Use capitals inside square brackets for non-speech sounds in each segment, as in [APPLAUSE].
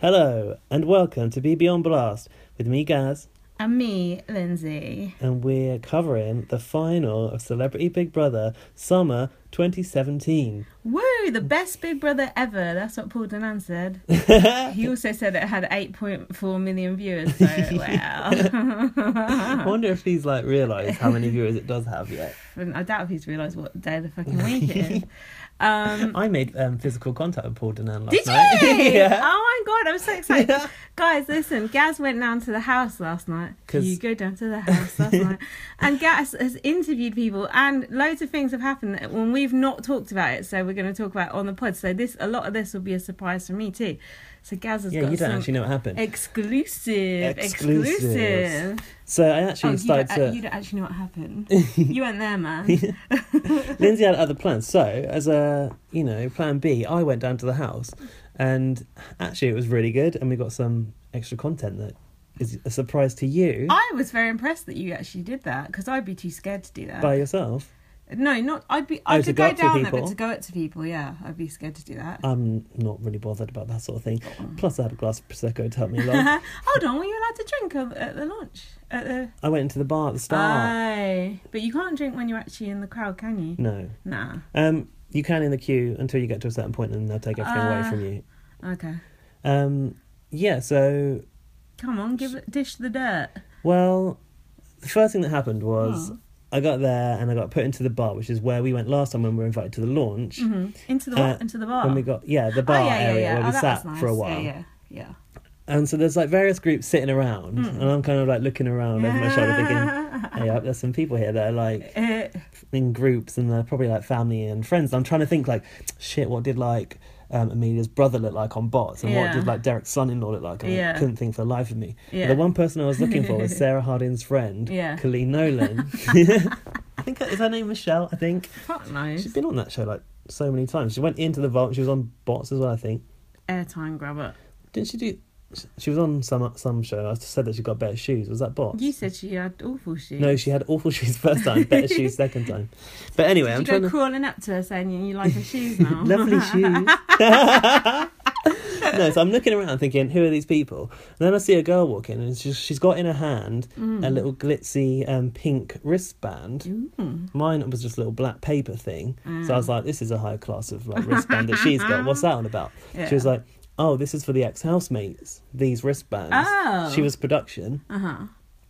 Hello, and welcome to BB on Blast with me, Gaz, And me, Lindsay. and we're covering the final of Celebrity Big Brother Summer [LAUGHS] 2017. Woo, the best Big Brother ever. That's what Paul Denan said. He also said it had 8.4 million viewers, so I wow. wonder if he's like realised how many viewers it does have yet. And [LAUGHS] I doubt if he's realised what day of the fucking week it is. Um, I made um, physical contact with Paul Denan last did you? night. [LAUGHS] yeah. Oh my god, I'm so excited. Guys, listen, Gaz went down to the house last night. 'Cause- You go down to the [LAUGHS] house last night. And Gaz has interviewed people and loads of things have happened that when we've not talked about it, so we're gonna talk about it on the pod. So this a lot of this will be a surprise for me too. So Gaz has Yeah, got you don't some actually know what happened. exclusive Exclusives. exclusive. so I Oh, actually you started don't, to. you don't actually know what happened. you weren't there, man. [LAUGHS] Lindsay had other plans. So, as a you know, plan B, I went down to the house, and actually it was really good, and we got some extra content that is a surprise to you I was very impressed that you actually did that because I'd be too scared to do that. by yourself. No, not. I'd be. Oh, I to could go go, up to down there, people. Oh, but to go up to people, yeah, I'd be scared to do that. [LAUGHS] I'm not really bothered about that sort of thing. Plus, I had a glass of prosecco to help me [LAUGHS] along. Hold on, were you allowed to drink at, at the launch? At the I went into the bar at the Ah. start. Aye. but you can't drink when you're actually in the crowd, can you? no, Nah. um, you can in the queue until you get to a certain point, and they'll take everything away Ah. from you. Okay. Um, yeah. So Come on, give it, dish the dirt. Well, the first thing that happened was Oh. I got there and I got put into the bar, which is where we went last time when we were invited to the launch. hmm Into the Uh, what? into the bar. When we got yeah the bar oh, yeah, area yeah, yeah. where oh, we that sat was nice. for a while, Yeah, yeah, yeah. and so there's like various groups sitting around, Mm. and I'm kind of like looking around over my shoulder, [LAUGHS] thinking, "Hey, up, there's some people here that are like Eh, in groups, and they're probably like family and friends." And I'm trying to think like, "Shit, what did like um, Amelia's brother look like on bots, and what Yeah. did like Derek's son-in-law look like?" And I Yeah. couldn't think for the life of me. But Yeah. the one person I was looking for [LAUGHS] was Sarah Hardin's friend, Yeah. Colleen [LAUGHS] Nolan. I think is her name Michelle. I think [LAUGHS] fuck knows. she's been on that show like so many times. She went into the vault. She was on bots as well. I think Airtime grabber. didn't she do? She was on some some show. I said that she got better shoes. Was that bots? You said she had awful shoes. no, she had awful [LAUGHS] shoes first time, better shoes second [LAUGHS] time. But anyway, Did I'm you trying go to crawling up to her saying you, you like her shoes now? [LAUGHS] lovely shoes. no, so I'm looking around thinking, who are these people? And then I see a girl walk in, and she's, she's got in her hand Mm. a little glitzy um, pink wristband. [LAUGHS] Ooh. Mine was just a little black paper thing. So I Mm. was like, this is a high class of like wristband that she's got. What's that on about? She was Yeah. like, oh, this is for the ex housemates, these wristbands. Oh. She was production. Uh huh.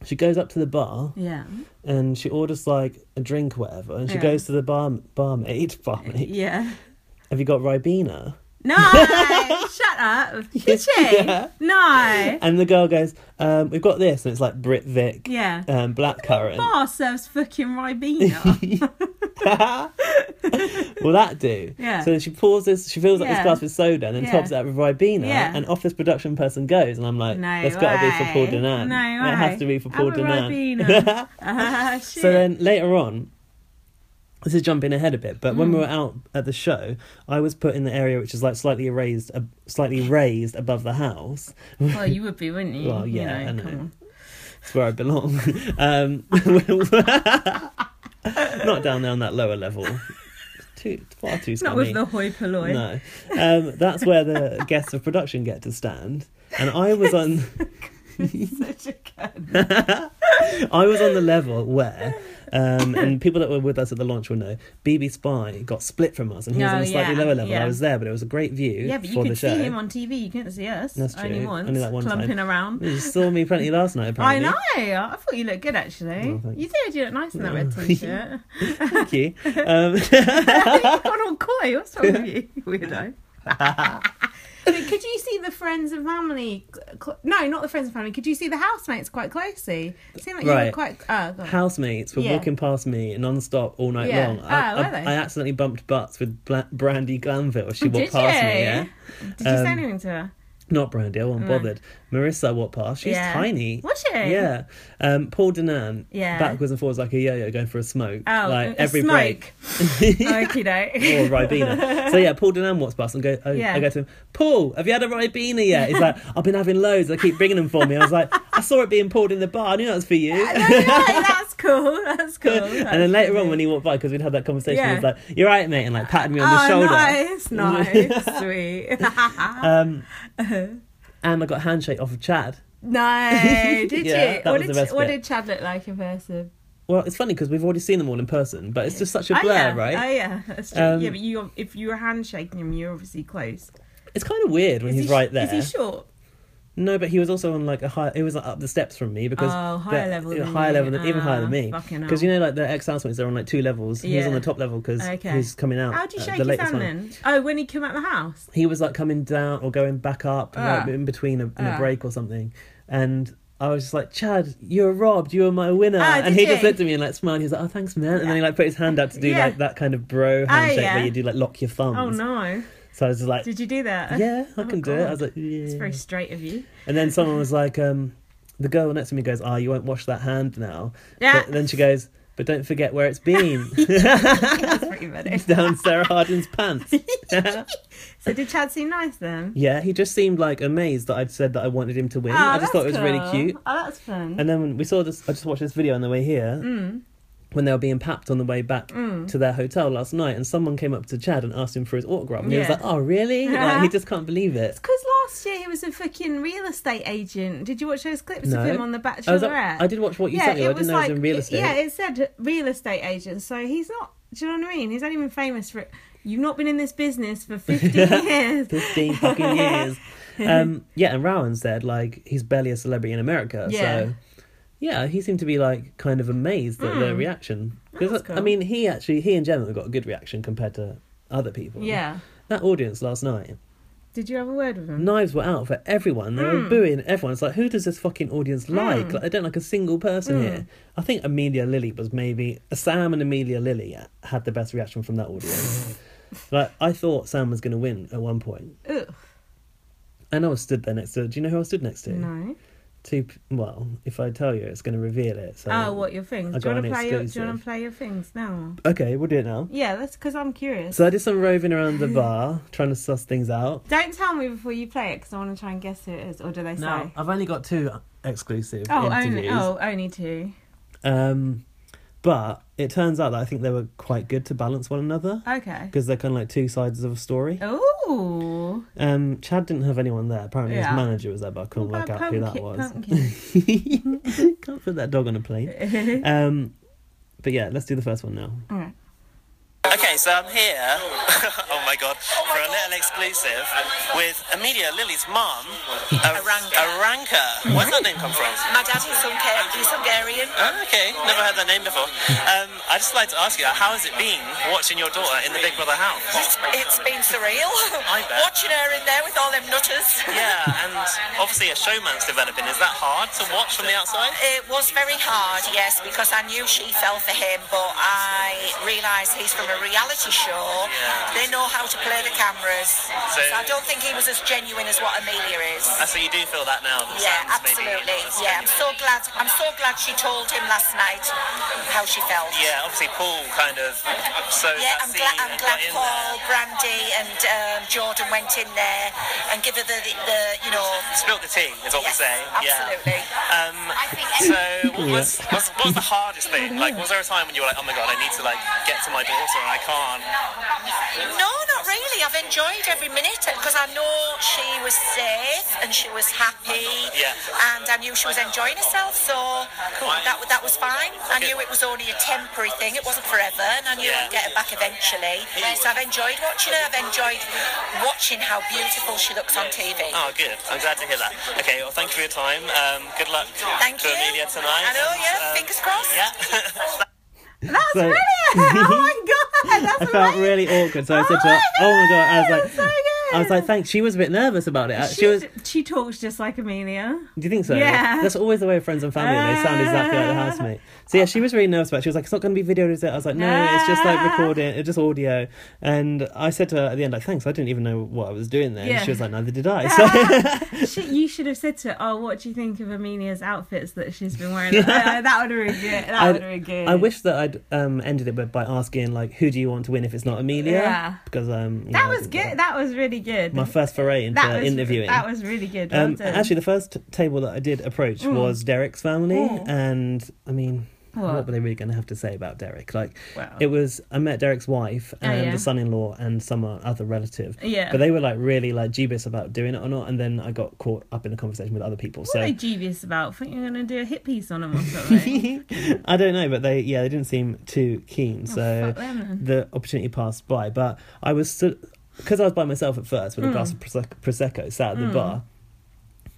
She goes up to the bar Yeah. and she orders like a drink or whatever. And she Yeah. goes to the bar barmaid, [LAUGHS] barmaid. Yeah. Have you got Ribena? No, [LAUGHS] shut up. Did she? Yeah. No. And the girl goes, um, we've got this. And it's like Brit Vic, Yeah. um, blackcurrant. [LAUGHS] [LAUGHS] Bar serves fucking Ribena. Will that do? Yeah. So she pours this, she fills up this Yeah. glass with soda and then Yeah. tops it up with Ribena. Yeah. And off this production person goes. And I'm like, [LAUGHS] No that's got to be for Paul way. Denan. No It has way. to be for Have Paul a Denan. [LAUGHS] Ribena. Ah, shit. so then later on, this is jumping ahead a bit, but Hmm. when we were out at the show, I was put in the area which is like slightly raised, uh, slightly raised above the house. well, you would be, wouldn't you? Well, You yeah, I know. come on. It's where I belong. [LAUGHS] Um, not down there on that lower level. Too far too Not scummy. with the hoi polloi. [LAUGHS] no, um, that's where the guests of production get to stand, and I was on. [LAUGHS] Such a cunt. I was on the level where, um, and people that were with us at the launch will know, BB Spy got split from us, and he was Oh, on a slightly yeah, lower level. yeah. I was there, but it was a great view Yeah, but you for the could see show. him on TV. You couldn't see us. That's Only true. once. Only that one time. clumping around. you saw me plenty last night, I apparently. know. I thought you looked good, actually. Oh, thanks. you did. You looked nice in [LAUGHS] that red Oh. t-shirt. Thank [LAUGHS] you. Um, [LAUGHS] You've gone all coy. What's wrong with you, weirdo? [LAUGHS] But could you see the friends and family? cl- cl- No, not the friends and family. Could you see the housemates quite closely? It seemed like you Right. were quite. Uh, go on. housemates were Yeah. walking past me non-stop all night Yeah. long. Ah, I, were I, they? Oh, I accidentally bumped butts with Bla- Brandy Glanville. as She Did walked past me. you? Yeah, Did you Um, say anything to her? not Brandy. I wasn't No. bothered. Marissa walked past. She's Yeah. tiny. Was she? Yeah. Um, Paul Denan. Yeah. Backwards and forwards like a yo-yo going for a smoke. Oh, like a every smoke. Oh, break. [LAUGHS] Okie doke. Or Ribena. so yeah, Paul Denan walks past and go. oh, I, Yeah. I go to him. Paul, have you had a Ribena yet? He's like, I've been having loads. I keep bringing them for me. I was like, I saw it being poured in the bar. I knew that was for [LAUGHS] you. [LAUGHS] No, no, that's cool. Oh, That's [LAUGHS] cool. and then later on, when he walked by, because we'd had that conversation, he was Yeah. like, "You're right, mate," and like [LAUGHS] patted me on the oh, shoulder. nice, nice, sweet. Um, and I got a handshake off of Chad. [LAUGHS] No, [LAUGHS] did Yeah, you? that What was did, the best what bit. did Chad look like in person? Well, it's funny because we've already seen them all in person, but it's just such a oh, blur, yeah. right? Oh yeah, that's true. Um, yeah, but you if you were handshaking him, you're obviously close. It's kind of weird when Is he's he sh- right there. Is he short? No, but he was also on like a high. He was like, up the steps from me because Oh, higher they're- level yeah, than higher you. level, than, even higher than Ah, me. fucking Because you know, like the ex-housemates, they're on like two levels. He was Yeah. on the top level because Okay. he was coming out. How would you at shake Oh, uh, the his latest hand one. then? Oh, when he came out the house. He was like coming down or going back up, and, like, Ah. in between a, in a Ah. break or something, and. I was just like, Chad, you're robbed. You are my winner. Ah, and did he just you? looked at me and like smiled. He was like, oh, thanks, man. And then he like put his hand out to do Yeah. Ah, like that kind of bro handshake yeah. where you do like lock your thumbs. Oh no! So I was just like, Did you do that? yeah, I Oh, can do it. I God. was like, yeah. It's very straight of you. And then [LAUGHS] someone was like, um, the girl next to me goes, "Ah, you won't wash that hand now." Yeah. [LAUGHS] [LAUGHS] But then she goes, "But don't forget where it's been." That's pretty [LAUGHS] bad. Down Sarah Hardin's [LAUGHS] pants. So did Chad seem nice [LAUGHS] then? yeah, he just seemed like amazed that I'd said that I wanted him to win. Ah, I just thought it was that's really cool. cute. Oh, that's fun. And then when we saw this, I just watched this video on the way here Mm. when they were being papped on the way back to their hotel last night, and someone came up to Chad and asked him for his autograph, and he was Yeah. like, "Oh, [LAUGHS] really?" Like, he just can't believe it. Because last year he was a fucking real estate agent. Did you watch those clips No. of him on The I, Bachelorette? was like, I did watch what you sent me. I didn't know it was in real estate. [LAUGHS] Yeah, it said real estate agent. So he's not. Do you know what I mean? He's only been famous for. You've not been in this business [LAUGHS] for 15 years. 15 [LAUGHS] fucking years. Um, yeah, and Rowan said, like, he's barely a celebrity in America. Yeah. So, yeah, he seemed to be, like, kind of amazed at the reaction. 'Cause, That's Mm. cool. I mean, he actually, he and Gemma got a good reaction compared to other people. Yeah. That audience last night, Did you have a word with him? knives were out for everyone. They Hmm. were booing everyone. It's like, who does this fucking audience like? Like, they don't like a single person Hmm. here. I think Amelia Lilly was maybe, Sam and Amelia Lilly had the best reaction from that [LAUGHS] audience. like, I thought Sam was going to win at one point. Ugh, And I was stood there next to. Do you know who I stood next to? no. Two. p- Well, if I tell you, it's going to reveal it. So. Oh, what your things? I Do you got want to an play? Your, do you exclusive. want to play your things now? Okay, we'll do it now. Yeah, that's because I'm curious. So I did some roving around [LAUGHS] the bar, trying to suss things out. Don't tell me before you play it because I want to try and guess who it is. Or do they Now say? I've only got two exclusive Oh, only. interviews. Oh, only two. Um, but it turns out that I think they were quite good to balance one another Okay. because they're kind of like two sides of a story. Oh. Um, Chad didn't have anyone there. Apparently Yeah. his manager was there, but I couldn't What work out about who that pumpkin- was. pumpkin? [LAUGHS] Can't put that dog on a [LAUGHS] plane. um, but yeah, let's do the first one now. All right. Okay, so I'm here. [LAUGHS] oh my god, for a little exclusive with Amelia Lily's [LAUGHS] mum, Aranka. Aranka. Where's that name come from? My dad is Hunga- he's Hungarian. Oh, okay, never heard that name before. Um, I just like to ask you, how has it been watching your daughter in the Big Brother house? It's, it's been surreal. [LAUGHS] I bet. Watching her in there with all them nutters. Yeah, and obviously a showman's developing. Is that hard to watch from the outside? It was very hard, yes, because I knew she fell for him, but I realised he's from a reality show. Yeah. They know how to play the cameras. So, So- I don't think he was as genuine as what Amelia is. Uh, So you do feel that now? That Yeah, Sam's maybe not absolutely. as Yeah, I'm genuine. so glad. I'm so glad she told him last night how she felt. Yeah, obviously Paul kind of sowed Yeah, I'm that seed glad, I'm and glad got in Paul, there. Brandy, and um, Jordan went in there and give her the, the, the you know. Spilt the tea is what Yes, we say. Yeah. absolutely. Um, so, what was, what's, what was the hardest thing? Like, was there a time when you were like, oh my god, I need to like get to my daughter and I can't? No, not really. I've enjoyed every minute because I know she was safe and she was happy. Yeah. And I knew she was enjoying herself, so that wa- that was fine. I knew it was only a temporary thing; it wasn't forever, and I knew Yeah. I'd get her back eventually. So I've enjoyed watching her. I've enjoyed watching how beautiful she looks on TV. Oh, good. I'm glad to hear that. Okay, well, thank you for your time. Um, good luck Thank to you. Amelia tonight. I know. Yeah. Um, fingers crossed. yeah. That's So- brilliant! [LAUGHS] Oh my [LAUGHS] god, I that's felt amazing. really awkward, so I Oh said to her, my "Oh my god!" I was God, like, that's so good. "I was like, thanks." She was a bit nervous about it. She, She, was. she talks just like Amelia. Do you think so? Yeah. That's always the way with friends and family. and They sound exactly like the Uh. housemate. So yeah, she was really nervous about. it. She was like, "It's not going to be video, is it?" I was like, "No, it's just like Uh. recording, it's just audio." And I said to her at the end, "Like, thanks. I didn't even know what I was doing there." Yeah. And she was like, "Neither did [LAUGHS] I." So She, you should have said to her, "Oh, what do you think of Amelia's outfits that she's been wearing?" Uh, that would have been good. That would have been good. I wish that I'd um, ended it by- by asking like, "Who do you want to win if it's not Amelia?" Yeah. Because um, you that know, was good. That was really good. My first foray into that was interviewing. That was really good. Well Um, done. Mm. actually, the first table that I did approach was Derek's family, and I mean, What, What? were they really going to have to say about Derek? Like, Wow. it was I met Derek's wife and Oh, yeah. the son-in-law and some other relative. Yeah. but they were like really like dubious about doing it or not, and then I got caught up in the conversation with other people. What are they so dubious about? Think you're going to do a hit piece on [LAUGHS] them or something? I don't know, but they yeah they didn't seem too keen. so Oh, fuck them then. the opportunity passed by, but I was still because I was by myself at first with a glass of Mm. prosecco, prosecco sat at the bar.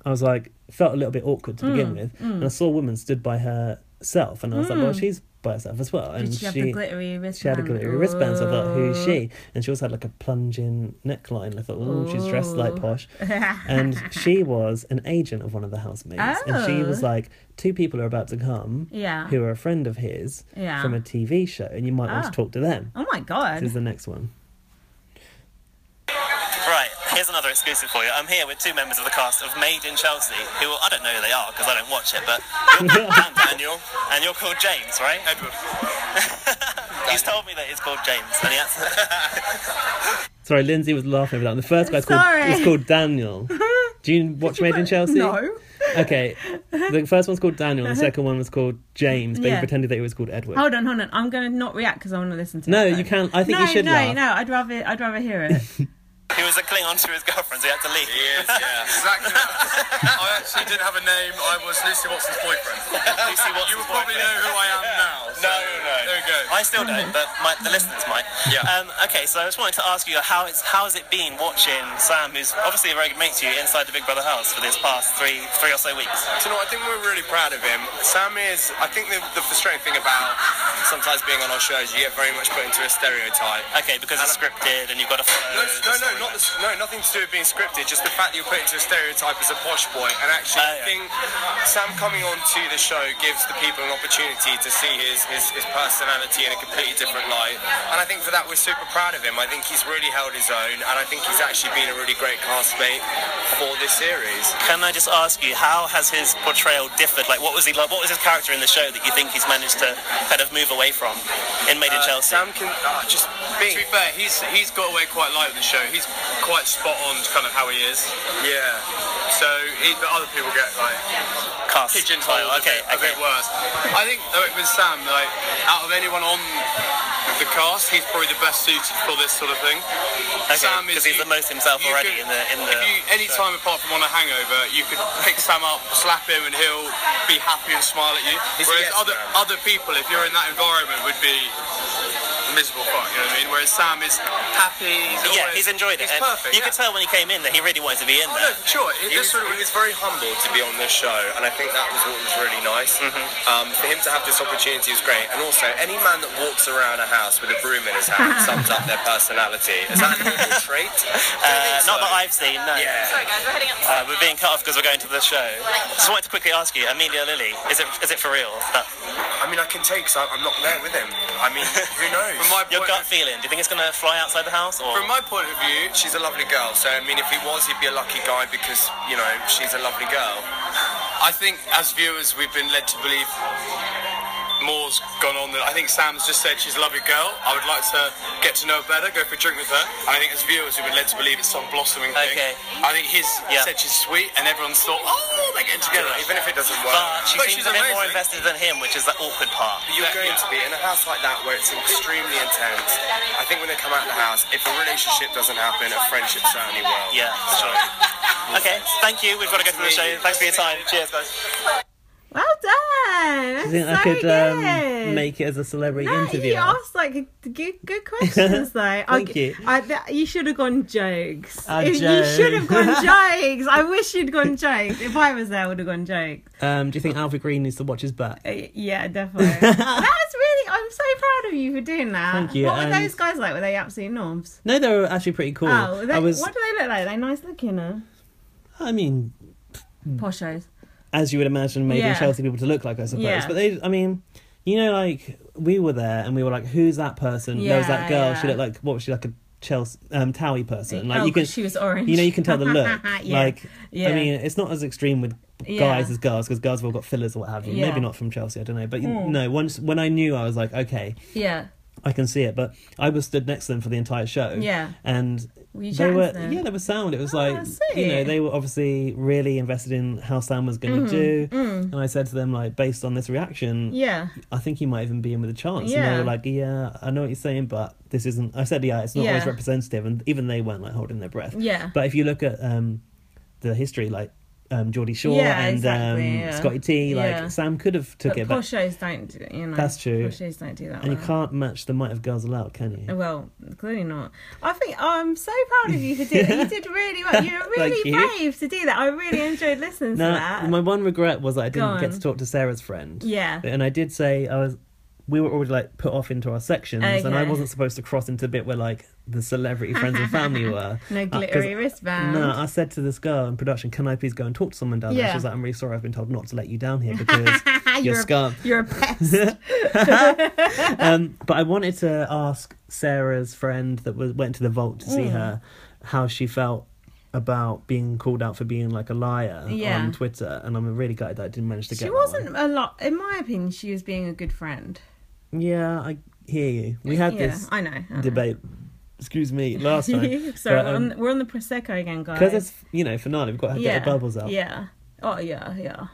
I was like felt a little bit awkward to Mm, begin with, and I saw a woman stood by herself, and I was like, well, she's by herself as well, and Mm. Did she have the glittery wristband? Um, she had a glittery wristband, so I thought, who's Ooh. she? And she also had like a plunging neckline. I thought, oh, she's dressed like Ooh. [LAUGHS] posh. and she was an agent of one of the housemates. And she Oh. was like, two people are about to come Yeah. who are a friend of his Yeah. from a TV show, and you might want Ah. to talk to them. Oh my This is god. the next one. Right, here's another exclusive for you. I'm here with two members of the cast of Made in Chelsea, who I don't know who they are because I don't watch it, but you're called Daniel, and you're called James, right? Edward. [LAUGHS] He's told me that he's called James, and he has Sorry, Lindsay was laughing over that. And the first guy's Sorry. called, is called [LAUGHS] Daniel. Do you watch Made in Chelsea? No. Okay. The first one's called Daniel, and the second one was called James, but Yeah. he pretended that he was called Edward. Hold on, hold on. I'm going to not react because I want to listen to No, it. though. you can't. I think no, you should no, laugh. no. I'd rather, I'd rather hear it. He was a Klingon to his girlfriend, so he had to leave. Yes, yeah, exactly. that. [LAUGHS] I actually didn't have a name. I was Lucy Watson's boyfriend. Lucy Watson's you will probably boyfriend. know who I am now. so No, no. There we go. I still don't, but my, the listeners might. Yeah. Um, okay, so I just wanted to ask you how it's how has it been watching Sam, who's obviously a very good mate to you, inside the Big Brother house for these past three three or so weeks? Do you know what? I think we're really proud of him. Sam is. I think the, the frustrating thing about sometimes being on our shows, you get very much put into a stereotype. Okay, because it's scripted and you've got to follow. No, the no, no, storyline. not the, no, nothing to do with being scripted. Just the fact that you're put into a stereotype as a posh boy, and actually, Oh, I yeah. think Sam coming on to the show gives the people an opportunity to see his, his his personality in a completely different light. And I think for that, we're super proud of him. I think he's really held his own, and I think he's actually been a really great castmate for this series. Can I just ask you, how has his portrayal differed? Like, what was he like? What was his character in the show that you think he's managed to kind of move away from in Made in Uh, Chelsea? Sam can uh, just To being be fair, he's he's got away quite light in the show. He's quite spot on to kind of how he is. yeah. So, he, but other people get like Cast. pigeonholed Oh, okay, a, bit, a bit okay. worse. I think though with Sam, like out of anyone on the cast, he's probably the best suited for this sort of thing. Okay, 'cause he's the most himself you already in the- in the- If you any time apart from on a hangover, you could pick Sam up, slap him, and he'll be happy and smile at you. He's a Whereas yes other man. other people, if you're in that environment, would be. a Miserable fuck, you know what I mean? Whereas Sam is happy. He's Yeah, always- he's enjoyed it. He's and perfect. you yeah. could tell when he came in that he really wanted to be in Oh, there. no, for sure. It, He was, this sort of, he was very humbled to be on this show, and I think that was what was really nice. Um, for him to have this opportunity is great, and also any man that walks around a house with a broom in his hand sums up their personality. Is that a normal trait? Uh, not that I've seen, no. Yeah. Sorry, guys, we're heading up. Uh, we're being cut off because we're going to the show. Just wanted to quickly ask you, Amelia Lilly, is it is it for real? That, I mean, I can take. So I'm not there with him. I mean, who knows? from my your point gut feeling? Do you think it's going to fly outside the house? Or From my point of view, She's a lovely girl, so I mean, if he was, he'd be a lucky guy because you know she's a lovely girl. I think as viewers we've been led to believe more's gone on. Than, I think Sam's just said she's a lovely girl. I would like to get to know her better, go for a drink with her. And I think as viewers we've been led to believe it's some blossoming thing. Okay. I think he's Yeah. said she's sweet, and everyone's thought, oh, they're getting together. Even if it doesn't work. but she But seems she's a bit more amazing. invested than him, which is the awkward part. But you're going to be in a house like that where it's extremely intense. I think when they come out of the house, if a relationship doesn't happen, a friendship certainly will. Yeah, sure. Okay, thank you. We've got to go to the show. Thanks for your time. Cheers, guys. Well done. That's Do you think so I could good. um, make it as a celebrity No, interview? You asked like a- good, [LAUGHS] good questions though. Thank I, you. I, that, you should have gone jokes. Ah, If- You should have joke. [LAUGHS] gone jokes. I wish you'd gone jokes. If I was there, I would have gone jokes. Um, do you think Alfred Green needs to watch his back? Uh, [LAUGHS] yeah, definitely. That's really. I'm so proud of you for doing that. Thank you, What were and- those guys like? Were they absolute knobs? No, they were actually pretty cool. Oh, they, I was, what do they look like? Are they nice looking or I mean, poshos? as you would imagine, maybe Yeah. Chelsea people to look like, I suppose. Yeah. But they, I mean, you know, like we were there and we were like, "Who's that person?" there was that girl. Yeah, yeah. She looked like what was she like a Chelsea um, Towie person? Like oh, you can, 'cause she was orange. you know, you can tell the look. [LAUGHS] Yeah. Like, Yeah. I mean, it's not as extreme with Yeah. guys as girls because girls have all got fillers or what have you. Yeah. Hmm. Maybe not from Chelsea, I don't know. But you no, once when I knew, I was like, okay, yeah. I can see it, but I was stood next to them for the entire show. Yeah. and Were you they chatting were to them? yeah, they were sound. It was Oh, like you sweet. know they were obviously really invested in how Sam was going to do. And I said to them like, based on this reaction, Mm-hmm. Mm. Yeah. I think you might even be in with a chance. And they Yeah. were like, yeah, I know what you're saying, but this isn't. I said, yeah, it's not Yeah. always representative, and even they weren't like holding their breath. Yeah. But if you look at um, the history, like um, Geordie Shaw Yeah, and um, exactly, yeah. Scotty T, like Yeah. Sam could have took But it, poor but shows don't, do- you know. That's true. Poor shows don't do that. and you well. can't match the might of girls allowed, can you? Well, clearly not. I think oh, I'm so proud of you for doing that. [LAUGHS] You did really well. You were Thank really you. brave to do that. I really enjoyed listening to Now, that. my one regret was that I Go didn't get on. to talk to Sarah's friend. Yeah. And I did say I was. We were already like put off into our sections, and I Okay. wasn't supposed to cross into the bit where like the celebrity friends and [LAUGHS] family were. No Uh, 'cause- glittery wristband. No, I said to this girl in production, "Can I please go and talk to someone down there?" Yeah. She was like, "I'm really sorry, I've been told not to let you down here because you're, [LAUGHS] You're a- scum." You're [LAUGHS] a pest. Um, but I wanted to ask Sarah's friend that was went to the vault to Mm. see her how she felt about being called out for being like a liar Yeah. on Twitter, and I'm really gutted that I didn't manage to get. she that wasn't one. a lot. In my opinion, she was being a good friend. Yeah, I hear you. We had Yeah, this I know. I know. [LAUGHS] debate. Excuse me, last time. Sorry, But, um, we're, on, we're on the prosecco again, guys. because it's you know finale, we've got to yeah, get the bubbles out. Yeah. Oh yeah, yeah.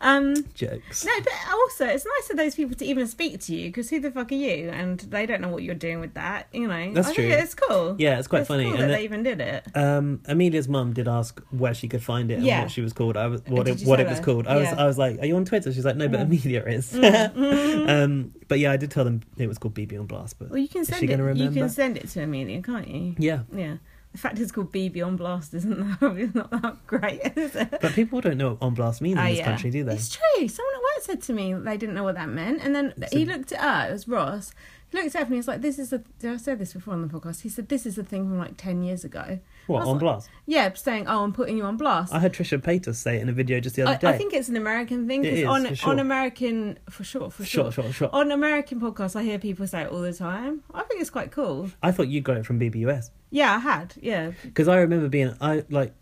Um, Jokes. no, but also it's nice of those people to even speak to you because who the fuck are you? And they don't know what you're doing with that. You know. That's I true. Think it's cool. Yeah, it's quite funny, Cool and that that- they even did it. Um, Amelia's mum did ask where she could find it and Yeah. what she was called. I was what Did it, you what tell it was her? called. I was Yeah. Mm. I was like, "Are you on Twitter?" She's like, "No, but [LAUGHS] Amelia is." [LAUGHS] um, but yeah, I did tell them it was called BB on Blast. But Well, you can is send she it. gonna You remember? can send it to Amelia, can't you? Yeah, Yeah. The fact it's called BB on Blast isn't that [LAUGHS] it's not that great, is it? but people don't know what on blast means in Oh, this yeah. country, do they? It's true. Someone at work said to me they didn't know what that meant, and then he looked at her. It was Ross. He looked at her and he was like, "This is a." Did I say this before on the podcast? He said, "This is a thing from like ten years ago." I What was on like- blast? Yeah, saying, "Oh, I'm putting you on blast." I heard Trisha Paytas say it in a video just the other I, day. I think it's an American thing. It 'cause is, on for sure. on American for sure for Sure, sure, sure, sure. on American podcasts I hear people say it all the time. I think it's quite cool. I thought you got it from BBUS Yeah, I had. Yeah, because I remember being I like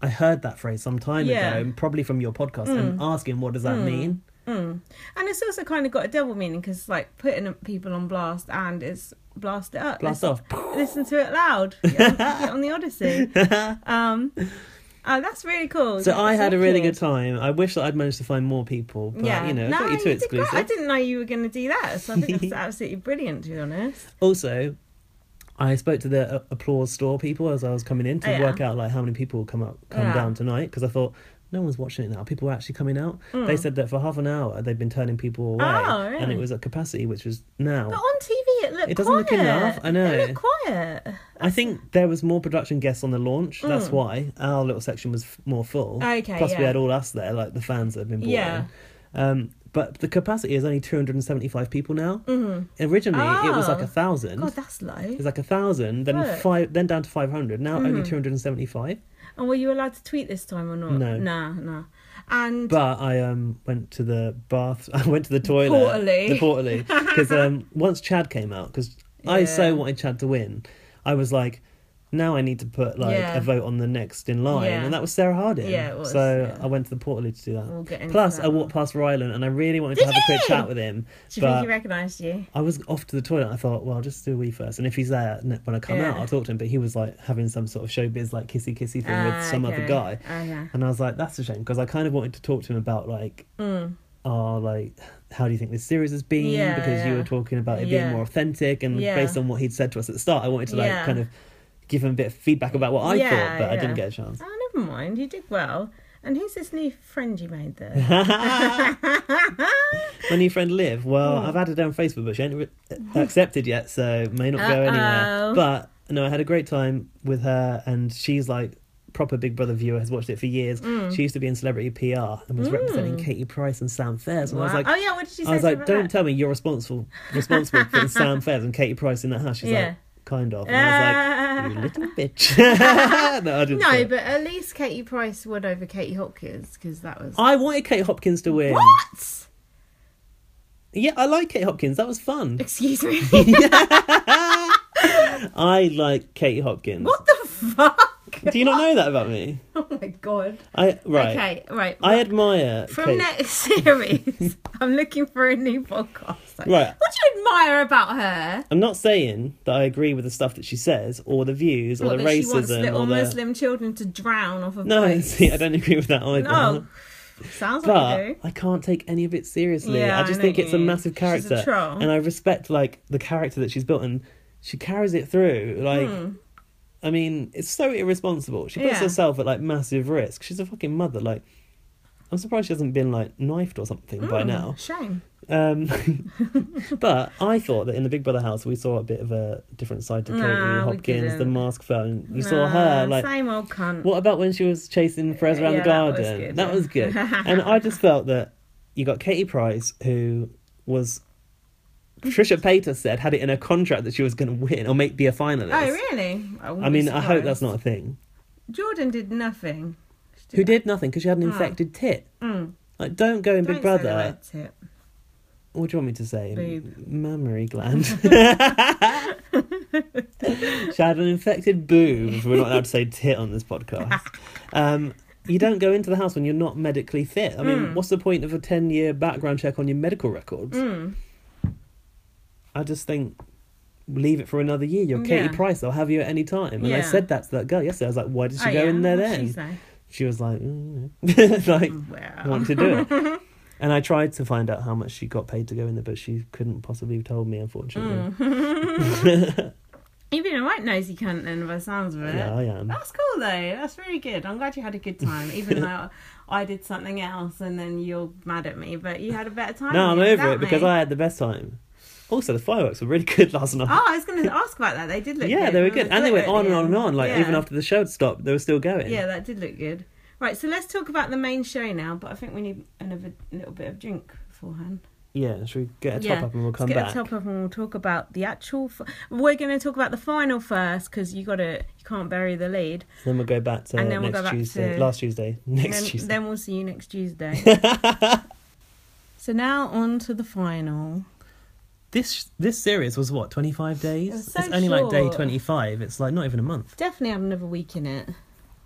I heard that phrase some time Yeah. Mm. ago, and probably from your podcast, and asking what does that mean. and it's also kind of got a double meaning because like putting people on blast and it's blast it up. Blast Listen- off. [LAUGHS] listen to it loud Get on- get on the [LAUGHS] Odyssey. Um, oh, that's really cool. So That's I had a wicked. really good time. I wish that I'd managed to find more people, but you know, I got you two did great. exclusive. I didn't know you were going to do that, so [LAUGHS] I think that's absolutely brilliant. To be honest, Also, I spoke to the uh, applause store people as I was coming in to Oh, yeah. work out like how many people will come up come Yeah. down tonight because I thought no one's watching it now. People are actually coming out. They said that for half an hour they've been turning people away, Mm. Oh, and it really? was at capacity, which was now. but on TV it looked It doesn't quiet. look enough, I know. It looked quiet. I think there was more production guests on the launch. That's why our little section was f- more full. Mm. Okay, Plus we yeah. had all us there, like the fans that have been brought Yeah. in. Um, but the capacity is only 275 people now. Mm-hmm. Originally, it was like Oh. a thousand. God, that's low. It's like a thousand, then Right. five, then down to five hundred. Now Mm-hmm. only two hundred and seventy-five. And were you allowed to tweet this time or not? No. nah, nah. And But I um went to the bath. [LAUGHS] I went to the toilet. Portally. The portally. Because [LAUGHS] um once Chad came out, because I so Yeah. wanted Chad to win, I was like, now I need to put like Yeah. a vote on the next in line, Yeah. and that was Sarah Harding. Yeah, it was, So yeah. I went to the portally to do that. We'll get into Plus, that I walked past Ryland, and I really wanted to Did have a quick you? chat with him. do you but think he recognised you? I was off to the toilet. I thought, well, I'll just do a wee first, and if he's there ne- when I come Yeah. out, I'll talk to him. But he was like having some sort of showbiz, like kissy kissy thing with Ah, some other okay. Uh-huh. guy, Okay. and I was like, that's a shame because I kind of wanted to talk to him about like, oh, like, how do you think this series has been? Hmm. Yeah, because you yeah. were talking about it being Yeah. more authentic, and Yeah. based on what he'd said to us at the start, I wanted to like Yeah. kind of give him a bit of feedback about what I Yeah, thought, but I didn't yeah. get a chance. Oh, never mind. You did well. And who's this new friend you [LAUGHS] made there? My new friend Liv, well, Oh. I've added her on Facebook, but she ain't re- accepted yet, so may not go anywhere. Uh-oh. But no, I had a great time with her, and she's like proper Big Brother viewer, has watched it for years. Mm. She used to be in Celebrity PR and was representing Katie Price and Sam Fairs, and I was Wow. like, oh yeah, what did she say? I was to you like, about don't that? tell me you're responsible responsible [LAUGHS] for Sam Fairs and Katie Price in that house. She's Yeah. like, kind of. And I [LAUGHS] was like, you Ah. little bitch. [LAUGHS] no, I didn't. say No, it. but at least Katie Price won over Katie Hopkins because that was I wanted Kate Hopkins to win. what? Yeah, I like Kate Hopkins. That was fun. Excuse me. [LAUGHS] I like Kate Hopkins. what the fuck? [LAUGHS] Do you not know that about me? Oh my god. I right. Okay, right. I admire From [LAUGHS] Kate. next series, I'm looking for a new podcast. Like, Right. What do you admire about her? I'm not saying that I agree with the stuff that she says or the views or What, the that she wants racism little or the. Muslim children to drown off of No, [LAUGHS] boats? see, I don't agree with that either. No. Uh-huh. Sounds like you But do. I can't take any of it seriously. Yeah, I I just know think it's a you. massive She's a character, troll. and I respect like the character that she's built, and she carries it through. Like, I mean, it's so irresponsible. She puts Hmm. Yeah. herself at like massive risk. She's a fucking mother. Like, I'm surprised she hasn't been like knifed or something Hmm. by now. Shame. Um, but I thought that in the Big Brother house we saw a bit of a different side to Katie Nah, we Hopkins, the didn't. mask phone. You saw her Nah, like same old cunt. what about when she was chasing Perez around the Yeah, that was garden? good, That yeah. was good. and I just felt that you got Katie Price, who was Mm-hmm. Trisha Paytas said had it in her contract that she was going to win or make be a finalist. Oh really? wouldn't I be mean, I hope that's surprised. not a thing. Jordan did nothing. She Who did nothing because she had an infected tit. Like, don't go in Hmm. Don't Big say the Brother. word tip. What do you want me to say? Boob. Mammary [LAUGHS] gland. she had an infected boob. We're not allowed to say tit on this podcast. Um, you don't go into the house when you're not medically fit. I mean, Hmm. what's the point of a 10 year background check on your medical records? Hmm. I just think leave it for another year. You're Katie Yeah. Price, they'll have you at any time. And I Yeah. said that to that girl yesterday. I was like, why did she Oh, go yeah? in there What'd she then? say? she was like, "Mm," [LAUGHS] like [LAUGHS] Wow. [LAUGHS] want to do it. and I tried to find out how much she got paid to go in there, but she couldn't possibly have told me, Mm, unfortunately. You've been a right nosy cunt then, by the sounds of it. Yeah, I am. That's cool though. That's really good. I'm glad you had a good time, even [LAUGHS] though I did something else and then you're mad at me. But you had a better time. No, I'm than over without it because me. I had the best time. Also, the fireworks were really [LAUGHS] good last night. Oh, I was going to ask about that. They did look. yeah, good. they were It good, was and they glitter went on at the and on end. and on. Like even Yeah. after the show had stopped, they were still going. Yeah, that did look good. Right, so let's talk about the main show now. But I think we need another little bit of drink beforehand. yeah. Should we get a top up and we'll let's come get back? a top up and we'll talk about the actual. F- We're going to talk about the final first because you got to you can't bury the lead. Then we'll go back to And then we'll next go back Tuesday, to- last Tuesday, [LAUGHS] next then, Tuesday. then we'll see you next [LAUGHS] Tuesday. so now on to the final. This this series was what twenty five days. was so it's only like day short. twenty five. It's like not even a month. Definitely had another week in it,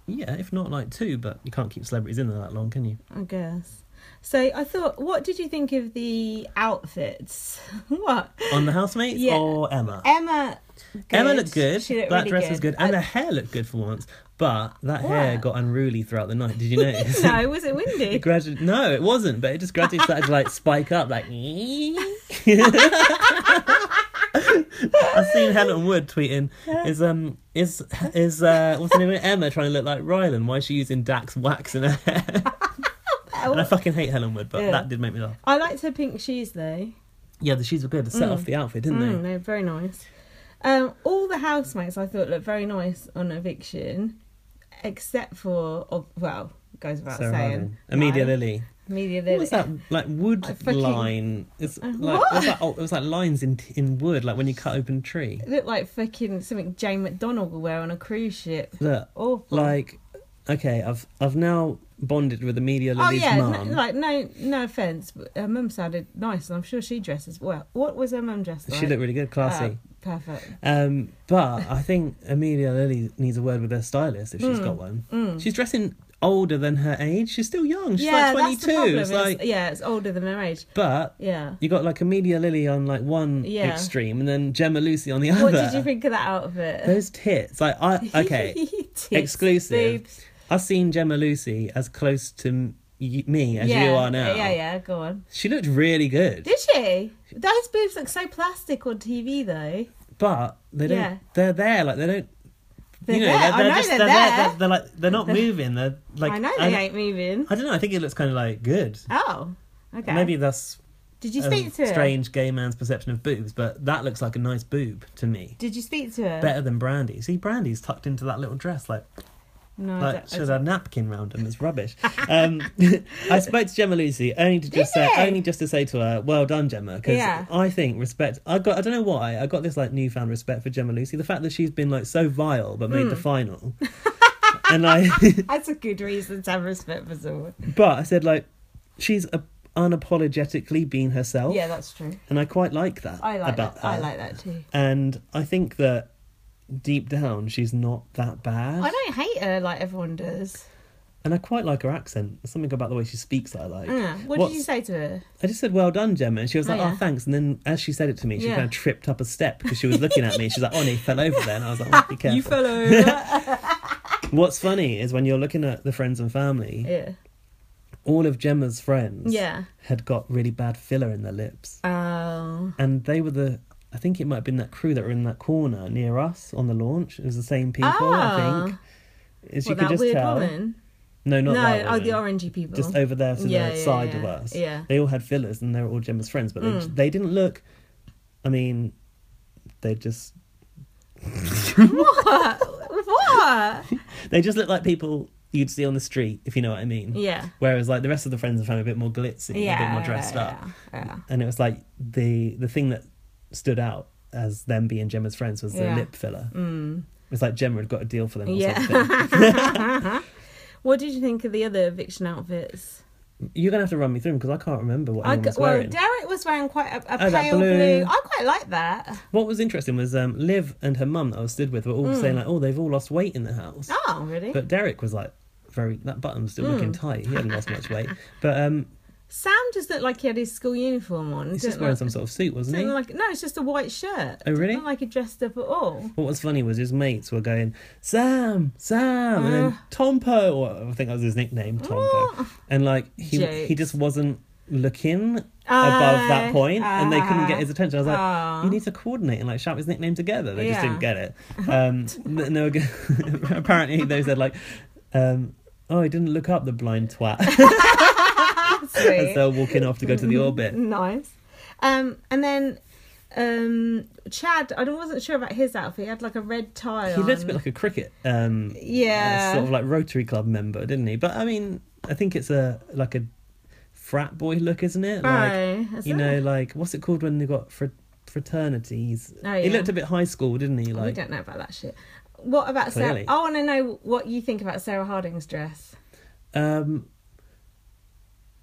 Yeah, if not like two, but you can't keep celebrities in there that long, can you? I guess. So I thought, what did you think of the outfits? [LAUGHS] what? On the housemates Yeah. or Emma? Emma. Oh. Emma looked good. She looked that really dress was good, and her hair looked good for once. But that hair What? got unruly throughout the night. Did [LAUGHS] you notice? no, was it windy? It gradually, no, it wasn't. But it just gradually started to like spike up. Like [LAUGHS] I've seen Helen Wood tweeting, "Is um is is uh what's the name of it? Emma trying to look like Rylan? Why is she using Dax wax in her [LAUGHS] hair?" and I fucking hate Helen Wood, but Yeah. that did make me laugh. I liked her pink shoes though. Yeah, the shoes were good to set off the outfit, didn't Mm, they? they're very nice. Um, all the housemates I thought looked very nice on eviction, except for oh, well, goes without Sarah saying. Hyland. Amelia No. Lily. Amelia What Lily. was that like wood fucking- line? It's like what? It, was like, oh, it was like lines in in wood, like when you cut open a tree. It looked like fucking something Jane McDonald would wear on a cruise ship. Look, Awful. like okay, I've I've now bonded with Amelia Oh Lily's yeah, n- mum. like no, no offense, but her mum sounded nice, and I'm sure she dresses well. What was her mum dressed like? she looked really good, classy. Oh, perfect. Um, but I think Amelia Lily needs a word with her stylist if she's Hmm, got one. She's dressing older than her age. She's still young. She's like yeah, twenty that's the two. problem. It's like, yeah, it's older than her age. but Yeah. you got like Amelia Lily on like one Yeah. extreme, and then Gemma Lucy on the other. What did you think of that outfit? Those tits, like [LAUGHS] I okay. Tits, [LAUGHS] exclusive. boobs. I've seen Gemma Lucy as close to m- y- me as you are now. Yeah, yeah, go on. She looked really good, Did she? Those boobs look so plastic on TV though. but they don't. Yeah. They're there, like they don't. They're there. I know they're there. They're, they're like they're [LAUGHS] not moving. They're like I know they ain't moving. I don't know. I think it looks kind of like good. Oh, okay. Maybe that's Did you a speak to her? strange gay man's perception of boobs, but that looks like a nice boob to me. Did you speak to her? Better than Brandy. See, Brandy's tucked into that little dress, like no, I "Oh." like don't- I should don't- have a napkin round him. It's rubbish. Um, [LAUGHS] I spoke to Gemma Lucy only to just say, you? only just to say to her, "Well done, Gemma," because Yeah. I think respect. I got. I don't know why. I got this like newfound respect for Gemma Lucy. The fact that she's been like so vile but Hmm. made the [LAUGHS] final, and I. [LAUGHS] That's a good reason to have respect for someone. but I said like, she's a, unapologetically being herself, Yeah, that's true. and I quite like that I like Oh. about that. her. I like that too. and I think that deep down she's not that bad. I don't hate her like everyone does. And I quite like her accent. There's something about the way she speaks that I like. Yeah. What What's- did you say to her? I just said, "Well done, Gemma," and she was Oh, like, "Oh, yeah. thanks." And then as she said it to me, she Yeah. kind of tripped up a step because she was looking at me. She's like, "Oh, he fell over there," and I was like, oh, "Be careful." [LAUGHS] You fell over. What's funny is when you're looking at the friends and family, yeah. all of Gemma's friends, Yeah. had got really bad filler in their lips, Oh. and they were the. I think it might have been that crew that were in that corner near us on the launch. It was the same people, I think. As you Ah. What, could that just weird tell. woman? No, not no, that oh, the woman. orangey people. just over there to Yeah, the yeah, side of yeah. us. Yeah. Mm. They all had fillers and they were all Gemma's friends, but they, they didn't look. I mean, they just what? what? they just looked like people you'd see on the street, if you know what I mean. Yeah. Whereas like the rest of the friends and family, a bit more glitzy, a bit more dressed up, Yeah. yeah. and it was like the the thing that stood out as them being Gemma's friends was their Yeah. lip filler. Mm. It was like Gemma had got a deal for them. Or Yeah. [LAUGHS] something. What did you think of the other eviction outfits? You're gonna have to run me through them because I can't remember what I anyone g- was well, wearing. Derek was wearing quite a, a Oh, that pale blue. blue. I quite like that. What was interesting was um, Liv and her mum that I was stood with were Mm. all saying like, "Oh, they've all lost weight in the [LAUGHS] house." Oh, really? But Derek was like, "Very that button's still Hmm. looking tight. He hadn't lost much [LAUGHS] weight." But um, Sam just looked like he had his school uniform on. he's didn't just wearing look- some sort of suit, wasn't he? didn't look like, no, it's just a white shirt. Oh, really? Didn't look like he dressed up [LAUGHS] at all. What was funny was his mates were going, Sam, Sam, and Uh. then Tompo, or I think that was his nickname, Tompo. And like, he, Oh. Jokes. he just wasn't looking above Ah, that point, and they couldn't ah, get his attention. I was like, ah. you need to coordinate and like shout his nickname together. They just Yeah. didn't get it. Um, and they were g- [LAUGHS] apparently, they said, like, um, oh, he didn't look up the blind twat. [LAUGHS] Sweet. As they were walking off to go to the orbit. nice. Um, and then um, Chad, I wasn't sure about his outfit. He had like a red tie. He looked a on. bit like a cricket um, yeah, uh, sort of like Rotary Club member, didn't he? But I mean, I think it's a like a frat boy look, isn't it? Like Aye, Oh, is you it? know, like what's it called when they got fr- fraternities? Oh, He yeah. Oh, looked a bit high school, didn't he? we Like don't know about that shit. What about Clearly. Sarah? I want to know what you think about Sarah Harding's dress. um,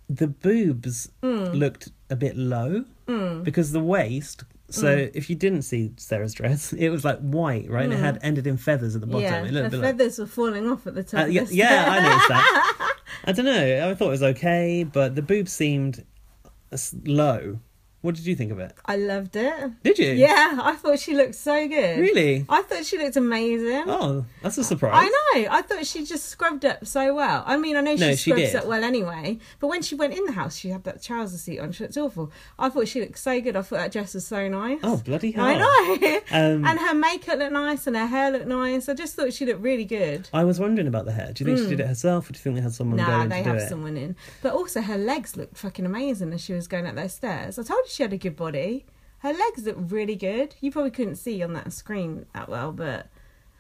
the boobs Hmm. looked a bit low because the waist. So Hmm. if you didn't see Sarah's dress, [LAUGHS] it was like white, right? And it had ended in feathers at the bottom. yeah, it looked a the bit like feathers were falling off at the top. Uh, yeah, yeah, I noticed that. I don't know. I thought it was okay, but the boob seemed s- low. What did you think of it? [LAUGHS] I loved it. Did you? Yeah, I thought she looked so good. Really? I thought she looked amazing. Oh, that's a surprise. I know. I thought she just scrubbed up so well. I mean, I know she No, she scrubs did. up well anyway. But when she went in the house, she had that trouser seat on. She looked awful. I thought she looked so good. I thought that dress was so nice. Oh, bloody hell. I know. [LAUGHS] Um, and her makeup looked nice, and her hair looked nice. I just thought she looked really good. I was wondering about the hair. Do you think she did it herself, or do you think they had someone go Hmm. Nah, in they to do have it? someone in. But also, her legs looked fucking amazing as she was going up those stairs. I told you she had a good body. Her legs looked really good. You probably couldn't see on that screen that well, but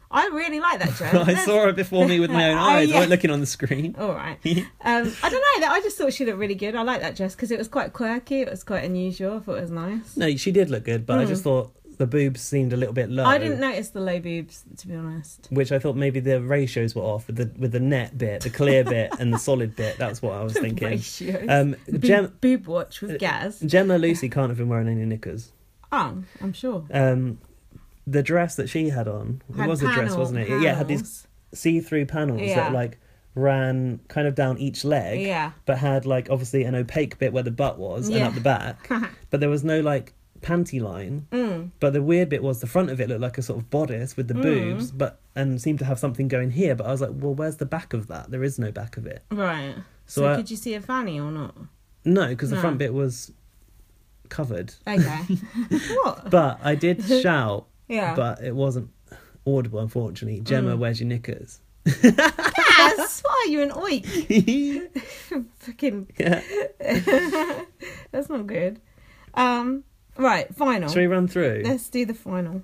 I really [LAUGHS] like that dress. [LAUGHS] I saw her before me with my [LAUGHS] own Oh, eyes. I yeah. Oh. wasn't looking on the screen. [LAUGHS] All right. um, I don't know. I just thought she looked really good. I like that dress because it was quite quirky. It was quite unusual. I thought it was nice. No, she did look good, but I just thought the boobs seemed a little bit low. Hmm. I didn't notice the low boobs, to be honest. [LAUGHS] Which I thought maybe the ratios were off with the with the net bit, the clear bit, and the solid bit. That's what I [LAUGHS] was thinking. Ratios. Um, Uh, Boob, Gem- boob watch with Gaz. Gemma Lucy can't have been wearing any knickers. Oh, I'm sure. um the dress that she had on it Had was a dress panel- wasn't it yeah it had these panels. see-through panels Yeah. that like ran kind of down each leg Yeah. but had like obviously an opaque bit where the butt was and Yeah. up the [LAUGHS] back but there was no like panty line Mm. but the weird bit was the front of it looked like a sort of bodice with the boobs but and seemed to have something going here but i was like well where's the back of that there is no back of it Right. So, So I- could you see a fanny or [LAUGHS] not? no because the No. front bit was covered Okay. [LAUGHS] what? But I [LAUGHS] did shout. Yeah. [LAUGHS] Mm. But it wasn't audible, unfortunately. Gemma, where's your knickers? [LAUGHS] Gaz, why are you an oik? [LAUGHS] yeah. Fucking, that's not good. Um, right, final. Shall we run through? Let's do the final.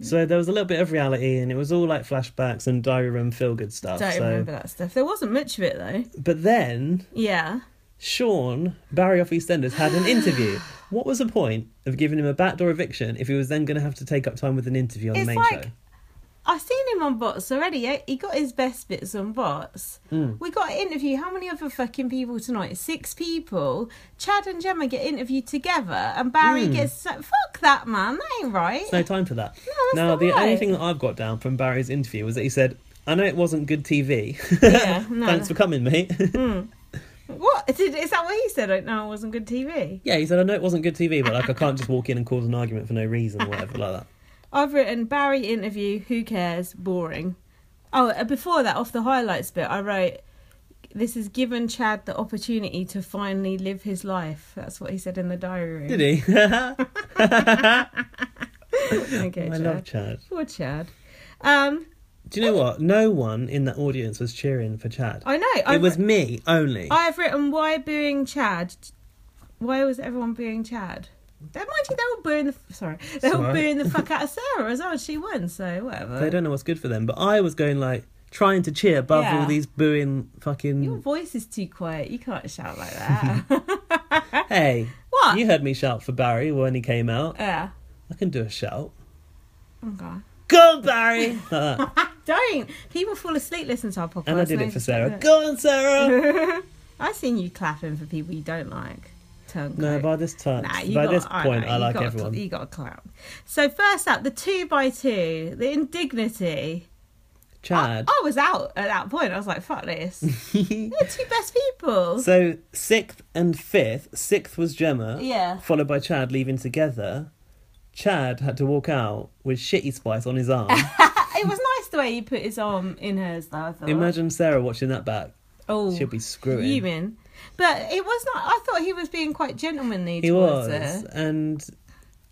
So there was a little bit of reality, and it was all like flashbacks and diary room feel good stuff. Don't so- remember that stuff. There wasn't much of it though. But then Yeah. Sean Barry off EastEnders had an interview. What was the point of giving him a backdoor eviction if he was then going to have to take up time with an interview on It's the main like- show? I've seen him on bots already. yeah? He got his best bits on bots. Hmm. We got an interview. How many other fucking people tonight? Six people. Chad and Gemma get interviewed together, and Barry Hmm. gets. So- Fuck that, man. That ain't right. There's no time for that. No, that's now, not the right. only thing that I've got down from Barry's interview was that he said, I know it wasn't good TV. [LAUGHS] Yeah, no, Thanks no. for coming, mate. What? [LAUGHS] Did, is that what he said? Like, no, it wasn't good TV. yeah, he said, I know it wasn't good TV, but like I can't just walk in and cause an argument for no reason or whatever like that. I've written Barry interview, who cares, boring. Oh, uh, before that, off the highlights bit, I wrote, this has given Chad the opportunity to finally live his life. That's what he said in the diary room. Did [LAUGHS] he? I Okay, Chad. love Chad. Poor Chad. Um, Do you know what? No one in that audience was cheering for Chad. I know. It I've, was me only. I have written why booing Chad. Why was everyone booing Chad? They, mind you, they were booing the sorry, they were Sorry. [LAUGHS] booing the fuck out of Sarah as well. She won, so whatever. They don't know what's good for them, but I was going like trying to cheer above Yeah. all these booing Your fucking. voice is too quiet. You can't shout like that. [LAUGHS] [LAUGHS] Hey, what? you heard me shout for Barry when he came out. Yeah. I can do a shout. Okay. Go on, Barry! Like that. Don't. People fall asleep listening to our [LAUGHS] podcast. And I did They it for just- Sarah. Go on, Sarah! I've seen you clapping for people you don't like. Tongue No, coat. by this time, Nah, you by got, this I point, know, I you like got a- everyone. you got a clown. So first up, the two by two, the indignity. Chad. I was out at that point. I was like, [LAUGHS] fuck this. They're two best people. So sixth and fifth. Sixth was Gemma. Yeah. Followed by Chad leaving together. Chad had to walk out with shitty spice on his arm. [LAUGHS] it was nice the way you put his arm in hers, though. I thought. Imagine Sarah watching that back. oh, She'll be screwing. human. But it was not. I thought he was being quite gentlemanly He towards was, her. and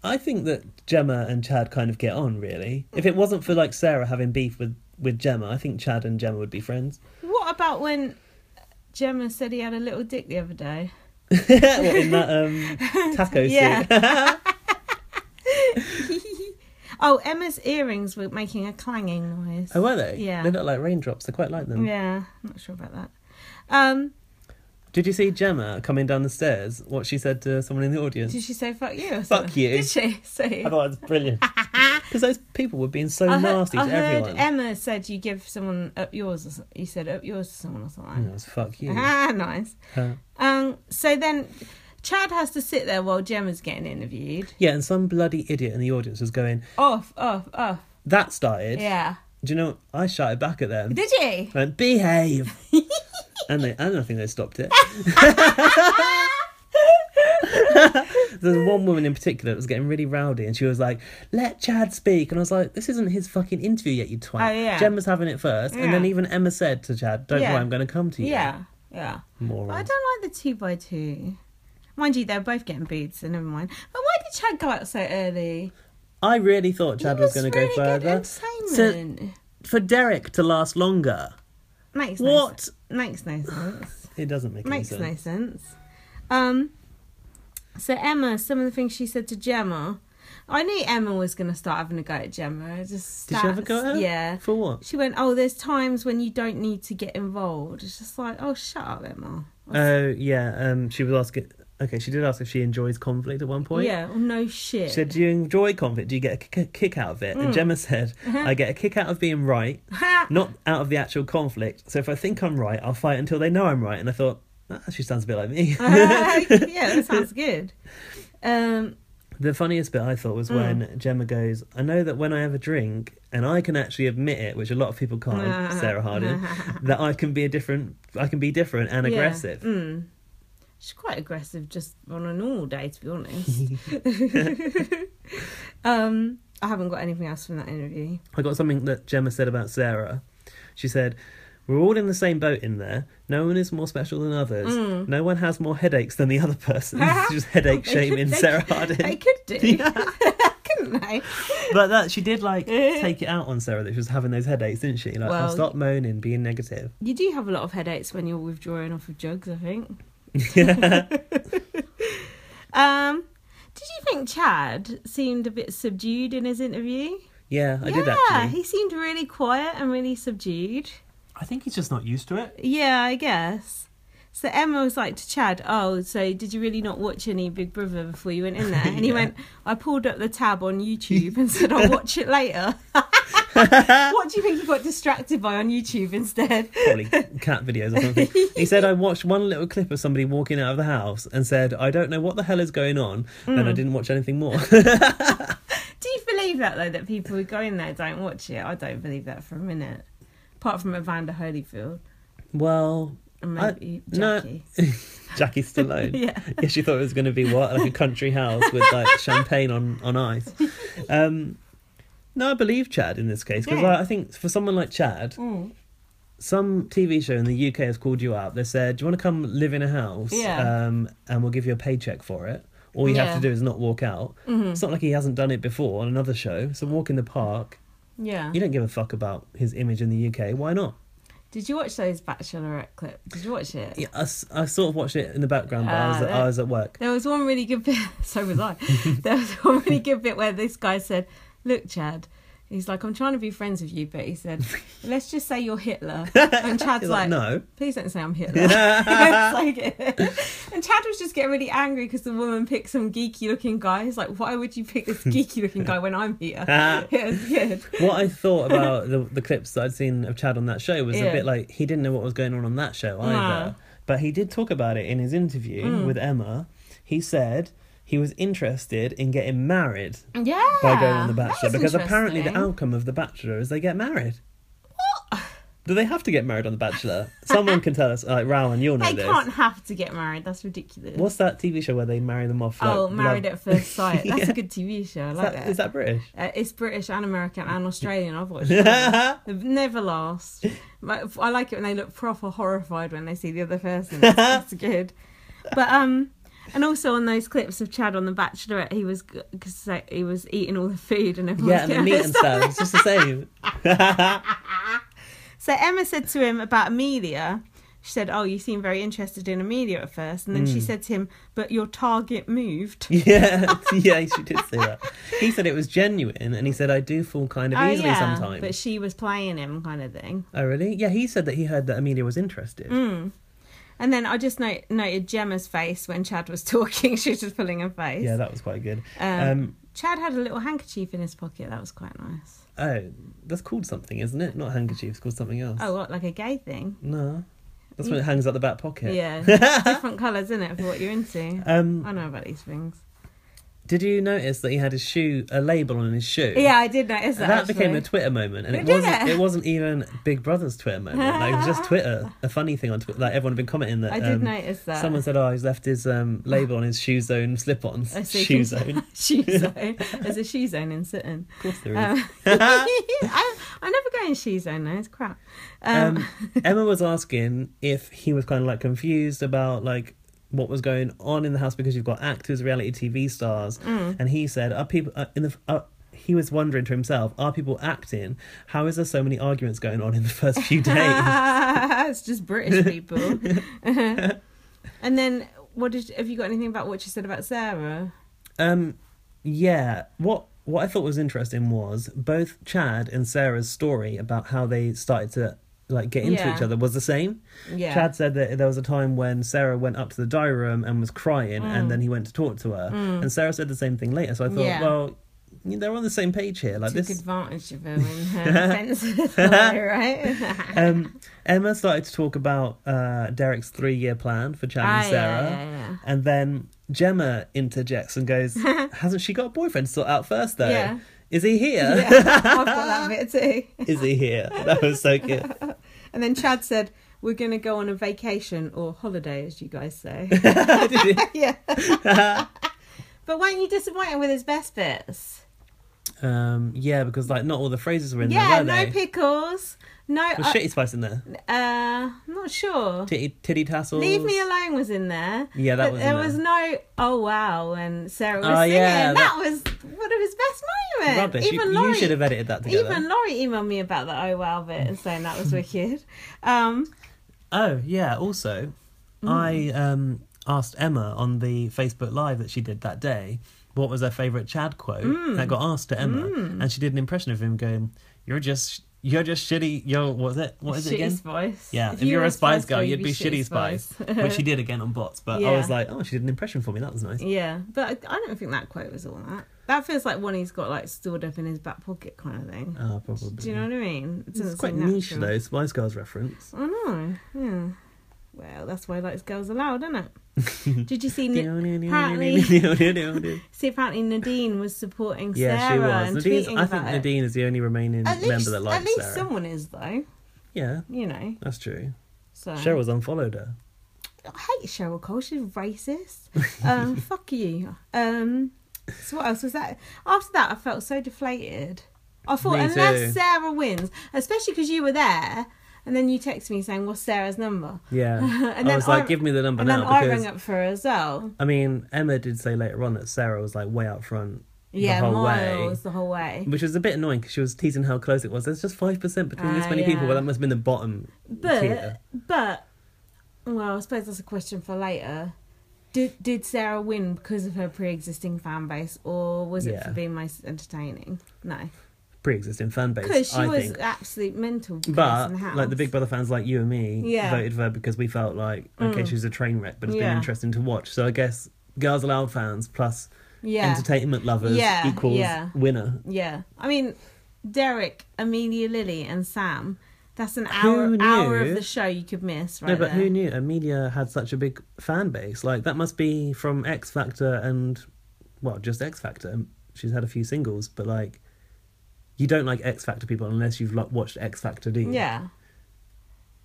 I think that Gemma and Chad kind of get on really. If it wasn't for like Sarah having beef with with Gemma, I think Chad and Gemma would be [LAUGHS] friends. What about when Gemma said he had a little dick the other day? what, in that um, taco Yeah. [LAUGHS] suit. Oh, Emma's earrings were making a clanging noise. oh, were they? Yeah. They look like raindrops. I quite like them. Yeah, not sure about that. Um, Did you see Gemma coming down the stairs? What she said to someone in the audience? did she say fuck you? Or Fuck something? you. Did she? [LAUGHS] So I [LAUGHS] thought it was Oh, [LAUGHS] brilliant because those people were being so I heard, nasty I to heard everyone. Emma said you give someone up yours. Or, so- you said up yours to someone or something. And I was fuck you. Ah, [LAUGHS] nice. Huh. Um, so then Chad has to sit there while Gemma's getting interviewed. Yeah, and some bloody idiot in the audience was going, Off, off, off. "That started." Yeah. Do you know? I shouted back at them. Did you? Went [LAUGHS] behave. and they, I don't think they stopped it. There's one woman in particular that was getting really rowdy, and she was like, "Let Chad speak," and I was like, "This isn't his fucking interview yet, you twat." Oh, yeah. Gemma's having it first, and then Yeah. even Emma said to Chad, "Don't Yeah. worry, I'm going to come to you." Yeah. Yeah. But I moron. don't like the two by two. Mind you, they're both getting boots, so never mind. But why did Chad go out so early? I really thought Chad It was, going to really go good further. Entertainment. For Derek to last longer, Makes What? No, sense. makes no sense. it doesn't make Makes any no sense. sense. Um. So Emma, some of the things she said to Gemma, I knew Emma was going to start having a go at Gemma. I Just Did she have a go that's- at her? Yeah. For what? She went, "Oh, there's times when you don't need to get involved." It's just like, "Oh, shut up, Emma." Oh yeah, um, she was asking. Okay, she did ask if she enjoys conflict at one point. Yeah. Well, no shit. She said, [LAUGHS] "Do you enjoy conflict? Do you get a kick, kick out of it?" Mm. And Gemma [LAUGHS] said, "I get a kick out of being right, Ha! not out of the actual conflict. So if I think I'm right, I'll fight until they know I'm right." And I thought that actually sounds a bit like [LAUGHS] me. [LAUGHS] yeah, that sounds good. Um, the funniest bit I thought was Hmm. when Gemma goes, "I know that when I have a drink, and I can actually admit it, which a lot of people [LAUGHS] can't, Sarah Harding, that I can be a different, I can be different and Yeah. Hmm. aggressive." she's quite aggressive just on a normal day, to be [LAUGHS] honest. um, I haven't got anything else from [LAUGHS] that interview. I got something that Gemma said about Sarah. She said, We're all in the same boat in there. No one is more special than others. No one has more headaches than the other [LAUGHS] person. It's just headache Hmm. They could- shaming they- Sarah Harding. They could [LAUGHS] do, [LAUGHS] couldn't they? But that she did like take it out on Sarah that she was having those headaches, didn't she? Like, Well, oh, stop moaning, being negative. You do have a lot of headaches when you're withdrawing off of drugs, [LAUGHS] I think. [LAUGHS] um, did you think Chad seemed a bit subdued in his interview? Yeah, I did yeah, actually. he seemed really quiet and really subdued. I think he's just not used to it. Yeah, I guess. So Emma was like to Chad, "Oh, so did you really not watch any Big Brother before you went in there?" And [LAUGHS] he Yeah. went, "I pulled up the tab on YouTube and said I'll watch it [LAUGHS] later." what do you think he got distracted by on YouTube [LAUGHS] instead? Probably cat videos or something. he said, I watched one little clip of somebody walking out of the house and said, I don't know what the hell is going on. And I didn't watch anything more. Do you believe that though that people who go in there don't watch it? I don't believe that for a minute. apart from Evander Holyfield Well, and I- maybe no. Jackie. [LAUGHS] Jackie Stallone. [LAUGHS] Yeah. yeah, she thought it was going to be what like a country house with like [LAUGHS] champagne on on ice. Um, no, I believe Chad in this case because Yeah. Mm. I, I think for someone like Chad, some TV show in the UK has called you up. They said, "Do you want to come live in a house? Yeah. Um, and we'll give you a paycheck for it." All you have Yeah. Mm-hmm. to do is not walk out. It's not like he hasn't done it before on another show. So walk in the park. Yeah. You don't give a fuck about his image in the UK. Why not? Did you watch those Bachelorette clip? Did you watch it? Yeah, I, s- I sort of watched it in the background, but I, Ah, was, at- that- I was at work. There was one really good bit. [LAUGHS] So was [LAUGHS] I. there was one really good bit where this guy said, "Look, Chad." He's like, I'm trying to be friends with you, but [LAUGHS] he said, let's just say you're Hitler. And Chad's He's like, like, "No." please don't [LAUGHS] say I'm Hitler. [LAUGHS] It's like- [LAUGHS] and Chad was just getting really angry because the woman picked some geeky looking guy. He's like, why would you [LAUGHS] pick this geeky looking guy when I'm here? [LAUGHS] it was good. what I thought about the, the clips that I'd seen of Chad on that show was a Yeah. bit like he didn't know what was going on on that show either. Ah. Hmm. But he did talk about it in his interview with Emma. He said he was interested in getting married Yeah. by going on The Ah, that Bachelor was because apparently the interesting. outcome of The Bachelor is they get married. Do they have to get married on The Bachelor? Someone can tell us. Like Rowan, you'll know They this. can't have to get married. That's ridiculous. What's that TV show where they marry them off? oh, like, [LAUGHS] Married love- at First Sight. That's Yeah. a good TV show. I Is that- like that. is that British? Uh, it's British and American and Australian. I've watched it. [LAUGHS] They never last. My- I like it when they look proper horrified when they see the other [LAUGHS] person. That's, that's good. But um, and also on those clips of Chad on The Bachelorette, he was because he was eating all the food and everyone. yeah, and [LAUGHS] they meet and stuff. It's just the same. [LAUGHS] So Emma said to him about Amelia. She said, "Oh, you seem very interested in Amelia at first, and then Hmm. she said to him, "But your target moved." Yeah, [LAUGHS] yeah, she did say that. He said it was genuine, and he said I do fall kind of Oh, easily yeah, sometimes. But she was playing him, kind of thing. oh, really? Yeah, he said that he heard that Amelia was interested. Mm. And then I just note, noted Gemma's face when Chad was [LAUGHS] talking. she was just pulling her face. Yeah, that was quite good. Um, Um, Chad had a little handkerchief in his pocket. That was quite nice. oh, that's called something, isn't it? Not handkerchief. It's called something else. Oh, what, like a gay thing? No, that's when it hangs out the back pocket. Yeah. [LAUGHS] Different colours, isn't it, for what you're into? Um, I know about these things. did you notice that he had his shoe a label on his shoe? Yeah, I did notice that. That became actually. a Twitter moment, and it did wasn't. it? It? wasn't even Big Brother's Twitter moment. Like, it was [LAUGHS] just Twitter, a funny thing on Twitter. Like everyone had been commenting that. I did um, notice that. Someone said, "Oh, he's left his um, label on his shoe zone slip-ons." I see. Shoe zone. [LAUGHS] [LAUGHS] shoe zone. There's a shoe zone in Sutton. Of course there Um, [LAUGHS] is. I, I never go in shoe zone though. It's crap. Um, Um, Emma was asking if he was kind of like confused about like what was going on in the house because you've got actors, reality TV stars, Mm. and he said, "Are people uh, in the?" Uh, he was wondering to himself, "Are people acting? How is there so many arguments going on in the first [LAUGHS] few days?" it's just British [LAUGHS] people. and then, what did? Have you got anything about what you said about Sarah? um, yeah. What what I thought was interesting was both Chad and Sarah's story about how they started to like get into Yeah. each other was the same. Yeah. Chad said that there was a time when Sarah went up to the diary room and was crying, and then he went to talk to her. And Sarah said the same thing later. So I thought, Mm. Yeah. well, they're on the same page here. Like took this, advantage of her in her senses, right? [LAUGHS] [LAUGHS] um, Emma started to talk about uh, Derek's three-year plan for Chad Ah, and yeah, Sarah, yeah, yeah. and then Gemma interjects and [LAUGHS] goes, "Hasn't she got a boyfriend to sort out first, though? Yeah. Is he here? Is [LAUGHS] Yeah, I've got that bit too. he here?" That was so [LAUGHS] good. And then Chad said, "We're going to go on a vacation or holiday, as you [LAUGHS] guys say." [LAUGHS] yeah. [LAUGHS] but weren't you disappointed with his best bits? um, yeah, because like not all the phrases were in Yeah, there, were they? no pickles. No, was uh, shitty spice in there? uh, I'm not sure. Titty, titty tassels. Leave Me Alone was in there. Yeah, that but was in there there. was no oh wow and Sarah was Oh, singing. yeah, that, was one of his best moments. Rubbish. You- you, should have edited that together. Even Laurie emailed me about the oh wow bit and saying that was wicked. Um, Oh yeah. Also, Mm. I um, asked Emma on the Facebook Live that she did that day what was her favourite Chad quote, Mm. and I got asked to Emma, and she did an impression of him going, "You're just, you're just shitty. Yo, what's it? What is shitty it again?" Spice. Yeah, if, you you're were a Spice Girl, Girl, you'd be Shitty Spice, which she did again on Bots. But I Yeah. was like, oh, she did an impression for me. That was nice. [LAUGHS] yeah, but I, I don't think that quote was all that. That feels like one he's got like stored up in his back pocket kind of thing. Oh, probably. Do you know what I mean? It It's doesn't quite seem niche natural. though. Spice Girls reference. I know. Yeah. Well, that's why he likes girls allowed, isn't [LAUGHS] it? Did you see? N- apparently, [LAUGHS] yeah, see, apparently Nadine was supporting Sarah she was. and Nadine's, tweeting I about think it. Nadine is the only remaining At member least, that likes at least Sarah. someone is though. Yeah, you know. that's true. So Cheryl's unfollowed her. I hate Cheryl Cole. [LAUGHS] She's racist. um, fuck you. Um, so what else was that? After that, I felt so deflated. I thought Me unless too. Sarah wins, especially because you were there, and then you texted me saying, "What's Sarah's number?" Yeah, [LAUGHS] And I then was like, I- give me the number and now then I because rang up for her as well. I mean, Emma did say later on that Sarah was like way out front. Yeah, the whole way. miles the whole way. Which was a bit annoying because she was teasing how close it was. There's just five percent between this Ah, many people. yeah. Well, that must have been the bottom But tier. but well, I suppose that's a question for later. Did did Sarah win because of her pre-existing fan base, or was it Yeah. for being most entertaining? No, pre-existing fan base. because she I was think. absolute mental. piece But in the house. like the Big Brother fans, like you and me, Yeah. Mm. voted for her because we felt like okay, she was a train wreck, but it's been Yeah. interesting to watch. So I guess Girls Aloud fans plus yeah, entertainment lovers Yeah, equals yeah. winner. yeah. I mean, Derek, Amelia, Lily, and Sam. That's an hour Who hour knew? of the show you could miss, right? no, but there. who knew Amelia had such a big fan base? Like that must be from X Factor and well, just X Factor. She's had a few singles, but like you don't like X Factor people unless you've lo- watched X Factor, do you? Yeah,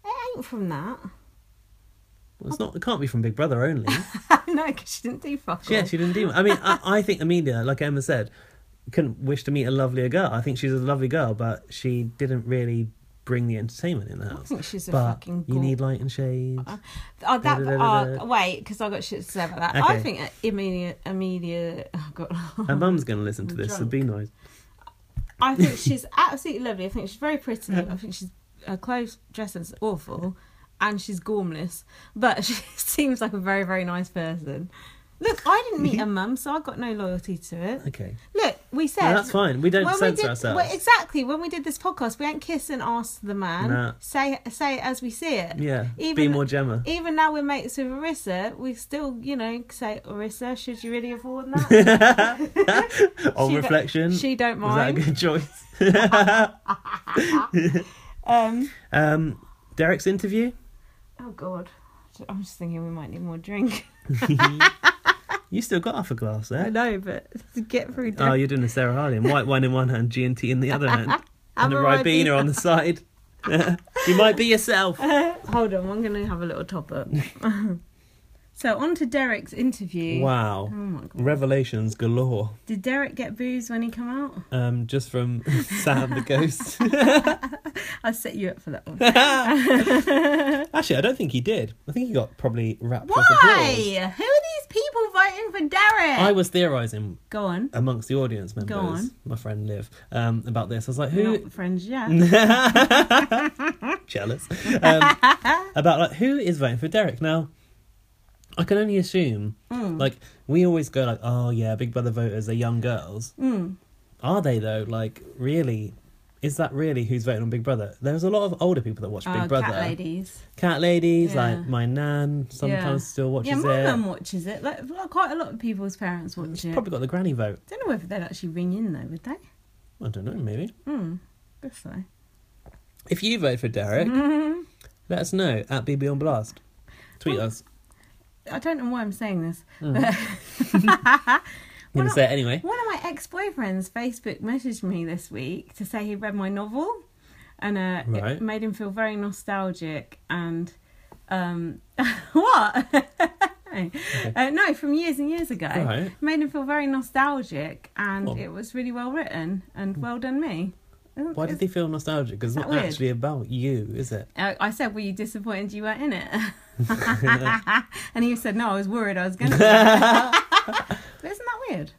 it ain't from that. well, it's not. It can't be from Big Brother [LAUGHS] only. no, because she didn't do fuck. all. Yeah, she didn't do. I mean, I, I think Amelia, like Emma said, couldn't wish to meet a lovelier girl. I think she's a lovely girl, but she didn't really bring the entertainment in the house. think she's a but fucking You gor- need light and shade. Oh, that, Da-da-da-da-da. oh, wait, because I got shit to say about that. Okay. Um, I think uh, Amelia, Amelia, oh Her God. mum's going to listen to I'm this. It'd be nice. [LAUGHS] I think she's absolutely lovely. I think she's very pretty. I think she's her clothes, dressing's awful, and she's gormless. But [LAUGHS] she seems like a very, very nice person. Look, I didn't meet her mum, so I got no loyalty to it. Okay, Look, we said Mm-hmm. no, that's fine. We don't When we censor did, ourselves. well, exactly. When we did this podcast, we ain't kiss and ask the man. Nah. Say say it as we see it. yeah, Even be more Gemma. even now we're mates with Arissa, we still, you know, say, Arissa, should you really have worn that? [LAUGHS] On she don't- reflection, she don't was that a mind. good choice? um, Um, Derek's interview. oh God, I'm just thinking we might need more drink. [LAUGHS] You still got half a glass there. I know, but to get through Oh, dinner. you're doing the Sarah Harley. White wine in one hand, G and T in the other [LAUGHS] hand, and a a Ribena Ribena. on the side. [LAUGHS] you might be yourself. [LAUGHS] Hold on, I'm going to have a little top up. [LAUGHS] so on to Derek's interview. Wow. Oh my God. Revelations galore. Did Derek get booze when he come out? Um, just from [LAUGHS] Sam the Ghost. [LAUGHS] I set you up for that one. Actually, I don't think he did. I think he got probably wrapped with applause. Why? Who are these people voting for Derek? I Uh, was theorising Go on. amongst the audience members, on. my friend Liv, um, about this. I was like, We're who? Not friends yet. [LAUGHS] Jealous. Um, [LAUGHS] about like who is voting for Derek now? I can only assume. Hmm. Like we always go like, oh yeah, Big Brother voters are young girls. Hmm. Are they though? Like really? Is that really who's voting on Big Brother? There's a lot of older people that watch Big Oh, Brother. cat ladies. Cat ladies, Yeah. like my nan, sometimes Yeah. still watches Yeah, my it. mum watches it. Like, like quite a lot of people's parents watch it. Probably got the granny vote. Don't know whether they'd actually ring in though, would they? I don't know, maybe. Mm. Guess so. If you vote for Derek, Mm-hmm. let us know at BB on Blast. Tweet us. I don't know why I'm saying this. [LAUGHS] I'm Mm. [LAUGHS] gonna say it anyway. One of my ex-boyfriends Facebook messaged me this week to say he read my novel, and uh, Right. it made him feel very nostalgic. And um, [LAUGHS] what? uh, no, from years and years ago. Right. Made him feel very nostalgic, and Well- it was really well written. And well done, me. Why did they feel nostalgic? Because it's that not weird? actually about you, is it? Uh, I said, "Were you disappointed you weren't in it?" and he said, "No, I was worried I was [LAUGHS] going to." But isn't that weird?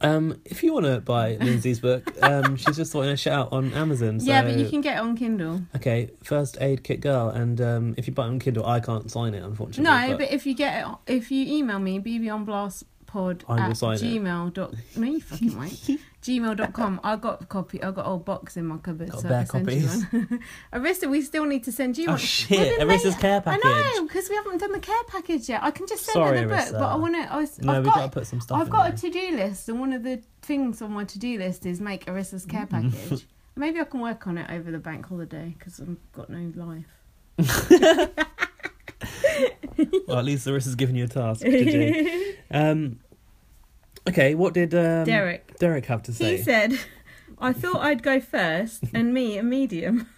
Um, if you want to buy Lindsay's book, [LAUGHS] um, she's just sorting a shit out on Amazon. So, Yeah, but you can get it on Kindle. Okay, First Aid Kit Girl, and um, if you buy it on Kindle, I can't sign it, unfortunately. No, but if you get it, if you email me bbonblastpod I will at sign it. gmail dot no you fucking [LAUGHS] wait gmail dot com. I got a copy. I got a whole box in my cupboard. Got so bare I can Send you one. [LAUGHS] Arista, we still need to send you Oh, one. shit, We've been Arista's waiting- care I know package. because we haven't done the care package yet. I can just send Sorry, her the Arista. book, but I want to. I, was- No, I've we've got, gotta put some stuff I've in got there. a to do list, and one of the things on my to do list is make Arista's [LAUGHS] care package. Maybe I can work on it over the bank holiday because I've got no life. Well, at least Larissa's given you a task to [LAUGHS] do. Um, okay, what did um, Derek. Derek have to say? He said, I thought I'd go first and me a medium.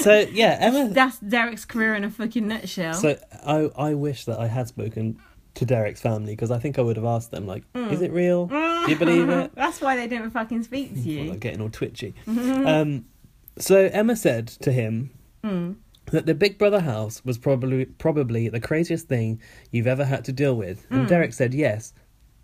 So yeah, Emma. [LAUGHS] That's Derek's career in a fucking nutshell. So [LAUGHS] I I wish that I had spoken to Derek's family because I think I would have asked them like, Hmm. is it real? Do you believe [LAUGHS] it? That's why they didn't fucking speak to Well, I'm you. getting all twitchy. Mm-hmm. um, so Emma said to him Hmm. that the Big Brother house was probably probably the craziest thing you've ever had to deal with, and Derek said yes.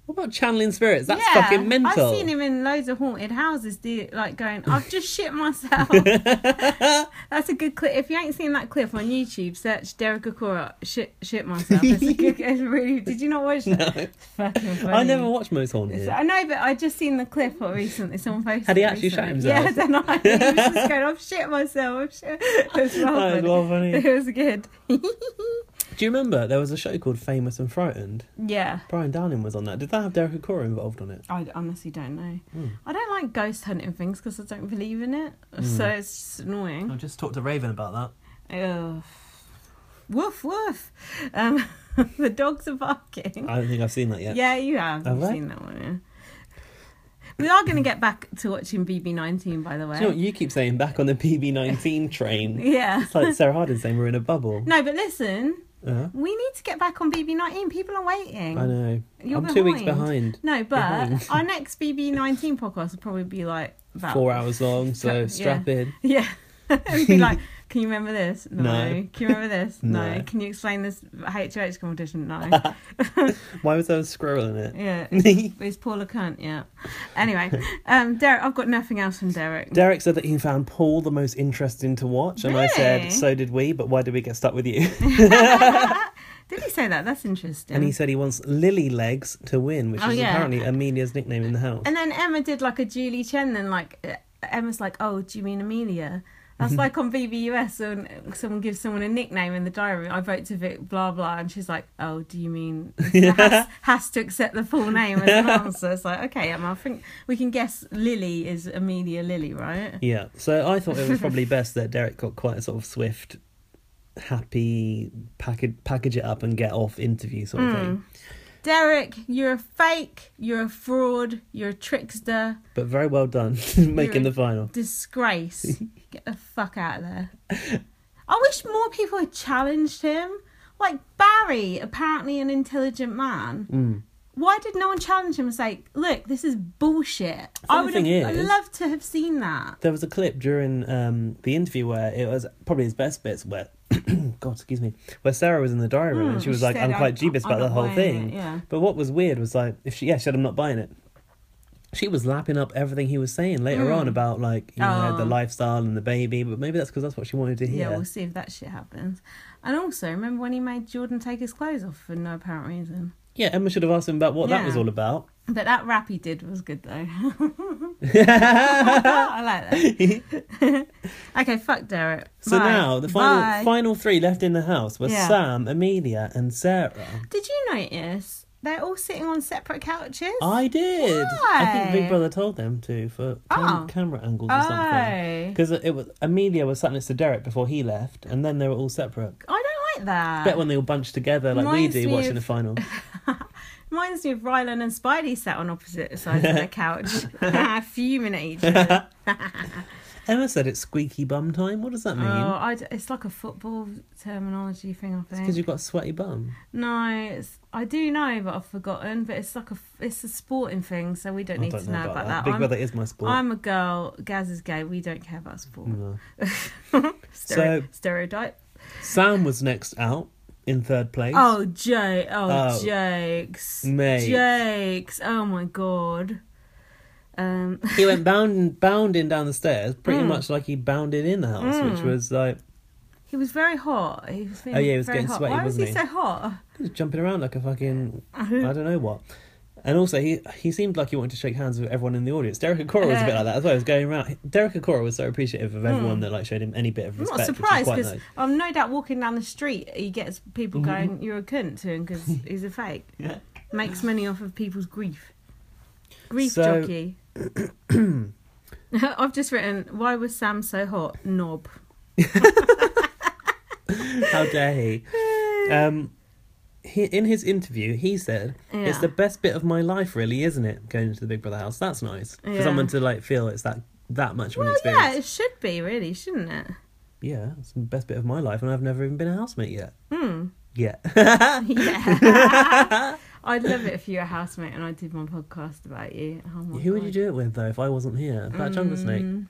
What about channeling spirits? That's Hmm. yeah, fucking mental. I've seen him in loads of haunted houses, do, like going, I've just [LAUGHS] shit myself. That's a good clip. If you ain't seen that clip on YouTube, search Derek Okora, shit, shit myself. It's [LAUGHS] a good, it's really, did you not watch that? It's fucking funny. I never watch most haunted. So, I know, but I just seen the clip or recently. Someone posted. Had he it actually shot recently. himself? Yeah, then I [LAUGHS] he was just going, "I've shit myself." I've shit. [LAUGHS] It was well That is funny. well funny. [LAUGHS] It was good. Do you remember there was a show called Famous and Frightened? yeah, and Brian Downing was on that. Did that have Derek Okora involved on it? I honestly don't know. Hmm. I don't like ghost hunting things because I don't believe in it, so it's just annoying. just talked to Raven about that. Ugh. Woof woof. Um, [LAUGHS] the dogs are barking. I don't think I've seen that yet. Yeah, you have. Uh, Have You've I? seen that one. Yeah. We are going to get back to watching BB19, by the way. Do you know what you keep saying? Back on the [LAUGHS] PB19 train. yeah. It's like Sarah Hardin saying we're in a bubble. No, but listen, Uh-huh. we need to get back on BB19. People are waiting. I know. You're I'm two weeks behind. behind. No, but Behind. our next BB19 [LAUGHS] podcast will probably be like about Four hours long, so Yeah. strap in. [LAUGHS] Yeah. [LAUGHS] It'd be like, can you remember this? No. [LAUGHS] No. Can you remember this? [LAUGHS] No. No. Can you explain this HH competition? [LAUGHS] No. Why was there a squirrel in it? yeah. It's Paul a cunt, yeah. Anyway, um, Derek, I've got nothing else from [LAUGHS] Derek. Derek said that he found Paul the most interesting to watch, and I Really? said, so did we, but why did we get stuck with [LAUGHS] you? Did he say that? That's interesting. and he said he wants Lily Legs to win, which Oh, is yeah. apparently Amelia's nickname in the house. And then Emma did like a Julie Chen, then like uh, Emma's like, oh, do you mean Amelia? That's like on BBUS when someone gives someone a nickname in the diary. I wrote to Vic, blah, blah. And she's like, oh, do you mean has, has to accept the full name as an answer? It's like, okay, Emma, I think we can guess Lily is Amelia Lily, right? Yeah, so I thought it [LAUGHS] was probably best that Derek got quite a sort of swift, happy, package, package it up and get off interview sort of Hmm. thing. Derek, you're a fake, you're a fraud, you're a trickster, But very well done [LAUGHS] making the final. [LAUGHS] [LAUGHS] disgrace. Get the fuck out of there. I wish more people had challenged him. Like Barry, apparently an intelligent man. Hmm. Why did no one challenge him and say, look, this is bullshit? I Funny would thing have is- loved to have seen that. There was a clip during um, the interview where it was probably his best bits where, [CLEARS THROAT] God, excuse me, where Sarah was in the diary room and she was Hmm, she like, said, I'm quite "I'm- dubious I'm about the not whole buying thing. it, yeah. But what was weird was like, if she, yeah, she said, I'm not buying it. She was lapping up everything he was saying later on about like you know the Hmm. Oh. lifestyle and the baby, but maybe that's because that's what she wanted to Yeah. hear. we'll see if that shit happens. And also, remember when he made Jordan take his clothes off for no apparent reason? yeah, Emma should have asked him about what that Yeah. was all about. [LAUGHS] But that rap he did was good though. [LAUGHS] I like that. okay, fuck Derek. So Bye. now the final Bye. final three left in the house were Yeah. Sam, Amelia, and Sarah. Did you notice they're all sitting on separate couches? I did. I think Why? Big Brother told them to for Oh. cam- camera angles or something. Oh. Because it was Amelia was sat next to Derek before he left, and then they were all separate. I don't like that. Bet when they all bunched together like Reminds we do me watching of- the [LAUGHS] final. Reminds me of Rylan and Spidey sat on opposite sides [LAUGHS] of the couch, [LAUGHS] fuming at each other. Emma said it's squeaky bum time. What does that mean? Oh, I d- it's like a football terminology thing, I think. Because you've got a sweaty bum. No, it's, I do know, but I've forgotten. But it's like a f- it's a sporting thing, so we don't I need don't to know, about, that. Um, Big I'm- Brother is my sport. I'm a girl. Gaz is gay. We don't care about sport. [LAUGHS] No. Stere- So- stereotype. Sam was next out in third place. Oh, joke. Oh, Oh, jokes. mate. Jokes. Oh my god. Um. [LAUGHS] he went bound, bounding down the stairs, pretty Hmm. much like he bounded in the house, which was like He was very hot. He was feeling Oh, yeah, he was very getting hot. sweaty, Why was wasn't he he? so hot? he was jumping around like a fucking I Uh-huh. don't know what. And also, he he seemed like he wanted to shake hands with everyone in the audience. Derek Okora was a Uh-huh. bit like that as well. He was going around. Derek Okora was so appreciative of everyone that like showed him any bit of Hmm. I'm respect. which not was surprised quite because nice. Mm-hmm. I'm no doubt walking down the street, he gets people going, "You're a cunt" to [LAUGHS] him because he's a fake. Yeah. Makes money off of people's grief. Grief So- [CLEARS THROAT] jockey. [LAUGHS] I've just written, "Why was Sam so hot?" Knob. How dare he? Um, he, in his interview, he said, "It's Yeah. the best bit of my life, really, isn't it? Going into the Big Brother house. That's nice for Yeah. someone to like feel it's that that much of an Well, yeah, experience. it should be really, shouldn't it? Yeah. it's the best bit of my life, and I've never even been a housemate yet. Hmm. Yeah. [LAUGHS] Yeah. I'd love it if you were a housemate and I did my podcast about you. Oh my Who would you God. do it with though? If I wasn't here, that jungle snake.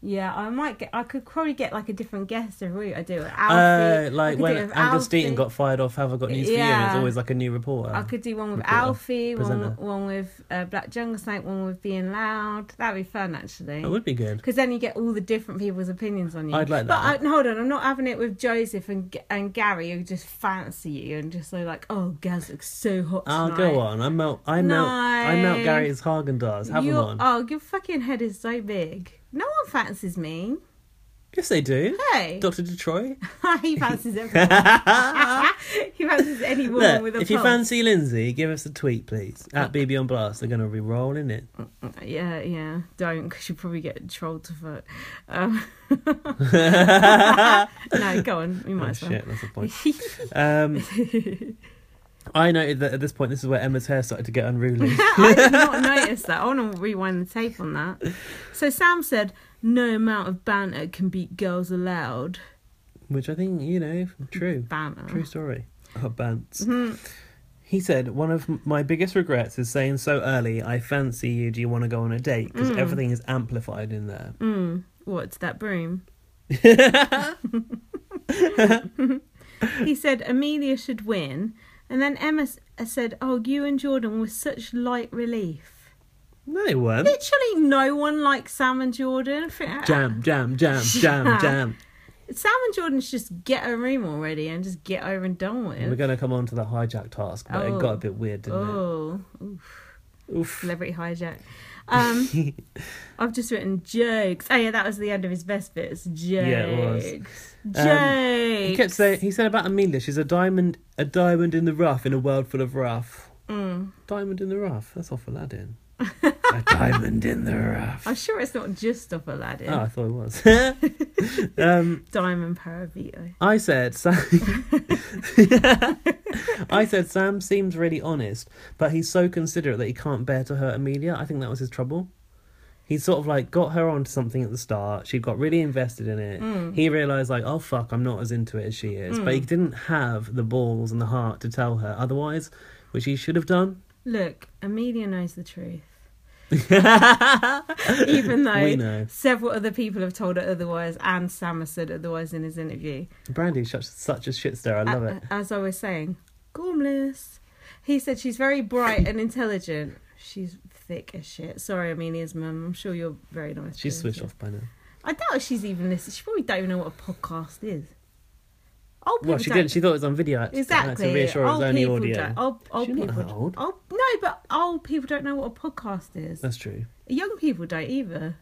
Yeah, I might get. I could probably get like a different guest every week. I do it. Uh, Alfie. I like could do when it with Angus Deaton Alfie. got fired off, have I got news for you? And it's Yeah. always like a new reporter. I could do one with Reporter. Alfie, one, Presenter. one with uh, Black Jungle Snake, one with Being Loud. That'd be fun, actually. That would be good. Because then you get all the different people's opinions on you. I'd like But I, that. no, hold on, I'm not having it with Joseph and G- and Gary who just fancy you and just say like, oh, Gaz looks so hot I'll tonight. Ah, Oh, go on. I'm out. I'm out. I'm out. No. Gary's Hagen Dazs. Have Your- them on. Oh, your fucking head is so big. No one fancies me. yes, they do. Hey, Doctor Detroit. [LAUGHS] he [LAUGHS] fancies everyone. [LAUGHS] he fancies any woman Look, with Oh. a if you pulse. fancy Lindsay, give us a tweet, please. At BB on Blast, they're going to be rolling it. Oh, Uh, Yeah, yeah. Don't, because you probably get trolled to fuck. [LAUGHS] Um, [LAUGHS] no, go on. You might Oh, as well. shit, that's a [LAUGHS] point. um, I noted that at this point, this is where Emma's hair started to get [LAUGHS] unruly. I did not notice that. I want to rewind the tape on that. So Sam said, "No amount of banter can beat girls allowed." Which I think, you know, true. Banter. True story. [LAUGHS] Oh, Bants. He said, One of m- my biggest regrets is saying so early, I fancy you, do you want to go on a date? Because everything is amplified in there. What's [LAUGHS] that broom? he said Amelia should win, and then Emma s- said, "Oh, you and Jordan were such light relief." No, it [LAUGHS] weren't. Literally, no one likes Sam and Jordan. uh, Jam, jam, jam, jam, jam. Sam and Jordan should just get a room already and just get over and done We're with. going to come on to the hijack task, but it Oh. got a bit weird, didn't Oh, it? Oof. [LAUGHS] celebrity hijack. Um, I've just written jokes. Oh yeah, that was the end of his best bits. Jokes. it was. Um, Jokes. He kept saying he said about Amelia, she's a diamond, a diamond in the rough in a world full of rough. Diamond in the rough. That's off Aladdin. a diamond in the rough. [LAUGHS] I'm sure it's not just off Aladdin. Oh, I thought it was. um, Diamond Paravito. I said Sam. [LAUGHS] I said Sam seems really honest, but he's so considerate that he can't bear to hurt Amelia. I think that was his trouble. He sort of like got her onto something at the start. She got really invested in it. Hmm. He realized like, oh fuck, I'm not as into it as she is. But he didn't have the balls and the heart to tell her otherwise, which he should have done. Look, Amelia knows [LAUGHS] the truth. Even We though know. several other people have told her otherwise, and Sam has said otherwise in his interview. Brandy's such such a shitster. I Uh, love it. As I was saying, gormless. He said she's very bright and intelligent. She's thick as shit. Sorry, Amelia's mum. I'm sure you're very nice. She's to her. switched off by now. I doubt she's even listening. She probably don't even know what a podcast is. Old people Well, she don't- didn't. She thought it was on video. Actually, Exactly. To reassure it was Old only people audio. don't- Old, old She's people. not that old. Old, no, but old people don't know what a podcast is. That's true. Young people don't either.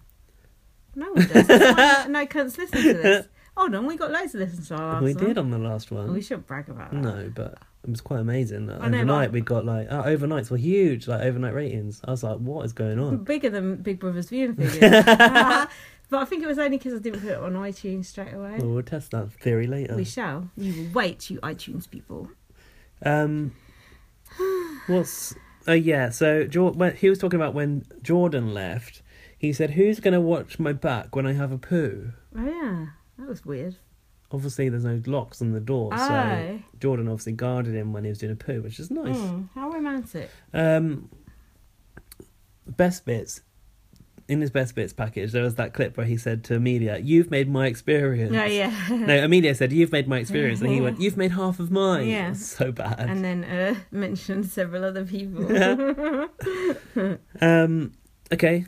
No one [LAUGHS] does. That's why no cunts listen to this. Hold on, we got loads of listens to our last we one. Oh, did on the last one. We shouldn't brag about that. No, but it was quite amazing. Like, I know, overnight, but- we got like our overnights were huge. Like overnight ratings. I was like, what is going [LAUGHS] on? Bigger than Big [LAUGHS] Brother's viewing figures. [LAUGHS] but I think it was only because I didn't put it on iTunes straight away. Well, we'll test that theory later. We shall. You will wait, you iTunes people. Um, what's? Oh yeah. So Jor- when, he was talking about when Jordan left. He said, "Who's going to watch my back when I have a poo?" Oh, yeah. That was weird. Obviously, there's no locks on the door, so Aye. Jordan obviously guarded him when he was doing a poo, which is nice. Hmm, how romantic. Um, best bits in his best bits package. There was that clip where he said to Amelia, "You've made my experience." Oh, yeah. [LAUGHS] No, Amelia said, "You've made my experience," and he [LAUGHS] went, "You've made half of mine." Yeah. [LAUGHS] so bad. and then uh, [LAUGHS] mentioned several other people. [LAUGHS] um, okay,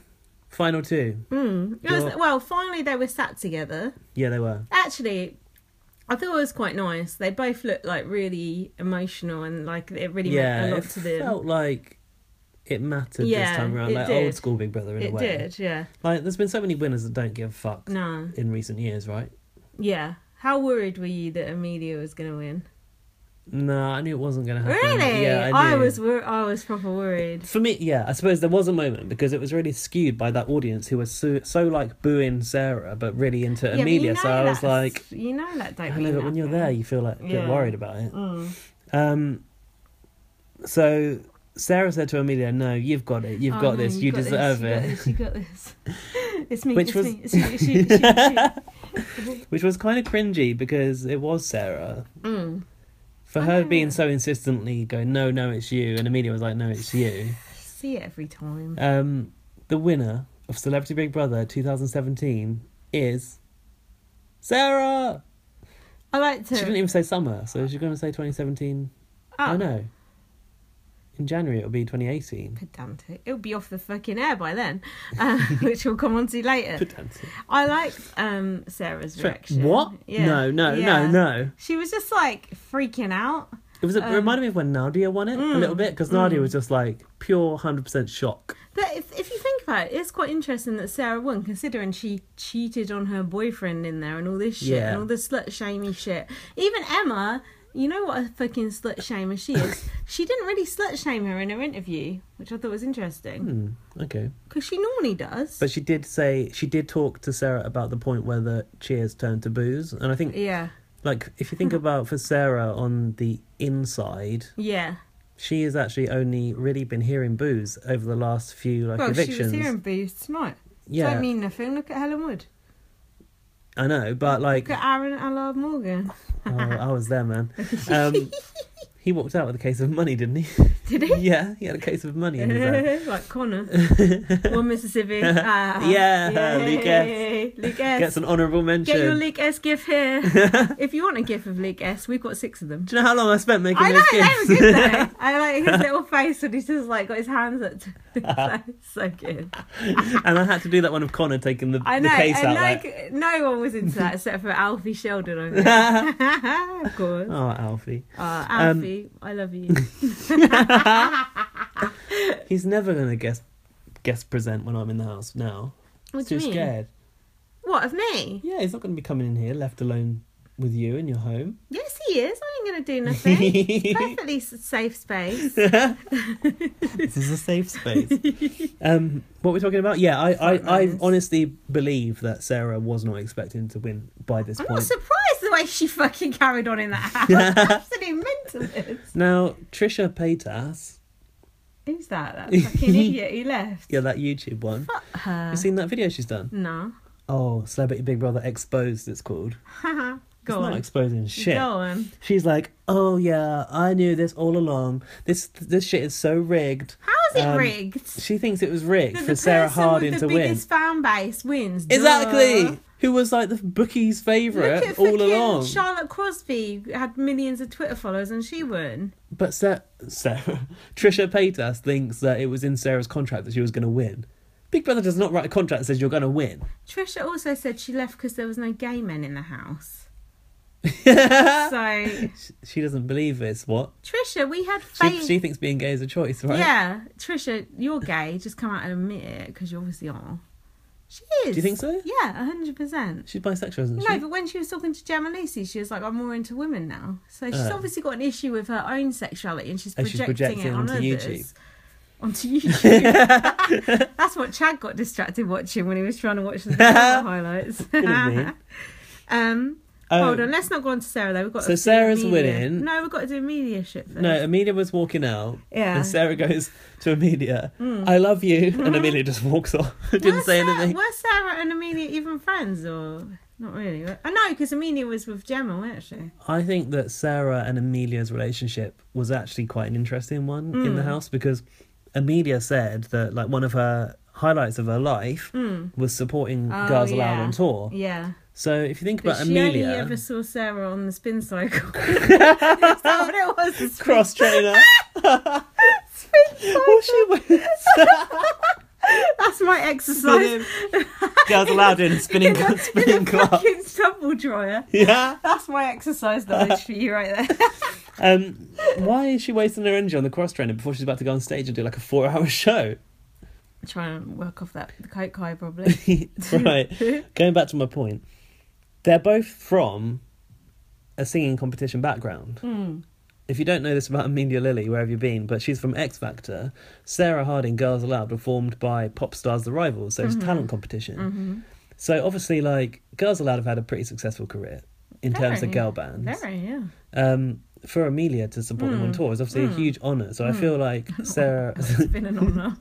final two. Mm. It was- Well- well, finally they were sat together. Yeah, they were. Actually, I thought it was quite nice. They both looked like really emotional and like it really yeah, meant a lot it to them. felt like it mattered this Yeah, time around, it like did. old school Big Brother in a it way. did, yeah, Like, there's been so many winners that don't give a fuck No. in recent years, right? yeah. How worried were you that Amelia was going to win? No, I knew it wasn't going to happen. Really? Yeah, I, I, knew. was, wor- I was proper worried. For me, yeah, I suppose there was a moment because it was really skewed by that audience who was so, so like booing Sarah, but really into Yeah, but you Amelia. So know I was that's- like, you know that don't. I mean know, but when you're there, nothing. you feel like a bit Yeah. Mm. worried about it. Um, so Sarah said to Amelia, "No, you've got it. You've Oh, got no, this. you've You got this, deserve [LAUGHS] you've it." [LAUGHS] got this, You got this. It's me. Which it's was- me. It's you. It's you. It's you. It's you. [LAUGHS] which was kind of cringy because it was Sarah. Mm. For her being so insistently going, no, no, it's you, and Amelia was like, no, it's you. See it every time. Um, the winner of Celebrity Big Brother 2017 is Sarah. I like to. She didn't even say summer, so she's going to say 2017. oh, Oh no, in January it'll be 2018. Pedantic. It'll be off the fucking air by then, [LAUGHS] uh, which we'll come on to later. Pedantic. I like um, Sarah's reaction. What? Yeah. No, no, Yeah. no, no. She was just like freaking out. It was. A, it reminded me of when Nadia won it a little bit because Nadia was just like pure 100% shock. But if, if you think about it, it's quite interesting that Sarah won, considering she cheated on her boyfriend in there and all this shit Yeah. and all the slut shamey shit. Even Emma, you know what a fucking slut shamer [LAUGHS] she is. she didn't really slut shame her in her interview, which I thought was interesting Okay. because she normally does. Hmm. But she did say she did talk to Sarah about the point where the cheers turned to booze, and I think yeah, like if you think about for Sarah on the inside, yeah. she has actually only really been hearing booze over the last few like Well, evictions. she was hearing booze tonight. Yeah. Don't mean nothing. Look at Helen Wood. I know, [LAUGHS] but like Look at Aaron Allard Morgan. [LAUGHS] oh, I was there, man. Um, he walked out with a case of money, didn't he? [LAUGHS] Did he? yeah, he had a case of money in his [LAUGHS] hand. [LAUGHS] like Connor. One Mississippi. Ah, Yeah, Luke S. yay, Luke S. Gets an honourable mention. Get your League S gift [LAUGHS] here. if you want a gift of League S, we've got six of them. Do you know how long I spent making I those like [LAUGHS] they gifts? were good though. I like his little face when he's just like got his hands up. To [LAUGHS] Uh-huh. so, so good. and I had to do that one of Connor taking the, I the know. case And out. like, like, no one was into that except for [LAUGHS] Alfie Sheldon. I guess. [LAUGHS] of course. oh, Alfie. Uh, Alfie, I love you. He's never gonna guess guest present when I'm in the house now. What He's do too you mean? scared. What of me? Yeah, he's not gonna be coming in here left alone with you in your home. Yes, he is. I ain't gonna do [LAUGHS] nothing. Perfectly s- safe space. This is a safe [LAUGHS] space. um, what we're talking about? Yeah, I, I, I Frontliners. honestly believe that Sarah was not expecting to win by this I'm not point. surprised the way she fucking carried on in [LAUGHS] that house. Absolute mentalist. Now, Trisha Paytas, Who's that? [LAUGHS] That fucking idiot who left. yeah, that YouTube one. Her. You seen that video she's done? No. Oh, Celebrity Big Brother Exposed, it's called. Haha. it's [LAUGHS] Go not on. exposing shit. Go on. She's like, "Oh yeah, I knew this all along. This this shit is so rigged." How is it Um, rigged? She thinks it was rigged That for Sarah person Harding with to the win. biggest fan base wins. Duh. Exactly. Who was like the bookies' Look favorite at all fucking along? Charlotte Crosby had millions of Twitter followers and she won. but Sa- [LAUGHS] Sarah, Trisha Paytas thinks that it was in Sarah's contract that she was going to win. Big Brother does not write a contract that says you're going to [LAUGHS] win. Trisha also said she left because there was no gay men in the house. Uh, [LAUGHS] so She doesn't believe this. What? Trisha, we had She, faith. she thinks being gay is a choice, right? Yeah, Trisha, you're gay. Just come out and admit it because you obviously are. She is. you think so? Yeah, hundred percent. She's bisexual, isn't No, she? but when she was talking to Gemma Lucy, she was like, "I'm more into women now." So she's obviously got an issue with her own sexuality, and she's And projecting, Uh. Oh, she's projecting it on onto others. YouTube. [LAUGHS] Onto YouTube. [LAUGHS] That's what Chad got distracted watching when he was trying to watch the [LAUGHS] other highlights. have been. [LAUGHS] um, Oh. hold on, let's not go on to Sarah though. We've got So to do Sarah's Amelia. winning. No, we've got to do media shit first. No, Amelia was walking out, Yeah. Hmm. and Sarah goes to Amelia, "I love you," and Amelia just walks off. [LAUGHS] Didn't Were say Sarah- anything. Were Sarah and Amelia even friends, or not really? I know because Amelia was with Gemma, weren't she? I think that Sarah and Amelia's relationship was actually quite an interesting one in Hmm. the house because Amelia said that like one of her highlights of her life was supporting Girls Aloud on tour. Hmm. Oh, Yeah, So if you think but about she Amelia, [LAUGHS] only ever saw Sarah on the spin cycle. Is that what it was? The spin- cross [LAUGHS] trainer, spin all she was cycle? That's my exercise. spinning [LAUGHS] Girls Aloud in spinning In [LAUGHS] a- spinning in a [LAUGHS] club. fucking tumble dryer. Yeah. That's my exercise knowledge for you right there. [LAUGHS] Um, why is she wasting her energy on the cross trainer before she's about to go on stage and do like a four-hour [LAUGHS] show? Trying and work off that the coke [LAUGHS] high, probably. [LAUGHS] right. Going back to my point, they're both from a singing competition background. If you don't know this about Amelia Lilly, where have you been? But she's from X Factor. Sarah Harding, Girls Aloud, were formed by Pop Stars The Rivals, so it's a talent competition. So obviously, like, Girls Aloud have had a pretty successful career in terms of Very, girl bands. Very, yeah. Um, for Amelia to support them on tour is obviously a huge honour. So I feel like Sarah, [LAUGHS] It's been an honour.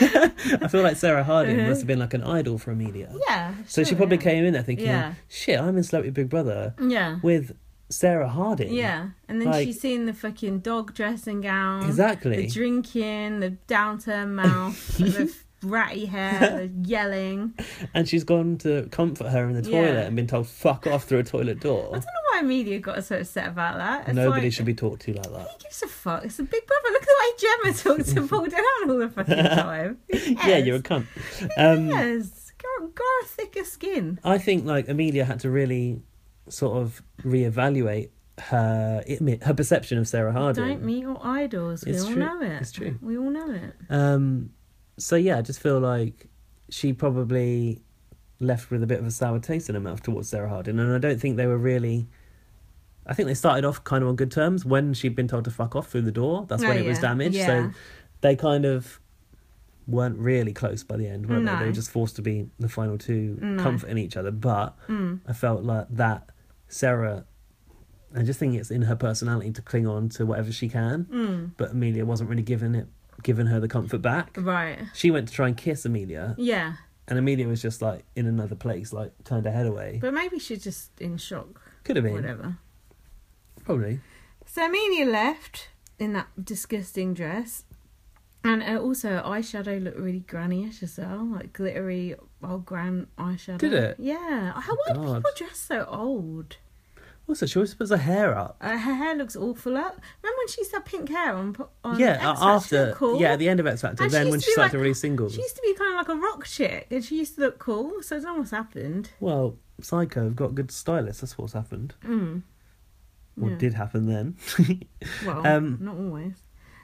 I feel like Sarah Harding must have been like an idol for Amelia. yeah. So she sure, probably yeah. came in there thinking, Yeah. shit, I'm in Celebrity Big Brother Yeah. with Sarah Harding. Yeah, and then Like- she's seen the fucking dog dressing gown, Exactly. the drinking, the [LAUGHS] downturned mouth, the f- ratty hair, the yelling. I And she's gone to comfort her in the Yeah. toilet and been told, fuck off through a toilet door. don't know why media got so upset about that. It's Nobody like, should be talked to like that. Who gives a fuck? It's a big brother. Look at the way Gemma [LAUGHS] talks to Paul Dillon all the fucking time. Yeah, you're a cunt. Um, yes. Gar, gar thicker skin. I think like Amelia had to really sort of reevaluate her imi- her perception of Sarah Harding. Don't meet your idols. We It's all true. know it. It's true. We all know it. Um, so yeah, I just feel like she probably left with a bit of a sour taste in her mouth towards Sarah Harding, and I don't think they were really. I think they started off kind of on good terms when she'd been told to fuck off through the door. That's when Oh, it was yeah. damaged. Yeah. So they kind of weren't really close by the end, weren't they? They No. were just forced to be the final two, comforting each other. But Mm. I felt like that Sarah. I just think it's in her personality to cling on to whatever she can. Mm. But Amelia wasn't really giving it, giving her the comfort back. Right. She went to try and kiss Amelia, Yeah. and Amelia was just like in another place, like turned her head away. But maybe she's just in shock. Could have been Whatever. probably. So Amelia left in that disgusting dress. And uh, also, her eyeshadow looked really granny-ish as well, like glittery old gran eyeshadow. Did it? Oh, Yeah. How why do God. people dress so old? Also, she always puts her hair up. Uh, her hair looks awful up. Remember when she used to have pink hair on? po- on yeah, X uh, Factor? after cool. yeah, at the end of X Factor. And she Then used when to she be started like- to release singles, She used to be kind of like a rock chick, and she used to look cool. So I don't know what's happened. well, Psycho have got good stylists. That's what's happened. Mm. What did happen then? [LAUGHS] Well, Um, not always.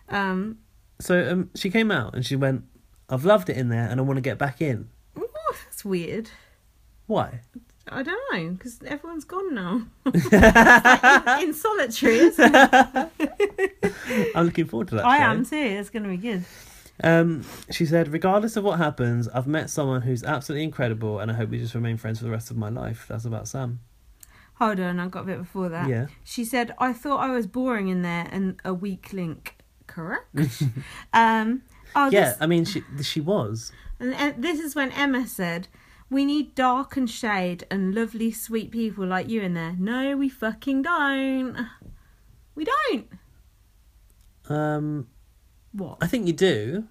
Um, so um, she came out and she went, "I've loved it in there, and I want to get back in." oh, that's weird. Why? I don't know because everyone's gone [LAUGHS] now. [LAUGHS] It's like in, in solitary. Isn't it? I'm looking forward to that. I show. am too. It's going to be good. Um, she said, regardless of what happens, I've met someone who's absolutely incredible, and I hope we just remain friends for the rest of my life. That's about Sam. Hold on, I got a bit before that. Yeah. She said, I thought I was boring in there and a weak link. Correct. [LAUGHS] um, oh, yeah, this, I mean, she she was. and, and this is when Emma said, We need dark and shade and lovely, sweet people like you in there. No, we fucking don't. We don't. Um, What? I think you do,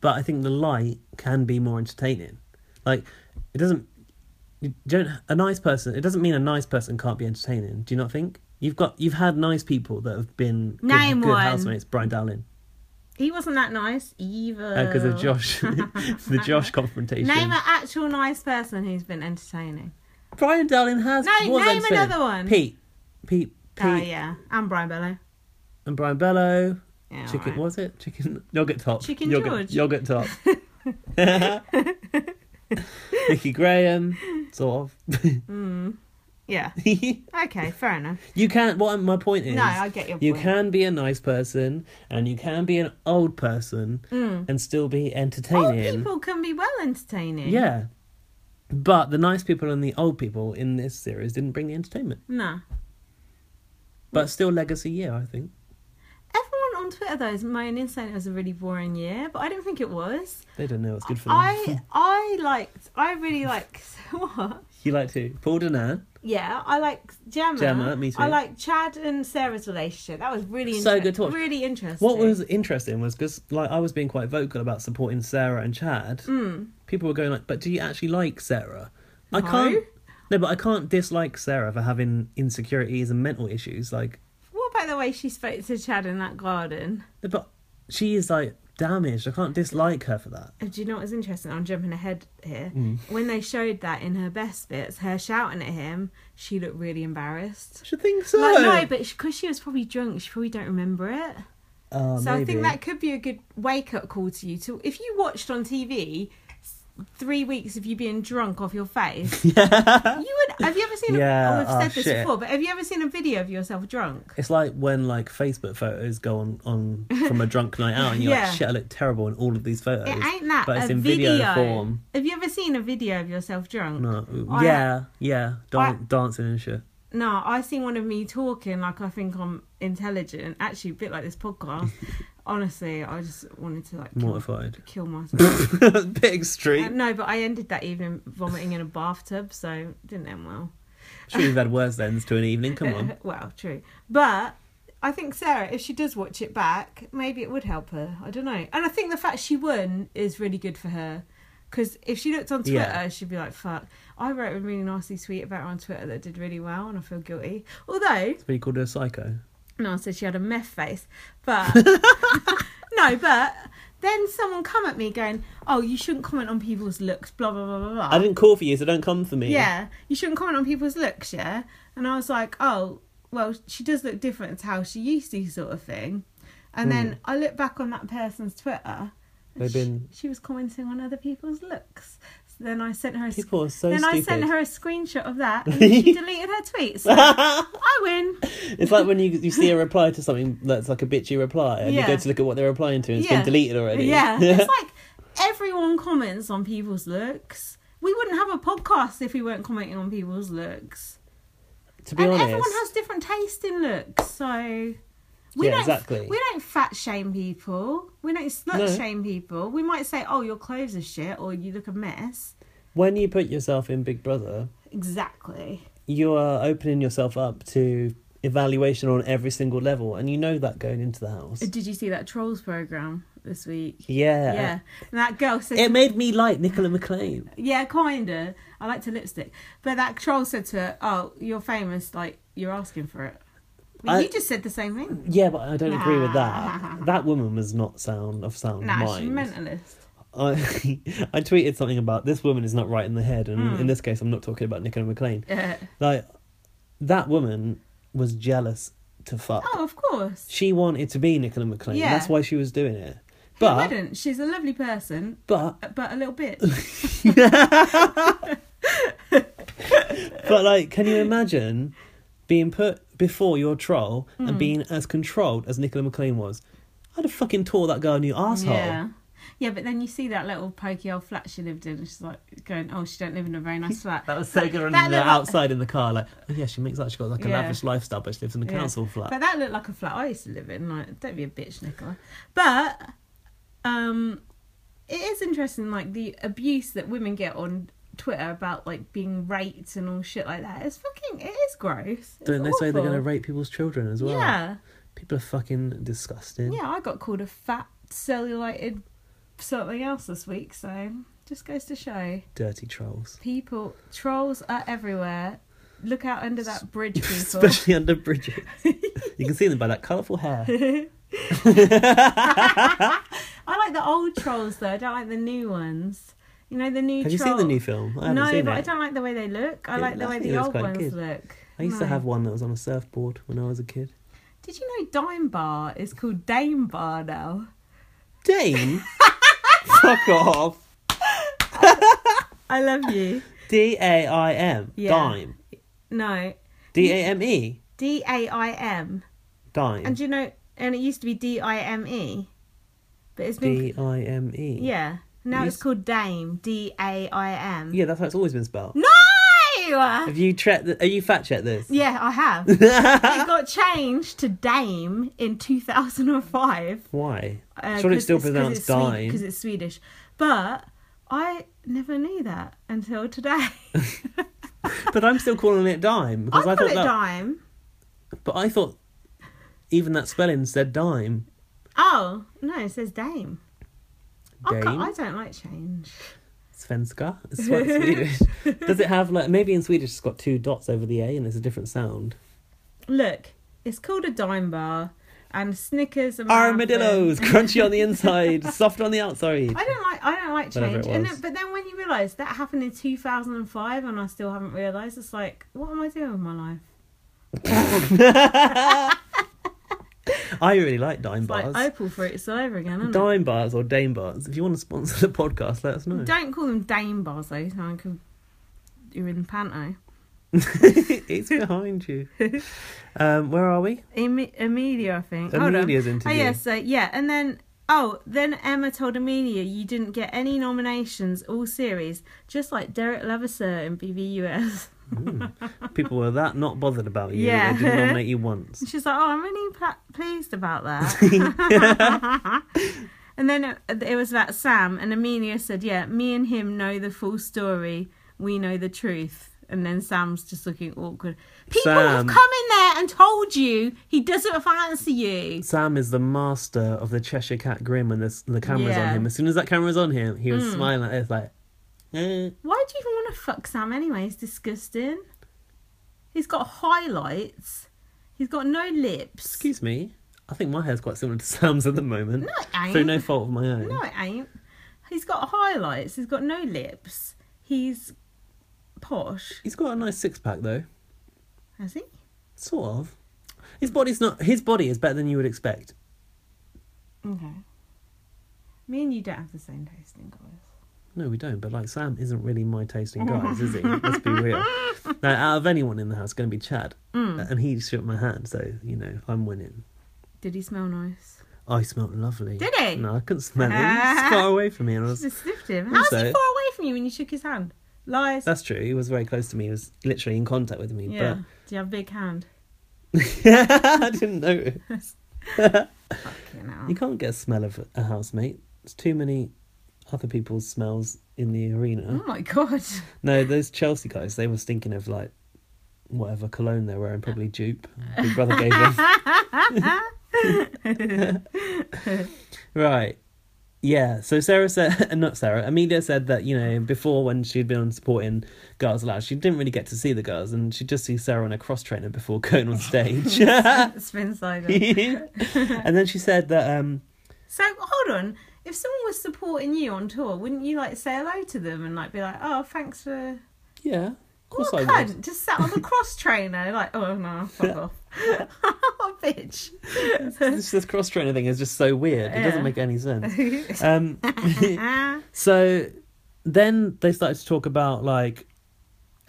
but I think the light can be more entertaining. Like, it doesn't. You don't a nice person. It doesn't mean a nice person can't be entertaining. Do you not think? You've got you've had nice people that have been good, Name good one. housemates. Brian Dowling He wasn't that nice either. because Uh, of [LAUGHS] Josh, [LAUGHS] the Josh confrontation. Oh. Name an actual nice person who's been entertaining. Brian Dowling has No, was name entertaining. another one. Pete, Pete, Pete, Oh, yeah. And Brian Bellow. and Brian Bellow. Yeah, Chicken, alright. what was it? Chicken yogurt top. Chicken yogurt, George. Yogurt [LAUGHS] top. [LAUGHS] Nicky Graham, sort of. Yeah. [LAUGHS] you Okay, fair enough. can. What my point is? Mm. No, I get your You point. can be a nice person, and you can be an old person, and still be Mm. Old entertaining. people can be well entertaining. Yeah, but the nice people and the old people in this series didn't bring the entertainment, No. Mm. but still legacy year, I think. Everyone on Twitter though is moaning saying it was a really boring year, but I don't think it was. They don't know what's good for them. [LAUGHS] I I liked I really liked [LAUGHS] what? you like to Paul Danan. Yeah, I like Gemma. Gemma, me too. I like Chad and Sarah's relationship. That was really So inter- good to watch. Really interesting. What was interesting was because like I was being quite vocal about supporting Sarah and Chad. Mm. People were going like, "But do you actually like Sarah?" I can't. No, but I can't dislike Sarah for having insecurities and mental issues. Like, What about the way she spoke to Chad in that garden? but she is like damaged. I can't dislike her for that. Oh, do you know what's interesting? I'm jumping ahead here. Mm. When they showed that in her best bits, her shouting at him, she looked really embarrassed. I should think so. Like, no, but because she was probably drunk, she probably don't remember it. Oh, So I think maybe. that could be a good wake up call to you. To if you watched on TV s- three weeks of you being drunk off your [LAUGHS] face, you would. Have you ever seen? Yeah, a, oh, oh, I've said this shit. before, but have you ever seen a video of yourself drunk? It's like when like Facebook photos go on, on [LAUGHS] from a drunk night out, and you're Yeah. like, "Shit, I look terrible in all of these photos." It ain't that. but it's a in video. form. Have you ever seen a video of yourself drunk? No, I- yeah, yeah, dan- I- dancing and shit. no, I seen one of me talking like I think I'm intelligent, actually a bit like [LAUGHS] this podcast. Honestly, I just wanted to like kill, Mortified. [LAUGHS] kill myself. Bit Uh, extreme. no, but I ended that evening vomiting in a bathtub, so it didn't end well. Sure, you've had worse ends to an evening. Come [LAUGHS] on. well, true. But I think Sarah, if she does watch it back, maybe it would help her. I don't know. And I think the fact she won is really good for her. Because if she looked on Twitter, Yeah. she'd be like, fuck, I wrote a really nasty tweet about her on Twitter that did really well and I feel guilty. Although, But you called her a psycho. no, I said she had a meth face. [LAUGHS] But, no, but then someone come at me going, oh, you shouldn't comment on people's looks, blah, blah, blah, blah, blah. I didn't call for you, so don't come for me. Yeah, you shouldn't comment on people's looks, yeah? And I was like, oh, well, she does look different to how she used to, sort of thing. And then I look back on that person's Twitter. and Hmm. They've she, been- she was commenting on other people's looks. So then I sent her. A sc- People are so Then I sent stupid. her a screenshot [LAUGHS] of that, and she deleted her tweet. So I win. [LAUGHS] It's like when you you see a reply to something that's like a bitchy reply, and you Yeah. go to look at what they're replying to, and it's Yeah. been deleted already. [LAUGHS] Yeah, it's like everyone comments on people's looks. We wouldn't have a podcast if we weren't commenting on people's looks. to be and honest, everyone has different taste in looks, so we Yeah, don't exactly. we don't fat shame people. We don't slut No. shame people. We might say, "Oh, your clothes are shit," or "You look a mess." when you put yourself in Big Brother, Exactly. you are opening yourself up to evaluation on every single level, and you know that going into the house. Did you see that trolls program this week? Yeah. Yeah, and that girl said, It made me like Nicola McLean. "Yeah, kinda." I like to lipstick, but that troll said to her, "Oh, you're famous. Like you're asking for it." But I- you just said the same thing. Yeah, but I don't agree with [LAUGHS] that. That woman was not sound of sound Nah, mind. she's a mentalist. I, [LAUGHS] I tweeted something about this woman is not right in the head, and in this case, I'm not talking about Nicola McLean. Hmm. [LAUGHS] Yeah. Like, that woman was jealous to fuck. Oh, of course. She wanted to be Nicola McLean. Yeah. That's why she was doing it. Who But, wouldn't? She's a lovely person, but, but a [LAUGHS] little bit. but, like, can [LAUGHS] you imagine being put before your troll Hmm. and being as controlled as Nicola McLean was? I'd have fucking tore that girl a new asshole. Yeah. Yeah, but then you see that little pokey old flat she lived in, and she's like going, "Oh, she don't live in a very nice flat." That was so good on That the little- outside in the car, like, oh yeah, she makes that. She got like a Yeah. lavish lifestyle, but she lives in the Yeah. council flat. But that looked like a flat I used to live in. Like, don't be a bitch, Nicola. But um, it is interesting, like the abuse that women get on Twitter about like being raped and all shit like that. It's fucking, it is gross. It's Don't they say they're going to awful. rape people's children as well? Yeah, People are fucking disgusting. yeah. I got called a fat cellulited something else this week, so just goes to show. Dirty trolls. People, trolls are everywhere. Look out under [LAUGHS] that bridge, people. Especially under bridges. you can see them by that colourful [LAUGHS] hair. I like the old trolls though. I don't like the new ones. You know the new. Have you seen troll- the new film? I haven't no, seen but it. I don't like the way they look. I Yeah, like the I way think the it was old quite ones good. look. I used to No. have one that was on a surfboard when I was a kid. Did you know Dime Bar is called Dame Bar now? [LAUGHS] Dame? Fuck off. I love you. D A I M. Yeah. Dime. No, D A M E. D A I M. Dime. And do you know? And it used to be D I M E, but it's been D I M E. yeah. Now You it's s- called Dame. D A I M. Yeah, that's how it's always been spelled. No. Have you checked? th- Are you fact checked [LAUGHS] this? Yeah, [LAUGHS] I have. it got changed to Dame in 2005. Why? Uh, Should 'cause it still it's- 'cause pronounced it's dime? Because it's Swedish. But I never knew that [LAUGHS] until today. But I'm still calling it dime I because I, call thought it that. Dime. But I thought even that spelling said dime. Oh, no, it says Dame. I can't- Dame? I don't like change. Svenska. It's [LAUGHS] what Swedish. Does it have like maybe in Swedish it's got two dots over the A and it's a different sound? Look, it's called a dime bar and Snickers and Armadillos, crunchy on the inside, soft on the outside. [LAUGHS] I don't like I don't like Whatever change. it And was. then, but then when you realise that happened in two thousand and five and I still haven't realised, it's like, what am I doing with my life? I really like dime It's bars. like opal fruits all over again, isn't it? Dime bars or dame bars. If you want to sponsor the podcast, let us know. Don't call them dame bars though, so I could you're in panto. [LAUGHS] it's behind [LAUGHS] you. Um, where are we? Em- Amelia, I think. Hold on. Amelia's Oh interview. yeah, so yeah, and then oh, then Emma told Amelia you [LAUGHS] didn't get any nominations all series, just like Derek Levisser in BBUS. People were that not bothered about you. Yeah. They didn't nominate you once. She's like, oh, I'm really pla- pleased about that. [LAUGHS] and then it, it was about Sam, and Amelia said, yeah, me and him know the full story. We know the truth. And then Sam's just looking awkward. People Sam. have come in there and told you he doesn't fancy you. Sam is the master of the Cheshire Cat grin when the, the camera's Yeah. Hmm. on him. As soon as that camera's on him, he was smiling at us like, eh. Why do you even want to fuck Sam anyway? He's disgusting. He's got highlights. He's got no lips. excuse me. I think my hair's quite similar to [LAUGHS] Sam's at the moment. No, it ain't. Through no fault of my own. No, it ain't. He's got highlights. He's got no lips. He's posh, He's got a nice six pack though. has he? Sort of. His body's not. His body is better than you would expect. Okay. Me and you don't have the same taste in guys. No, we don't. But like Sam isn't really my taste in guys, is he? Let's be [LAUGHS] real. Now, out of anyone in the house, going to be Chad, Hmm. and he shook my hand. So you know, I'm winning. Did he smell nice? I smelt lovely. Did he? No, I couldn't smell him. He [LAUGHS] was far away from me, and I was. Just sniffed him. How's he far Also- away from you when you shook his hand? Lies. That's true. He was very close to me. He was literally in contact with me. yeah. Do you have a big hand? But [LAUGHS] I didn't know. You know. You can't get a smell of a housemate. There's too many other people's smells in the arena. Oh my god. [LAUGHS] No, those Chelsea guys, they were stinking of like whatever cologne they're wearing, probably dupe. Big brother gave them. right. Yeah, so Sarah said, [LAUGHS] not Sarah, Amelia said that, you know, before when she'd been on supporting Girls Aloud, she didn't really get to see the girls and she'd just see Sarah on a cross trainer before going on stage. [LAUGHS] Spin side. and then she said that, um, So hold on. If someone was supporting you on tour, wouldn't you like say hello to them and like be like, "Oh, thanks for." yeah, of course what a I would. cunt! Just sat on the cross trainer, like, "Oh [LAUGHS] no, fuck off, [LAUGHS] what a bitch." This, this cross trainer thing is just so weird. It Yeah. doesn't make any [LAUGHS] sense. Um, [LAUGHS] so then they started to talk about like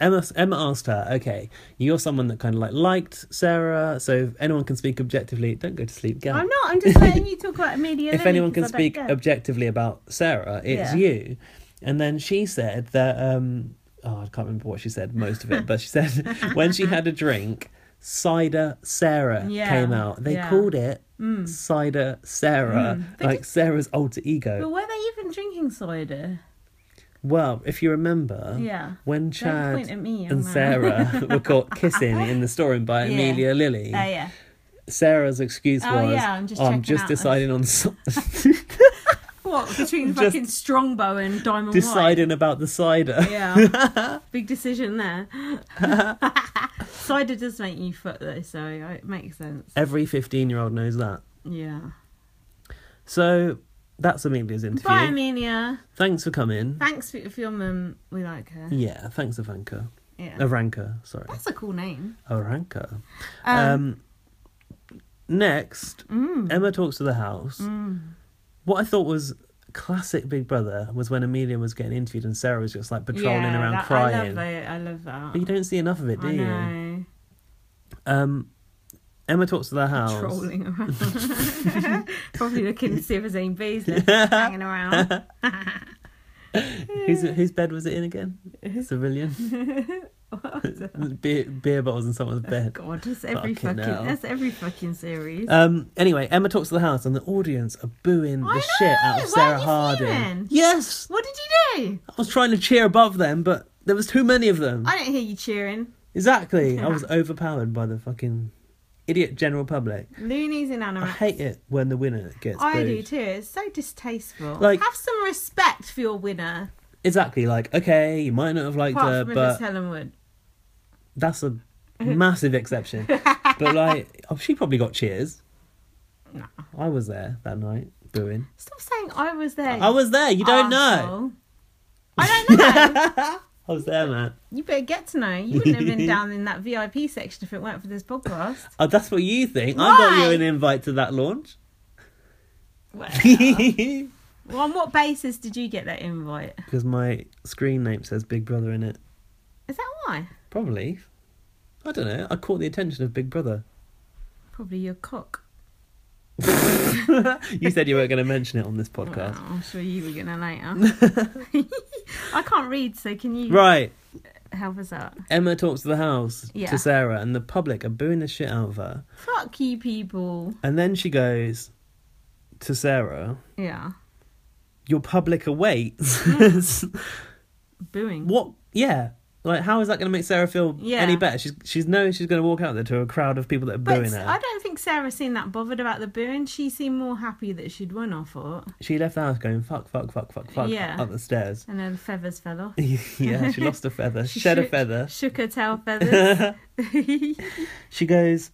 Emma. Emma asked her, "Okay, you're someone that kind of like liked Sarah, so if anyone can speak objectively, don't go to sleep, Gav. I'm not. I'm just letting you talk about Amelia. if Lily anyone can 'cause I don't speak care. objectively about Sarah, it's Yeah. you." And then she said that. Um, oh, I can't remember what she said. Most of it, but she [LAUGHS] said when she had a drink. Cider Sarah Yeah, came out. They yeah. Mm. called it Cider Sarah, like Sarah's alter ego. but were they even drinking cider? Well, if you remember, Yeah. when point Chad at me, young and man. [LAUGHS] Sarah were caught kissing in the storeroom by Yeah. Amelia Lilly, Oh yeah. Sarah's excuse Oh, was, yeah, I'm just "Oh, checking out this." deciding on so- [LAUGHS] What between [LAUGHS] Just- fucking Strongbow and Diamond White? deciding about the cider." Yeah. [LAUGHS] Big decision there. [LAUGHS] cider does make you foot though, so it makes sense. Every fifteen-year-old knows that. Yeah. So that's Amelia's interview. Bye, Amelia. Thanks for coming. Thanks for, for your mum. We like her. yeah, thanks, Ivanka. Yeah. Aranka, [LAUGHS] sorry, That's a cool name. Aranka. Um, next, mm. Emma talks to the house. What I thought was classic Big Brother was when Amelia was getting interviewed and Sarah was just like patrolling Yeah, around that- I love crying. it. I love that. But you don't see enough of it, do I you? know. Um, Emma talks to the house. Trolling around. [LAUGHS] Probably looking to see if there's any bees left hanging around. Whose, whose bed was it in again? [LAUGHS] [LAUGHS] Civilian. beer, beer bottles in someone's bed. Oh, God, that's Fucking every fucking, hell. that's every fucking series. Um, anyway, Emma talks to the house, and the audience are booing the I shit out know, of why Sarah are you Harding. fuming? Yes, what did you do? I was trying to cheer above them, but there was too many of them. I don't hear you cheering. Exactly. I was overpowered by the fucking idiot general public. Loonies and I animals. [LAUGHS] hate it when the winner gets I do booed. too. It's so distasteful. Like- have some respect for your winner. Exactly. Like, okay, you might not have liked Apart her, from uh, but Miss Helen Wood. that's [LAUGHS] a massive exception. but like, oh, she probably got cheers. No. I was there that night booing. Stop saying I was there. I was there. You Oh, don't know. arsehole. I don't know. oh. [LAUGHS] I was there, man. You better get to know. You wouldn't have [LAUGHS] been down in that VIP section if it weren't for this podcast. Oh, that's what you think. I got you Why? an invite to that [LAUGHS] launch. Well, Because well, on what basis did you get that invite? my screen name says Big Brother in it. Is that why? Probably. I don't know. I caught the attention of Big Brother. [LAUGHS] Probably your cock. You said you weren't going to mention it on this Well, podcast. [LAUGHS] I'm sure you were gonna later. I can't read, so can you? [LAUGHS] Right. help us out. Emma talks to the house Yeah. to Sarah, and the public are booing the shit out of her. Fuck you, people. And then she goes to Sarah, Yeah, Your public awaits. Hmm. booing. [LAUGHS] what? Yeah. Like, how is that going to make Sarah feel Yeah. any better? She's she's knows she's going to walk out there to a crowd of people that are But booing s- her. I don't think Sarah seemed that bothered about the booing. She seemed more happy that she'd won. I thought, She left the house going fuck, fuck, fuck, fuck, fuck Yeah. up the stairs. [LAUGHS] and then feathers fell off. yeah, [LAUGHS] [LAUGHS] she lost a feather, She shed a shook- feather. Shook her [LAUGHS] tail feathers. [LAUGHS] She goes,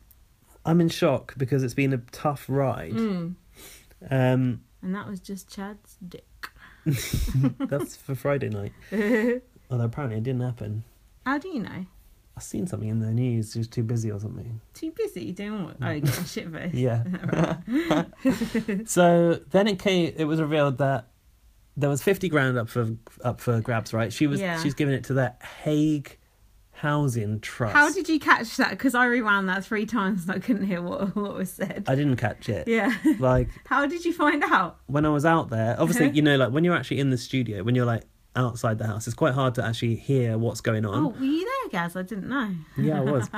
I'm in shock because it's been a tough ride. Hmm. Um, [LAUGHS] and that was just Chad's dick. that's for Friday [LAUGHS] night. Although apparently it didn't happen. How do you know? I've seen something in the news. She was too busy or something. Too busy doing what? Oh, you got a shit [LAUGHS] face. Yeah. [LAUGHS] so then it came. It was revealed that there was fifty grand up for up for grabs. Right? She was. Yeah. She's giving it to that Hague Housing Trust. How did you catch that? Because I rewound that three times and I couldn't hear what what was said. I didn't catch it. [LAUGHS] yeah. Like How did you find out? when I was out there, [LAUGHS] obviously, you know, like when you're actually in the studio, when you're like outside the house, it's quite hard to actually hear what's going Oh, on. were you there, Gaz? I didn't know. Yeah, it [LAUGHS] was.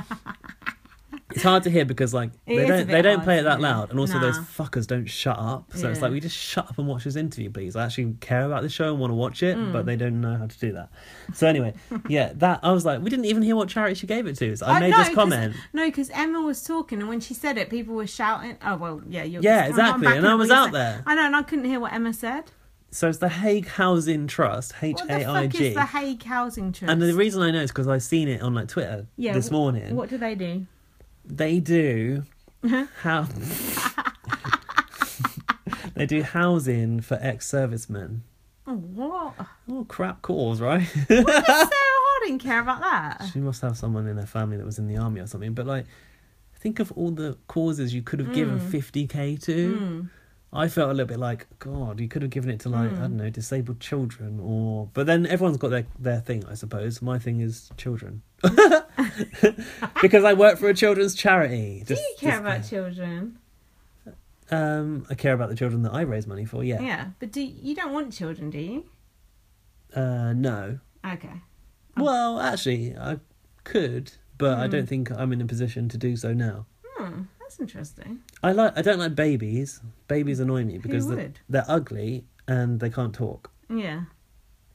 it's hard to hear because like is they a don't bit they don't hard, play it that isn't it? loud, and also those Nah. fuckers don't shut up. So it's Yeah. like we just shut up and watch this interview, please. I actually care about this show and want to watch it, Mm. but they don't know how to do that. So [LAUGHS] anyway, yeah, that I was like, we didn't even hear what charity she gave it to. So I Oh, made no, this 'cause- comment. No, because Emma was talking, and when she said it, people were shouting. Oh well, yeah, you're Yeah, come on exactly, back and I on was what you out said. there. I know, and I couldn't hear what Emma said. So it's the Hague Housing Trust, H What the A I fuck is G. the Hague Housing Trust? And the reason I know is because I've seen it on like Twitter yeah, this wh- morning. What Uh-huh. do they do? they do [LAUGHS] how [LAUGHS] they do housing for ex-servicemen. Oh, what? [LAUGHS] Oh crap, calls right. Sarah Harding care about that? [LAUGHS] she must have someone in her family that was in the army or something. But like, think of all the causes you could have given Mm. fifty k to. I felt a little bit like God. You could have given it to Mm. like I don't know disabled children or. But then everyone's got their their thing, I suppose. My thing is children. [LAUGHS] because I work for a children's charity. Do you care about children? Um, I care about the children that I raise money for. Yeah. Yeah, but do you don't want children, do you? Uh, no. Okay. Oh. Well, actually, I could, but Mm. I don't think I'm in a position to do so now. Hmm, that's interesting. I like. I don't like babies. Babies annoy me because they're, Mm. would? they're ugly and they can't talk. Yeah,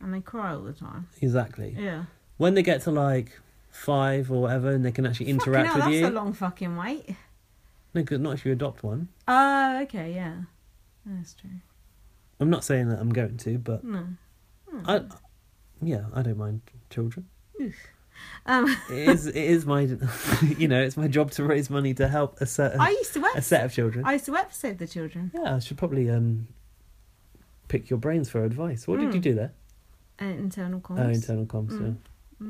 and they cry all the time. Exactly. Yeah. When they get to like five or whatever, and they can actually interact Fucking hell, with that's you. a long fucking wait. No, 'cause not if you adopt one. Oh, okay, yeah, that's true. I'm not saying that I'm going to, but No. Hmm. I. Yeah, I don't mind children. Um, [LAUGHS] It is. it is my. [LAUGHS] you know, it's my job to raise money to help a certain I used to work. a set of children. I used to work for Save the Children. Yeah, I should probably um pick your brains for advice. What Hmm. did you do there? Uh, internal comms. Oh, internal comms. Hmm. yeah.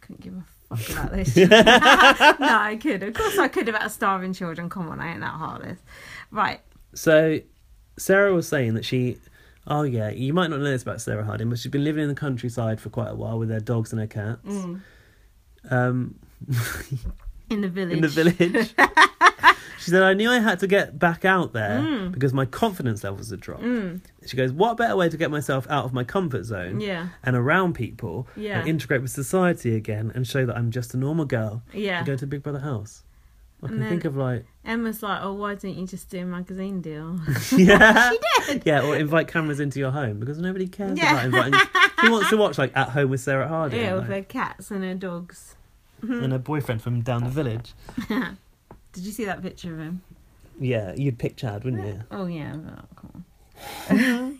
Couldn't give a fuck [LAUGHS] about this. [LAUGHS] no, I could. Of course, I could about starving children. Come on, I ain't that heartless. Right. So Sarah was saying that she. Oh yeah, you might not know this about Sarah Harding, but she's been living in the countryside for quite a while with their dogs and her cats. Mm. Um, In the village. in the [LAUGHS] village. she said, I knew I had to get back out there Mm. because my confidence levels had dropped. She goes, What better way to get myself out of my comfort zone Yeah. and around people Yeah. and integrate with society again and show that I'm just a normal girl Yeah. and go to Big Brother House? I can then- think of [LAUGHS] like, Emma's like, oh, why didn't you just do a magazine [LAUGHS] deal? yeah, did. yeah, or invite cameras into your home because nobody cares about Yeah. inviting. Who wants to watch like At Home with Sarah Harding yeah, like, with her cats and her dogs. Mm-hmm. and her boyfriend from down the village? Did you see that picture of him? Yeah, you'd pick Chad, wouldn't you? Oh yeah, but come [LAUGHS] on.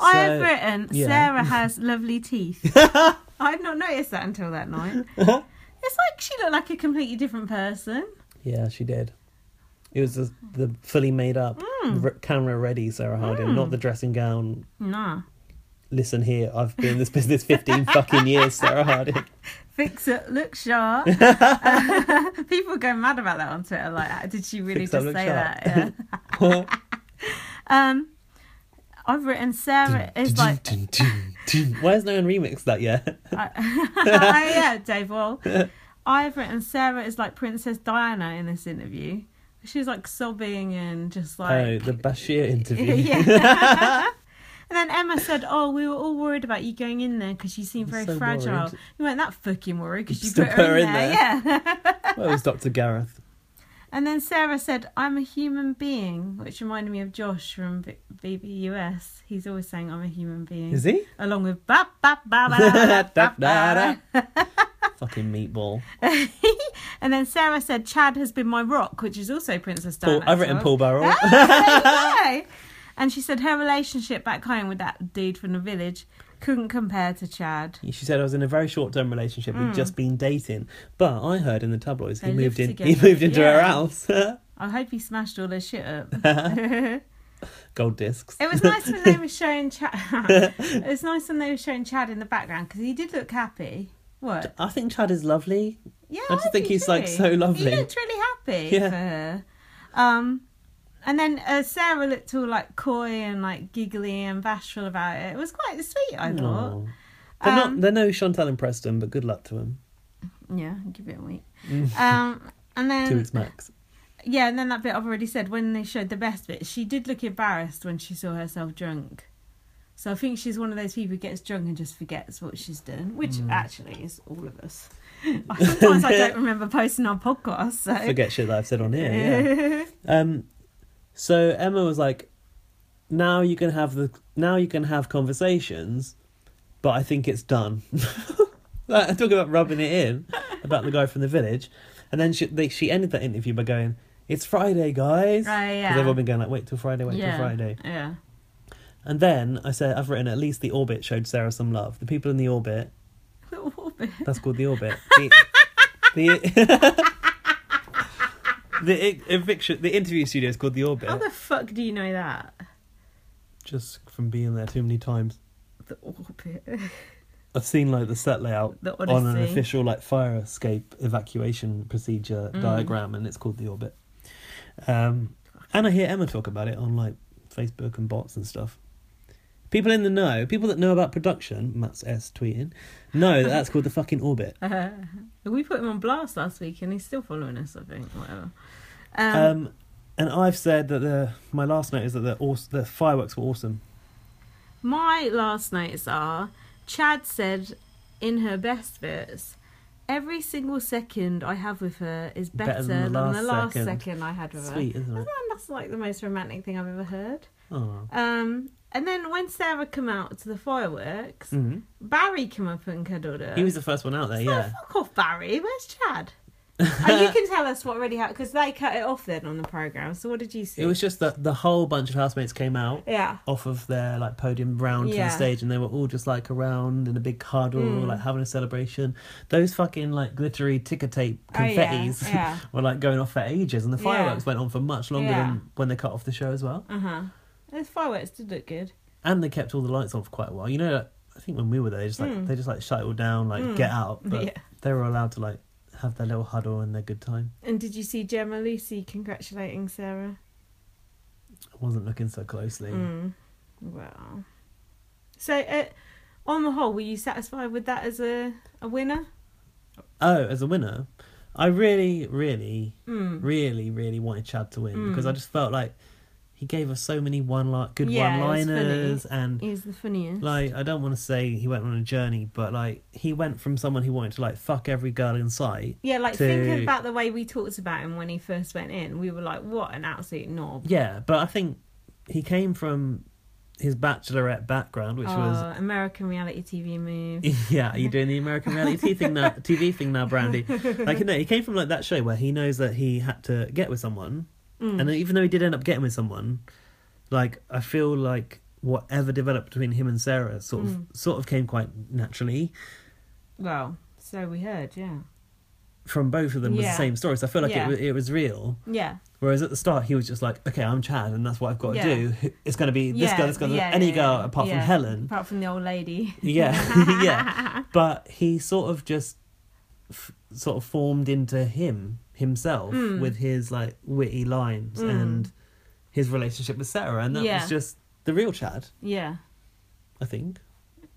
I So, have written yeah. [LAUGHS] Sarah has lovely teeth. I had not noticed that until that [LAUGHS] night. it's like she looked like a completely different person. Yeah, she did. It was the, the fully made up, Mm. r- camera ready Sarah Harding, not the dressing gown. Nah. Listen here, I've been in this business 15 fucking years, Sarah Harding. Fix it, look sharp. [LAUGHS] people go mad about that on Twitter. Like, uh, did she really Fix up, just look say sharp. that? Yeah. um, I've written Sarah is like [LAUGHS] Why has no one remixed that yet? oh, yeah, Dave Wall. I've written Sarah is like Princess Diana in this interview. [LAUGHS] She's like sobbing and just like [LAUGHS] Oh, the Bashir interview. yeah. And then Emma said, "Oh, we were all worried about you going in there because you seemed very so fragile. worried. You weren't that fucking worried because you Still put her in, there. Yeah. Well, it was Dr. Gareth. and then Sarah said, "I'm a human being," which reminded me of Josh from B- BBUS. He's always saying, "I'm a human being." Is he? Along with ba ba [LAUGHS] ba ba ba ba. Fucking [LAUGHS] meatball. And then Sarah said, Chad has been my rock, which is also Princess Diana. Paul, I've written Paul [LAUGHS] Barrel. [LAUGHS] Barrel. and she said her relationship back home with that dude from the village couldn't compare to Chad. She said I was in a very short-term relationship. We'd just been dating, but I heard in the tabloids he Hmm. They moved in. lived He together, moved into her yeah. house. [LAUGHS] I hope he smashed all their shit up. Gold discs. It was nice when they were [LAUGHS] showing Chad. [LAUGHS] it was nice when they were showing Chad in the background because he did look happy. What? I think Chad is lovely. Yeah, I just hope think he he's, like, should. so lovely. He looked really happy [LAUGHS] Yeah. for her. Um, and then uh, Sarah looked all like coy and like giggly and bashful about it. It was quite sweet, I thought. Aw. They're Um, not. They're no Chantal and Preston, but good luck to them. Yeah, give it a week. Mm. um, [LAUGHS] and Two then weeks max. yeah, and then that bit I've already said when they showed the best bit, she did look embarrassed when she saw herself drunk. So I think she's one of those people who gets drunk and just forgets what she's done, which Mm. actually is all of us. [LAUGHS] Sometimes [LAUGHS] I don't remember posting our podcast, so Forget shit that I've said on here. Yeah. [LAUGHS] um. So Emma was like, "Now you can have the. Now you can have conversations, but I think it's done." [LAUGHS] like, I talk about rubbing it in about the guy from the village, and then she they, she ended that interview by going, "It's Friday, guys." Right, yeah. Because everyone been going like, "Wait till Friday. Wait yeah, till Friday." yeah. And then I said, "I've written at least the orbit showed Sarah some love. The people in the orbit Little Orbit. that's called the orbit. The the, [LAUGHS] the e- eviction, the interview studio is called the orbit. How the fuck do you know that? Just from being there too many times, The Orbit. [LAUGHS] I've seen like the set layout The on an Odyssey. official like fire escape evacuation procedure Mm. diagram, and it's called the orbit. Um, and I hear Emma talk about it on like Facebook and bots and stuff. People in the know, people that know about production, Matt's S tweeting, know that that's called the fucking orbit. we put him on blast last week and he's still following us, I think. Whatever. Um, Um, and I've said that the my last note is that the awes- the fireworks were awesome. My last notes are Chad said in her best bits, every single second I have with her is better, than, the last, second. I had with Sweet, isn't it? her. Isn't that- That's like the most romantic thing I've ever heard. Oh, Um, and then when Sarah came out to the fireworks, Barry came up and cuddled her. Mm-hmm. he was the first one out there. Oh, Yeah, fuck off, Barry. [LAUGHS] Where's Chad? oh, you can tell us what really happened because they cut it off then on the program. So what did you see? it was just that the whole bunch of housemates came out yeah. off of their like podium round to Yeah. Hmm. the stage, and they were all just like around in a big huddle, like having a celebration. Those fucking like glittery ticker tape Oh, yeah, confettis yeah. [LAUGHS] were like going off for ages, and the Yeah. fireworks went on for much longer Yeah. than when they cut off the show as well. Uh huh. Those fireworks did look good. and they kept all the lights on for quite a while. You know, like, I think when we were there, they just like they just like shut it all down, like get [LAUGHS] out. But Hmm. Yeah. they were allowed to like have their little huddle and their good time. And did you see Gemma Lucy congratulating Sarah? I wasn't looking so closely. Hmm. Wow. So, uh, on the whole, were you satisfied with that as a, a winner? Oh, as a winner, I really, really, Hmm. really, really wanted Chad to win because I just felt like he gave us so many one li- good Yeah, it was one-liners and. He was the funniest. Like I don't want to say he went on a journey, but like he went from someone who wanted to like fuck every girl in sight. yeah, like to- thinking about the way we talked about him when he first went in, we were like, what an absolute knob. Yeah, but I think he came from his bachelorette background, which Oh, was American reality TV [LAUGHS] move. yeah, are you doing the American reality thing [LAUGHS] now, TV thing now, Brandy? Like no, he came from like that show where he knows that he had to get with someone, Mm. and even though he did end up getting with someone, like I feel like whatever developed between him and Sarah sort of Mm. sort of came quite naturally Well, so we heard, yeah. from both of them was Yeah. the same story. So I feel like Yeah. it it, it was real. Yeah. Whereas at the start, he was just like, "Okay, I'm Chad, and that's what I've got Yeah. to do. [LAUGHS] It's going to be this yeah, girl, this girl, yeah, any yeah, girl yeah, apart from yeah. Helen." Apart from the old lady. [LAUGHS] Yeah, [LAUGHS] yeah. But he sort of just f- sort of formed into him himself Hmm. with his like witty lines and his relationship with Sarah, and that Yeah. was just the real Chad, Yeah. I think.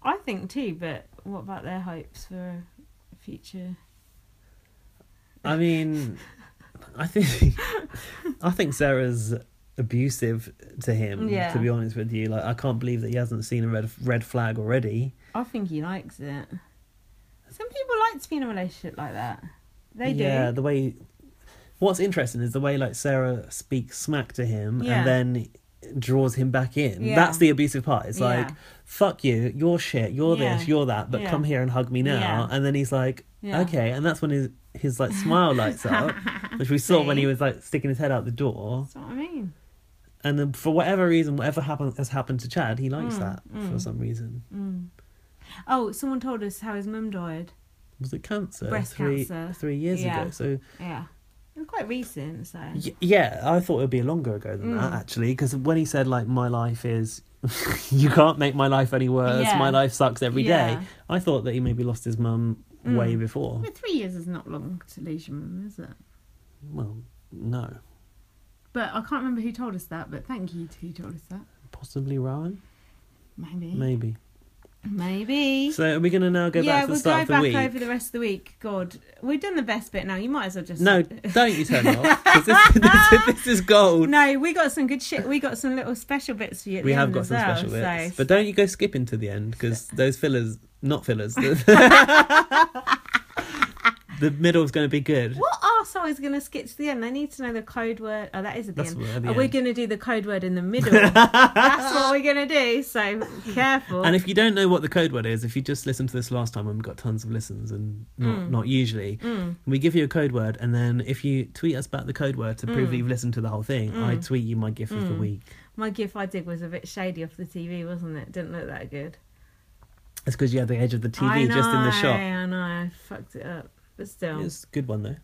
I think too, but what about their hopes for future? [LAUGHS] [LAUGHS] I mean, I think I think Sarah's abusive to him. Yeah. To be honest with you, like I can't believe that he hasn't seen a red red flag already. I think he likes it. Some people like to be in a relationship like that. They yeah, do. the way. What's interesting is the way like Sarah speaks smack to him Yeah. and then draws him back in. Yeah. That's the abusive part. It's like, Yeah. fuck you, you're shit, you're Yeah. this, you're that, but Yeah. come here and hug me now. Yeah. And then he's like, Yeah. okay, and that's when his his like smile lights [LAUGHS] up, which we saw when he See? was like sticking his head out the door. That's what I mean. And then for whatever reason, whatever happened has happened to Chad, he likes Mm, that for some reason. Oh, someone told us how his mum died. Was it cancer? Breast three, cancer. Three years Yeah. ago. So Yeah. It was quite recent, so. Y- Yeah, I thought it would be longer ago than Mm. that actually, because when he said like my life is, [LAUGHS] you can't make my life any worse. Yeah. My life sucks every day. Yeah. Mm. I thought that he maybe lost his mum way before. But three years is not long to lose your mum, is it? Well, no, But I can't remember who told us that, but thank you to who told us that. possibly Rowan, Maybe. maybe. Maybe. So are we gonna now go yeah, back to we'll the start go of the back week? over the rest of the week. God, we've done the best bit now. You might as well just [LAUGHS] No, don't you turn it off 'cause this, this, this is gold. No, we got some good shit. We got some little special bits for you. At we the have end got as some well, special bits, so- but don't you go skipping to the end because those fillers, not [LAUGHS] fillers. The, [LAUGHS] the middle's going to be good. What arsehole is going to skip to the end? I need to know the code word. Oh, that is at the That's end. at the oh, we're end. going to do the code word in [LAUGHS] the middle. That's what we're going to do. So careful. And if you don't know what the code word is, if you just listened to this last time when we got tons of listens and not, Mm. not usually, we give you a code word, and then if you tweet us back the code word to Mm. prove that you've listened to the whole thing, I tweet you my gif of the week. My gif I did was a bit shady off the TV, wasn't it? Didn't look that good. It's because you had the edge of the I TV just in the know, shot. I know. I fucked it up, but still. It's a good one though.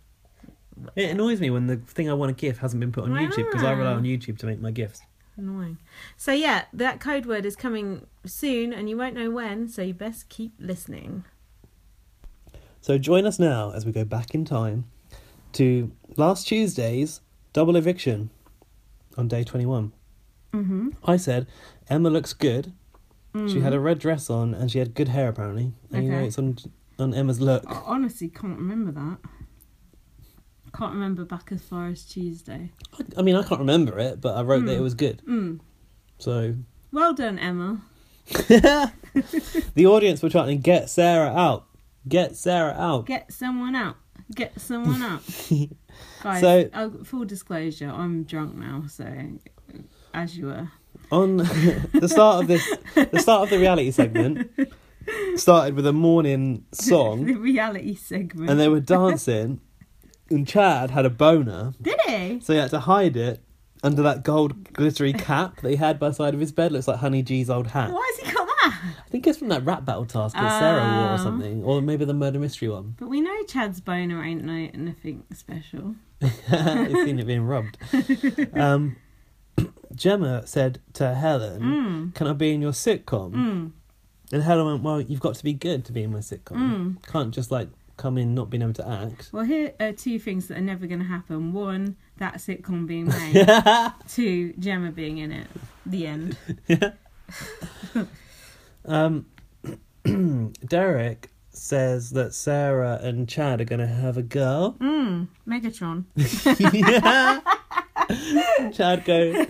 It annoys me when the thing I want to gif hasn't been put on I YouTube because I rely know. on YouTube to make my gifs. Annoying. So yeah, that code word is coming soon, and you won't know when. So you best keep listening. So join us now as we go back in time to last Tuesday's double eviction on day 21. Mm-hmm. I said, Emma looks good. She had a red dress on and she had good hair, apparently. And you know, Okay. it's on, on Emma's look. I honestly can't remember that. Can't remember back as far as Tuesday. I, I mean, I can't remember it, but I wrote that it was good. So Well done, Emma. the audience were trying to get Sarah out. Get Sarah out. Get someone out. Get [LAUGHS] someone out. Guys, So- oh, full disclosure, I'm drunk now, so as you were. on [LAUGHS] the start of this, the start of the reality segment started with a morning song. [LAUGHS] The reality segment. and they were dancing, and Chad had a boner, Did he? so he had to hide it under that gold glittery cap that he had by the side of his bed. Looks like Honey G's old hat. Why has he got that? I think it's from that rap battle task that Sarah wore or Oh. something, or maybe the murder mystery one. [LAUGHS] But we know Chad's boner ain't no, nothing special. You've seen it being rubbed. Um, [CLEARS THROAT] Gemma said to Helen, "Can I be in your sitcom?" And Helen went, "Well, you've got to be good to be in my sitcom. Can't just like come in not being able to act." Well, here are two things that are never going to happen. One, that sitcom being made. Two, Gemma being in it. The end. Mm. Derek says that Sarah and Chad are going to have a girl. [LAUGHS] Megatron. Chad goes,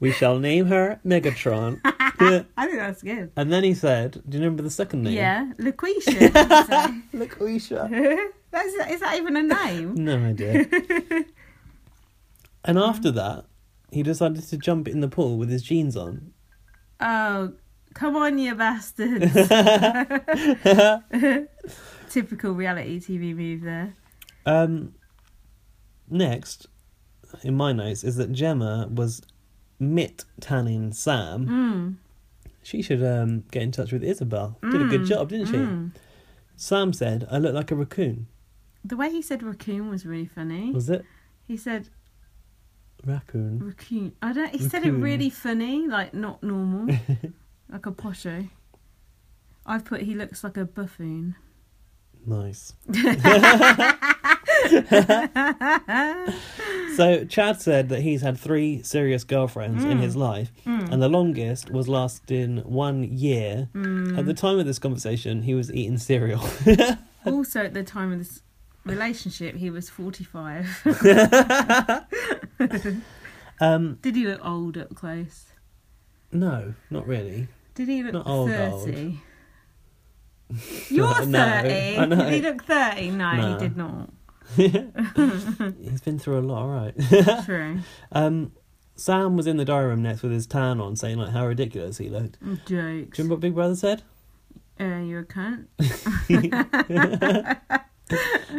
We shall name her Megatron. I think that's good. and then he said, Do you remember the second name? Yeah, Laquisha. Laquisha. That's, is that even a [LAUGHS] name? No idea. and after that, he decided to jump in the pool with his jeans on. Oh, come on, you bastards. Typical reality TV move there. Um, next, in my notes, is that Gemma was mitt tanning Sam. She should um, get in touch with Isabel. Did a good job, didn't she? Sam said, I look like a raccoon. The way he said raccoon was really funny. Was it? He said Raccoon. raccoon. I don't. He said it Raccoon. really funny, like not normal, like a posho. I've put he looks like a buffoon. Nice. so Chad said that he's had three serious girlfriends in his life, and the longest was lasting one year. At the time of this conversation, he was eating cereal. [LAUGHS] Also, at the time of this relationship, he was forty-five. [LAUGHS] Um, Did he look old up close? no, not really. Did he look Not old, old. [LAUGHS] 30? You're No, I 30. know. Did he look 30? No, No. he did [LAUGHS] not. He's been through a lot, all right. True. um, [LAUGHS] Sam was in the diary room next with his tan on, saying like how ridiculous he looked. Do Jokes. you remember what Big Brother said? Uh, you're a cunt.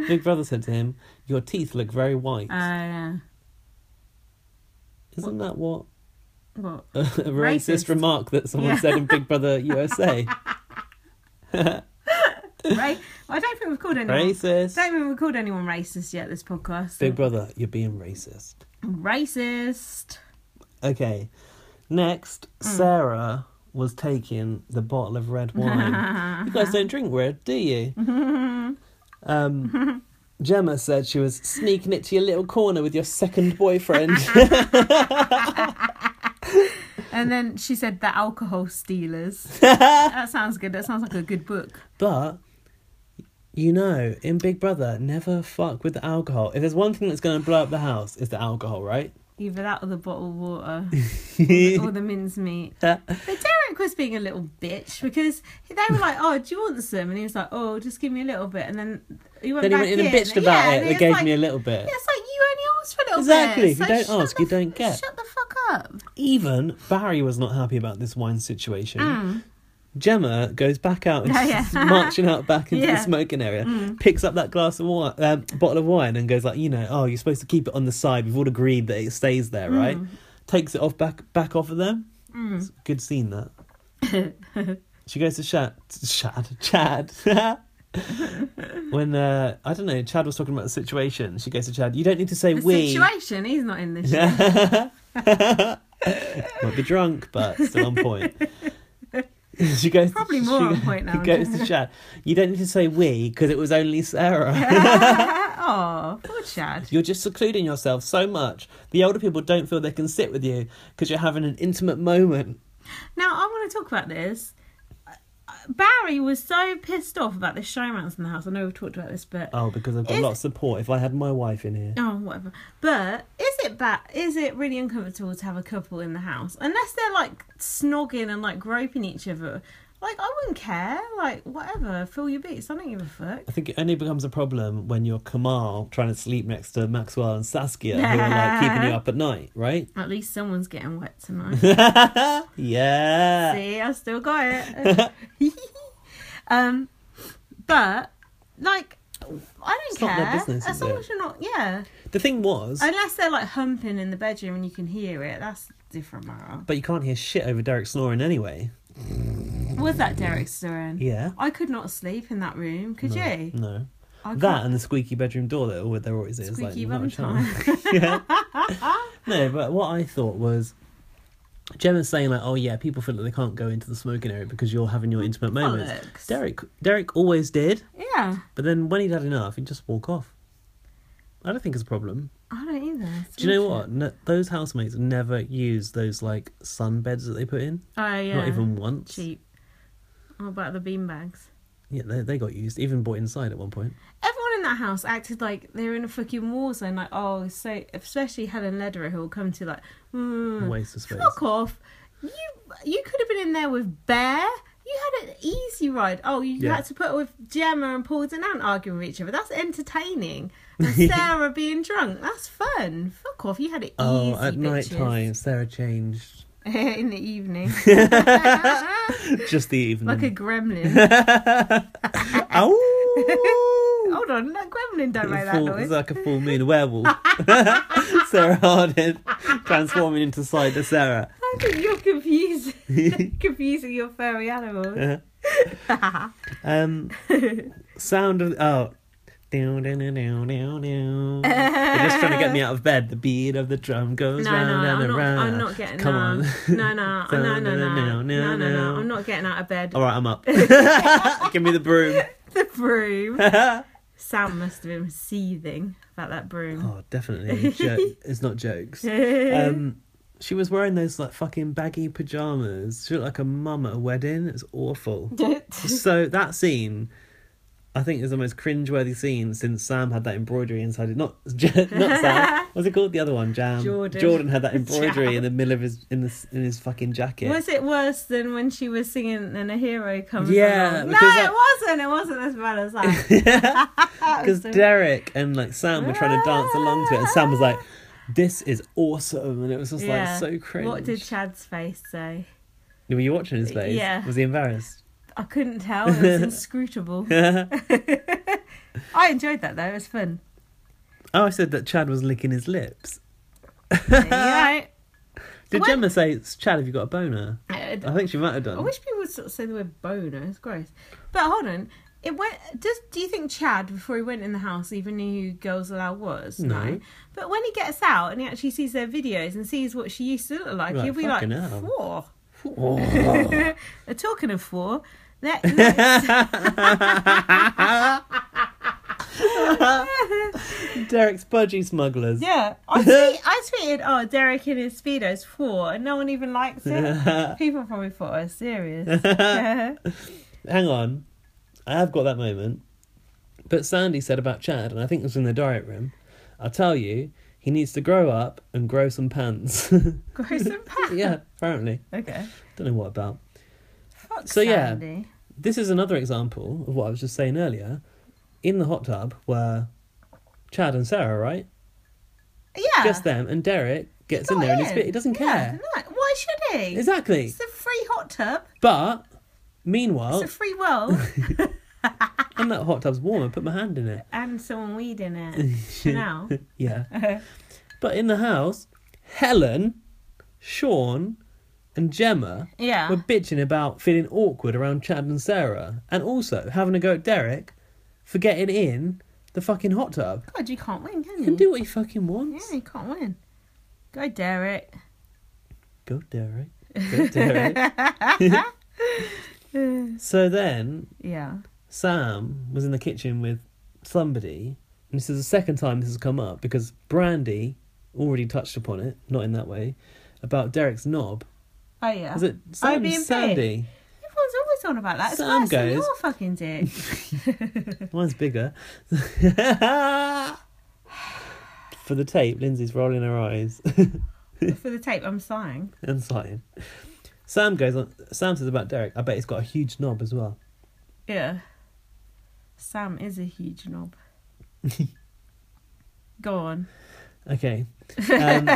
Big Brother said to him, "Your teeth look very white." Uh, yeah. Isn't that what [LAUGHS] What? a racist, Racist. remark that someone Yeah. said in Big [LAUGHS] Brother USA? Right? I don't think we've called anyone. racist. Don't think we've called anyone racist yet. This podcast. Big Brother, you're being racist. Racist. Okay. Next, Hmm. Sarah was taking the bottle of red [LAUGHS] wine. you guys don't drink red, do you? um, [LAUGHS] Gemma said she was sneaking it to your little corner with your second [LAUGHS] boyfriend. And then she said the [LAUGHS] alcohol stealers. that sounds good. That sounds like a good book. but you know, in Big Brother, never fuck with the alcohol. If there's one thing that's going to blow up the house, it's the alcohol, right? [LAUGHS] Either that or the bottled water. [LAUGHS] or, the, or the mincemeat. But Derek was being a little bitch because they were like, "Oh, do you want some?" And he was like, "Oh, just give me a little bit." And then he went Then he back went in and bitched yeah, about and it. They it's gave like- me a little bit. Yeah, It's like you only asked for a little Exactly. bit. If you So don't shut ask, the you don't f- get. Shut the fuck up. Even Barry was not happy about this wine situation. Gemma goes back out and Oh, Ah. [LAUGHS] yeah. she's [LAUGHS] marching out back into the Yeah. Mm. smoking area, picks up that glass of wine, uh, bottle of wine, and goes like, you know, oh, you're supposed to keep it on the side. We've all agreed that it stays there, Mm. right? Takes it off back back off of them. It's a good scene that. [LAUGHS] she goes to Shad, Shad, Chad. [LAUGHS] when uh, I don't know, Chad was talking about the situation. She goes to Chad, you don't need to say The we. situation. He's [LAUGHS] not in this. shit. Might be drunk, but still on point. [LAUGHS] she goes Probably she more on go- point now. [LAUGHS] goes to Chad. You don't need to say we because it was only Sarah. Oh, poor Chad. [LAUGHS] You're just secluding yourself so much. The older people don't feel they can sit with you because you're having an intimate moment. Now I want to talk about this. Uh, Barry was so pissed off about the showmance in the house. I know we've talked about this, but Oh, because I've got Is- a lot of support. If I had my wife in here, Oh, whatever. But is it bad? Is it really uncomfortable to have a couple in the house unless they're like snogging and like groping each other? Like I wouldn't care. Like whatever, fill your boots. I don't give a fuck. I think it only becomes a problem when you're Kamal trying to sleep next to Maxwell and Saskia, who are like keeping [LAUGHS] you up at night, right? At least someone's getting wet [LAUGHS] tonight. Yeah. See, I still got it. [LAUGHS] um, but like I don't It's care. not their business, as is long it? as you're not, yeah. The thing was, Unless they're like humping in the bedroom and you can hear it. That's a different matter. but you can't hear shit over Derek snoring anyway. Was that Derek Stern? Mm. Yeah. I could not sleep in that room. Could you? No. Mm. I That and the squeaky bedroom door that all- they're always in. is like, Squeaky not bum a chance. [LAUGHS] [LAUGHS] yeah. No, but what I thought was Gemma's saying like, oh yeah, people feel that they can't go into the smoking area because you're having your intimate moments. bollocks. Derek, Derek always did, Yeah, but then when he'd had enough, he'd just walk off. I don't think it's a problem. I don't either. It's Do you know what? bullshit. No, those housemates never use those like sunbeds that they put in. Oh yeah, Not even once. cheap. What about the beanbags? Yeah, they, they got used. Even bought inside at one point. Everyone in that house acted like they were in a fucking war zone. Like, oh, so especially Helen Lederer, who will come to like, mm, Waste of space. fuck off. You you could have been in there with Bear. You had an easy ride. Oh, you Yeah. had to put up with Gemma and Paul Denant arguing with each other. That's entertaining. [LAUGHS] And Sarah being drunk. That's fun. Fuck off. You had it Oh, easy. at night bitches. time, Sarah changed [LAUGHS] in the evening. [LAUGHS] just the evening. like [LAUGHS] a gremlin. [LAUGHS] Ow! Hold on, that gremlin don't make Oh, that Full- noise. it's like a full moon [LAUGHS] werewolf. [LAUGHS] Sarah Hardin transforming into Cider Sarah. [LAUGHS] I think you're confused. [LAUGHS] confusing your furry animals. Um, sound of oh. Down, down, down, down, down, down. They're just trying to get me out of bed. The beat of the drum goes No, no, round and I'm not. round. I'm not getting. Come no. on. [LAUGHS] No, no, no, no, no, no, no, no, no. I'm not getting out of bed. All right, I'm [LAUGHS] up. [LAUGHS] Give me the broom. The [LAUGHS] broom. Sam must have been seething about that broom. Oh, definitely. [LAUGHS] Jo- it's not jokes. Um, she was wearing those like fucking baggy [LAUGHS] Oh, pajamas. She looked like a mum at a wedding. It's awful. so that scene I think is the most cringeworthy scene since Sam had that embroidery inside it. Not [LAUGHS] J- not [LAUGHS] Sam. What's it called? The other one, Jam. Jordan. had that embroidery Jam. in the middle of his in his in his fucking jacket. Was it worse than when she was singing and a hero comes Yeah, along? No, because that- it wasn't. It wasn't as bad [LAUGHS] as that. That was because so- Derek and like Sam were trying to dance along to it, and Sam was like, "This is awesome," and it was just Yeah. like so cringe. What did Chad's face say? Were you watching his face? Yeah. Was he embarrassed? I couldn't tell. [LAUGHS] It was inscrutable. [LAUGHS] I enjoyed that though. It was [LAUGHS] fun. Oh, I said that Chad was licking his lips. You know? Did What? Gemma say, "Chad, have you got a boner"? I- I think she might have done. I wish people would sort of say the word boner. It's gross. But hold on. It went. Does do you think Chad before he went in the house even knew who Girls Aloud was? No. But when he gets out and he actually sees their videos and sees what she used to look like, Right, he'll be like, fucking hell. four. Oh. [LAUGHS] Talking of four, let, us Derek's budgie smugglers. yeah. [LAUGHS] I, tweet, I tweeted, oh Derek in his speedos four, and no one even likes [LAUGHS] it. People probably thought I was serious. Hang on. I have got that moment. But Sandy said about Chad, and I think it was in the diet room. I tell you, he needs to grow up and grow some pants. [LAUGHS] gross and bad. yeah, apparently. Okay. Don't know what about. Fuck So, yeah. Sandy. This is another example of what I was just saying earlier. In the hot tub were Chad and Sarah, right? Yeah. Just them, and Derek gets in Got there and he's, in. he doesn't Yeah, care. no, why should he? Exactly. It's a free hot tub. But meanwhile, It's a [LAUGHS] free world. and that hot tub's warm, I put my hand in it. and someone weed in it. Chanel. [LAUGHS] [LAUGHS] Yeah. but in the house, Helen, Sean, and Gemma Yeah. were bitching about feeling awkward around Chad and Sarah, and also having a go at Derek for getting in the fucking hot tub. God, you can't win, can you? He can do what he fucking yeah, wants. you can't win. Go Derek. Go Derek. Go [LAUGHS] Derek. [LAUGHS] so then Yeah. Sam was in the kitchen with somebody, and this is the second time this has come up because Brandy already touched upon it, not in that way, about Derek's knob. Oh yeah. Is it Sam, IBMP. Sandy? Everyone's always on about that. It's Sam worse than goes- your fucking [LAUGHS] dick. Mine's bigger. [LAUGHS] For the tape, Lindsay's rolling her eyes [LAUGHS] For the tape, I'm sighing. and sighing. Sam goes on. Sam says about Derek, I bet he's got a huge knob as well. Yeah. Sam is a [LAUGHS] huge knob. Go on. [LAUGHS] Okay. Um,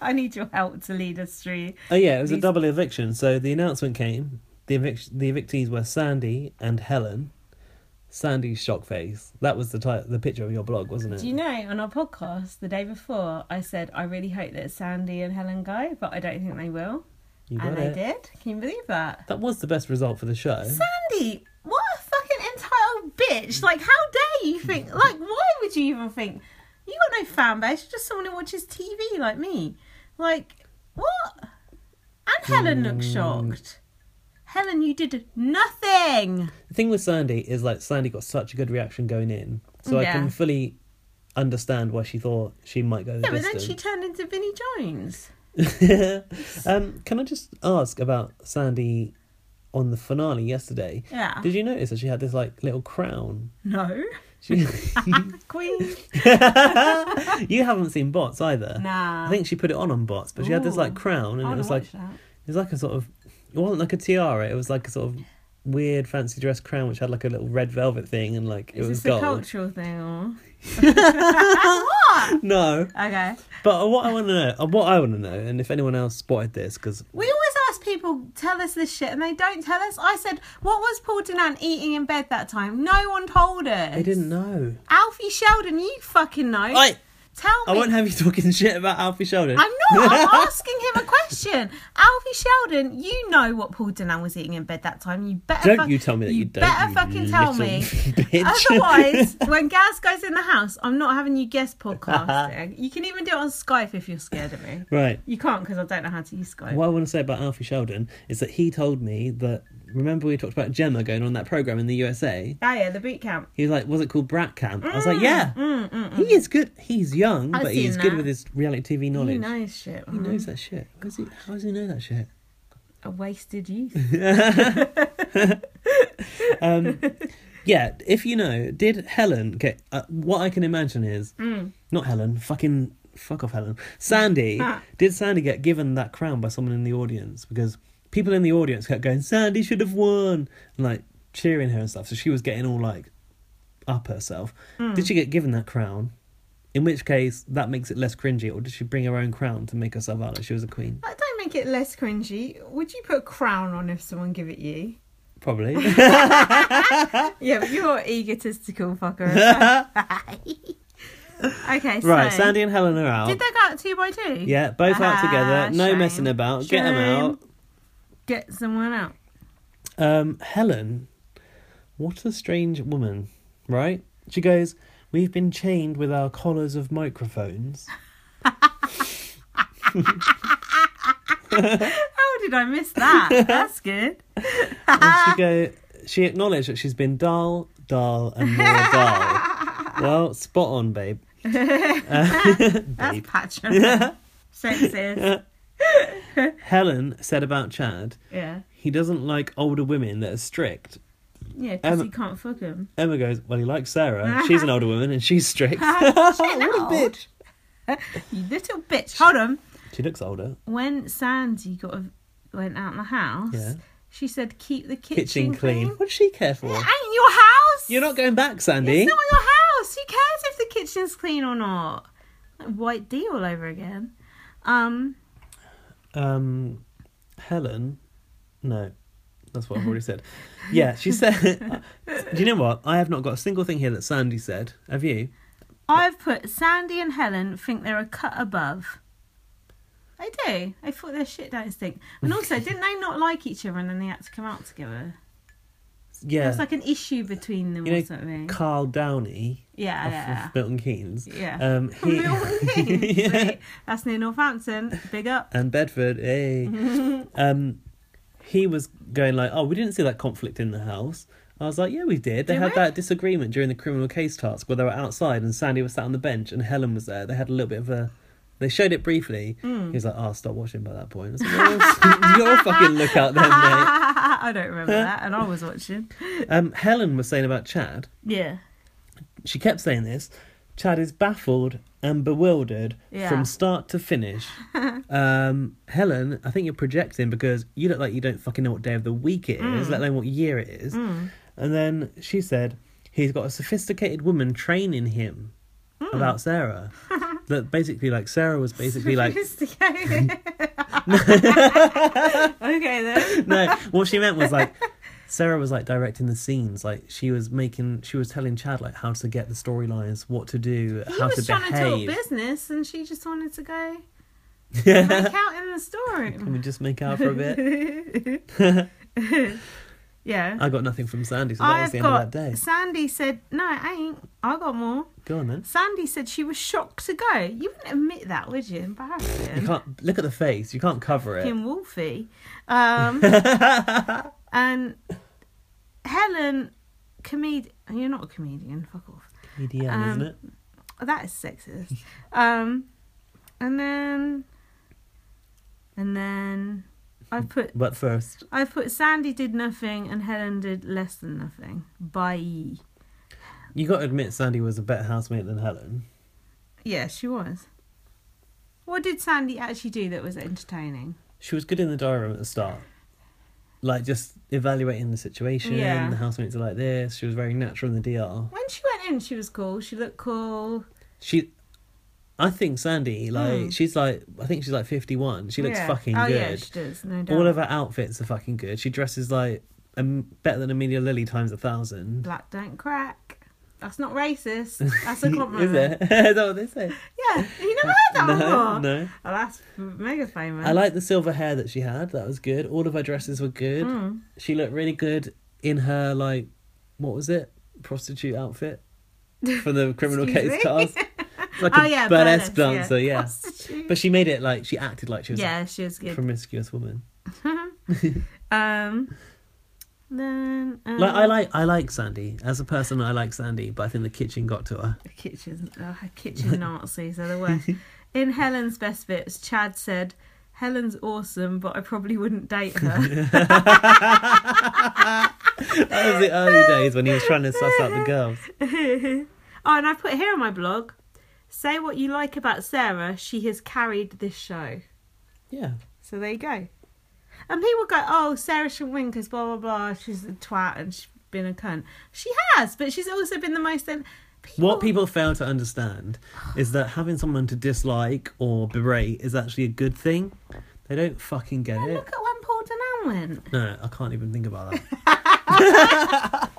I need your help to lead us through. Oh yeah, it was a These- double eviction. So the announcement came. The evic- the evictees were Sandy and Helen. Sandy's shock face. That was the ti- the picture of your blog, wasn't it? Do you know on our podcast the day before I said I really hope that Sandy and Helen go, but I don't think they will, You got and it. they did. Can you believe that? That was the best result for the show. Sandy, what a fucking entitled bitch! Like, how dare you think? Like, why would you even think? You got no fan base. You're just someone who watches TV like me. Like, what? And Helen looked Mm. shocked. Helen, you did nothing. The thing with Sandy is like Sandy got such a good reaction going in, so I Yeah. can fully understand why she thought she might go the Yeah, but then she distance. turned into Vinnie Jones. [LAUGHS] um, can I just ask about Sandy on the finale yesterday? Yeah. Did you notice that she had this like little crown? [LAUGHS] No, [LAUGHS] She- Queen. You haven't seen Bots either. Nah. I think she put it on on Bots, but she had this like Ooh. crown, and I it wanna was like watch that. it was like a sort of it wasn't like a tiara. It was like a sort of weird fancy dress crown, which had like a little red velvet thing, and like it Is was this a gold. cultural thing or? [LAUGHS] No, Okay. but what I want to know, uh, what I want to know, and if anyone else spotted this, because We always ask people, tell us this shit, and they don't tell us. I said, what was Paul Denan eating in bed that time? No one told us. I didn't know. Alfie Sheldon, you fucking know. I tell me. I won't have you talking [LAUGHS] shit about Alfie Sheldon. I'm not. [LAUGHS] I'm asking him a question. Alfie Sheldon, you know what Paul Denan was eating in bed that time. You better. Don't fuck- you tell me that you, don't. better you fucking tell little [LAUGHS] me. bitch. Otherwise, when Gaz goes in the house, I'm not having you [LAUGHS] guest podcasting. you can even do it on Skype if you're scared of me. [LAUGHS] right. You can't because I don't know how to use Skype. What I want to say about Alfie Sheldon is that he told me that remember we talked about Gemma going on that program in the USA. Oh yeah, the boot camp. He was like, "Was it called Brat Camp?" I was Mm, like, "Yeah." He is good. He's young, I've but he's seen good that. with his reality TV knowledge. He knows shit. He man. knows that shit. How does he, how does he know that shit? A wasted youth. yeah, if you know, did Helen get? Uh, what I can imagine is Mm. not Helen. Fucking fuck off, Helen. Sandy. Ah. did Sandy get given that crown by someone in the audience? Because people in the audience kept going, Sandy should have won, and like cheering her and stuff. So she was getting all like up herself. Mm. Did she get given that crown? In which case, that makes it less cringy. Or did she bring her own crown to make herself out that she was a queen? That don't make it less cringy. Would you put a crown on if someone give it you? [LAUGHS] Probably. Yeah, but you're egotistical [LAUGHS] [LAUGHS] fucker. okay, so, right, Sandy and Helen are out. Did they go out two by two? Yeah, both out Ah, together. No shame. messing about. Get them Shame. out. Get someone out. Um, Helen, what a strange woman, right? She goes, "We've been chained with our collars of microphones." How did I miss that? [LAUGHS] That's good. Ah. And she go, she acknowledged that she's been dull, dull, and more dull. [LAUGHS] well, spot on, babe. [LAUGHS] That's patronizing. Sexist. Helen said about Chad, Yeah. he doesn't like older women that are strict. Yeah, because Emma- you can't fuck him. Emma goes, well, he likes Sarah. She's an older woman and she's [LAUGHS] strict. [LAUGHS] what a bitch. you little bitch. Hold on. she looks older. When Sandy got a, went out in the house, Yeah. she said, keep the kitchen, Kitchen clean. clean. What does she care for? [LAUGHS] Ain't your house. You're not going back, Sandy. It's not your house. Who cares if the kitchen's clean or not? Like White D all over again. Um, um Helen no that's what I've already [LAUGHS] said yeah she said [LAUGHS] do you know what I have not got a single thing here that Sandy said have you I've put Sandy and Helen think they're a cut above. They do. They thought their shit don't stink. And [LAUGHS] also, didn't they not like each other and then they had to come out together? yeah It's like an issue between them you or know something. Carl Downey yeah, of- yeah. of Milton Keynes [LAUGHS] Yeah. um he [LAUGHS] Milton Keynes, Yeah. see? That's near Northampton. Big up. [LAUGHS] [LAUGHS] and Bedford [LAUGHS] hey um he was going like oh we didn't see that conflict in the house I was like, yeah, we did. They had that disagreement during the criminal case task where they were outside and Sandy was sat on the bench and Helen was there. They had a little bit of a. They showed it briefly. He was like, oh, stop watching by that point. I was like, well, [LAUGHS] you're a fucking lookout then, mate. I don't remember that. And I was watching. [LAUGHS] Um, Helen was saying about Chad. Yeah. She kept saying this. Chad is baffled and bewildered Yeah. from start to [LAUGHS] finish. um, Helen, I think you're projecting because you look like you don't fucking know what day of the week it is, Mm. let alone what year it is. And then she said, he's got a sophisticated woman training him Mm. about [LAUGHS] Sarah. that basically, like, Sarah was basically like, [LAUGHS] Sophisticated. okay then. no, what she meant was like, Sarah was like directing the scenes. Like, she was making, she was telling Chad, like, how to get the storylines, what to do, He how was to trying behave. [LAUGHS] to talk business and she just wanted to go Yeah. [LAUGHS] make out in the storeroom. Can we just make out for a bit? [LAUGHS] Yeah. I got nothing from Sandy, so that was I've the end got of that day. Sandy said, No, it ain't. I got more. Go on then. Sandy said she was shocked to go. You wouldn't admit that, would you? You Embarrassing. can't look at the face. You can't cover it. Fucking Wolfie. [LAUGHS] Um, and Helen, comedian. You're not a comedian. Fuck off. EDM, E isn't it? Oh, that is sexist. Um, and then, and then, I put But first, I put Sandy did nothing and Helen did less than nothing. Bye. you got to admit Sandy was a better housemate than Helen. Yeah, she was. What did Sandy actually do that was entertaining? She was good in the diary room at the start, like just evaluating the situation. Yeah. The housemates are like this. She was very natural in the DR. When she went in, she was cool. She looked cool. She, I think Sandy, like she's like I think she's like fifty one. She looks Hmm. yeah. fucking oh, good. yeah, she does. No doubt. All of her outfits are fucking good. She dresses like um, better than Amelia Lilly times a thousand. Black don't crack. That's not [LAUGHS] racist. That's a compliment. Is it? [LAUGHS] Is that what they say? Yeah. Have You never heard [LAUGHS] that No, before? no. Oh, that's mega famous. I like the silver hair that she had. That was good. All of her dresses were good. Hmm. She looked really good in her like, what was it? Prostitute [LAUGHS] outfit for the criminal Excuse case me? [LAUGHS] task. It's Like Oh, a yeah, burlesque, burlesque, dancer, yeah. yeah. Prostitute. But she made it like she acted like she was yeah, she was a good. promiscuous woman. Um, then um, Like I like I like Sandy as a person. I like Sandy, but I think the kitchen got to her. oh, [LAUGHS] kitchen, uh, kitchen Nazis are the worst. In Helen's best bits, Chad said Helen's awesome, but I probably wouldn't date [LAUGHS] her. That was the early days when he was trying to suss out the girls. oh, and I've put here on my blog say what you like about Sarah, she has carried this show. Yeah. So there you go. And people go, oh, Sarah should win because blah, blah, blah. She's a twat and she's been a cunt. She has, but she's also been the most. um, People, Oh. What people fail to understand is that having someone to dislike or berate is actually a good thing. They don't fucking get it. Look at when Paul Denan went. No, I can't even think [LAUGHS] about that.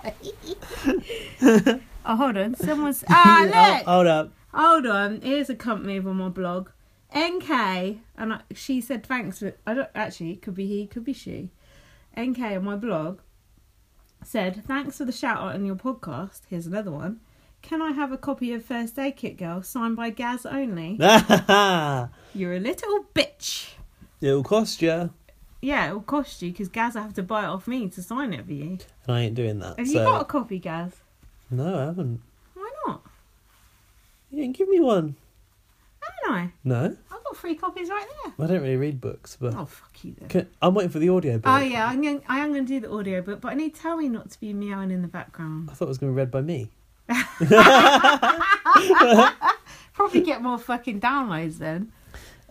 Oh, hold on. [LAUGHS] Someone's. Ah, Oh, look. hold up. Hold on, here's a cunt move on my blog. NK, and I, she said thanks. But I don't actually. Could be he, could be she. NK on my blog said thanks for the shout out on your podcast. Here's another one. Can I have a copy of First Aid Kit Girl signed by Gaz only? You're a little bitch. [LAUGHS] It'll cost you. And Yeah, it'll cost you because Gaz will have to buy it off me to sign it for you. I ain't doing that. Have so... you got a copy, Gaz? No, I haven't. Why not? You didn't give me one. Haven't No? I? I've got three copies right there. I don't really read books, but Oh, fuck you then. Can- I'm waiting for the audio book. Oh yeah, I'm going, I am going to do the audio book, but I need Terry not to be meowing in the background. I thought it was going to be read by me. Probably get more fucking downloads then.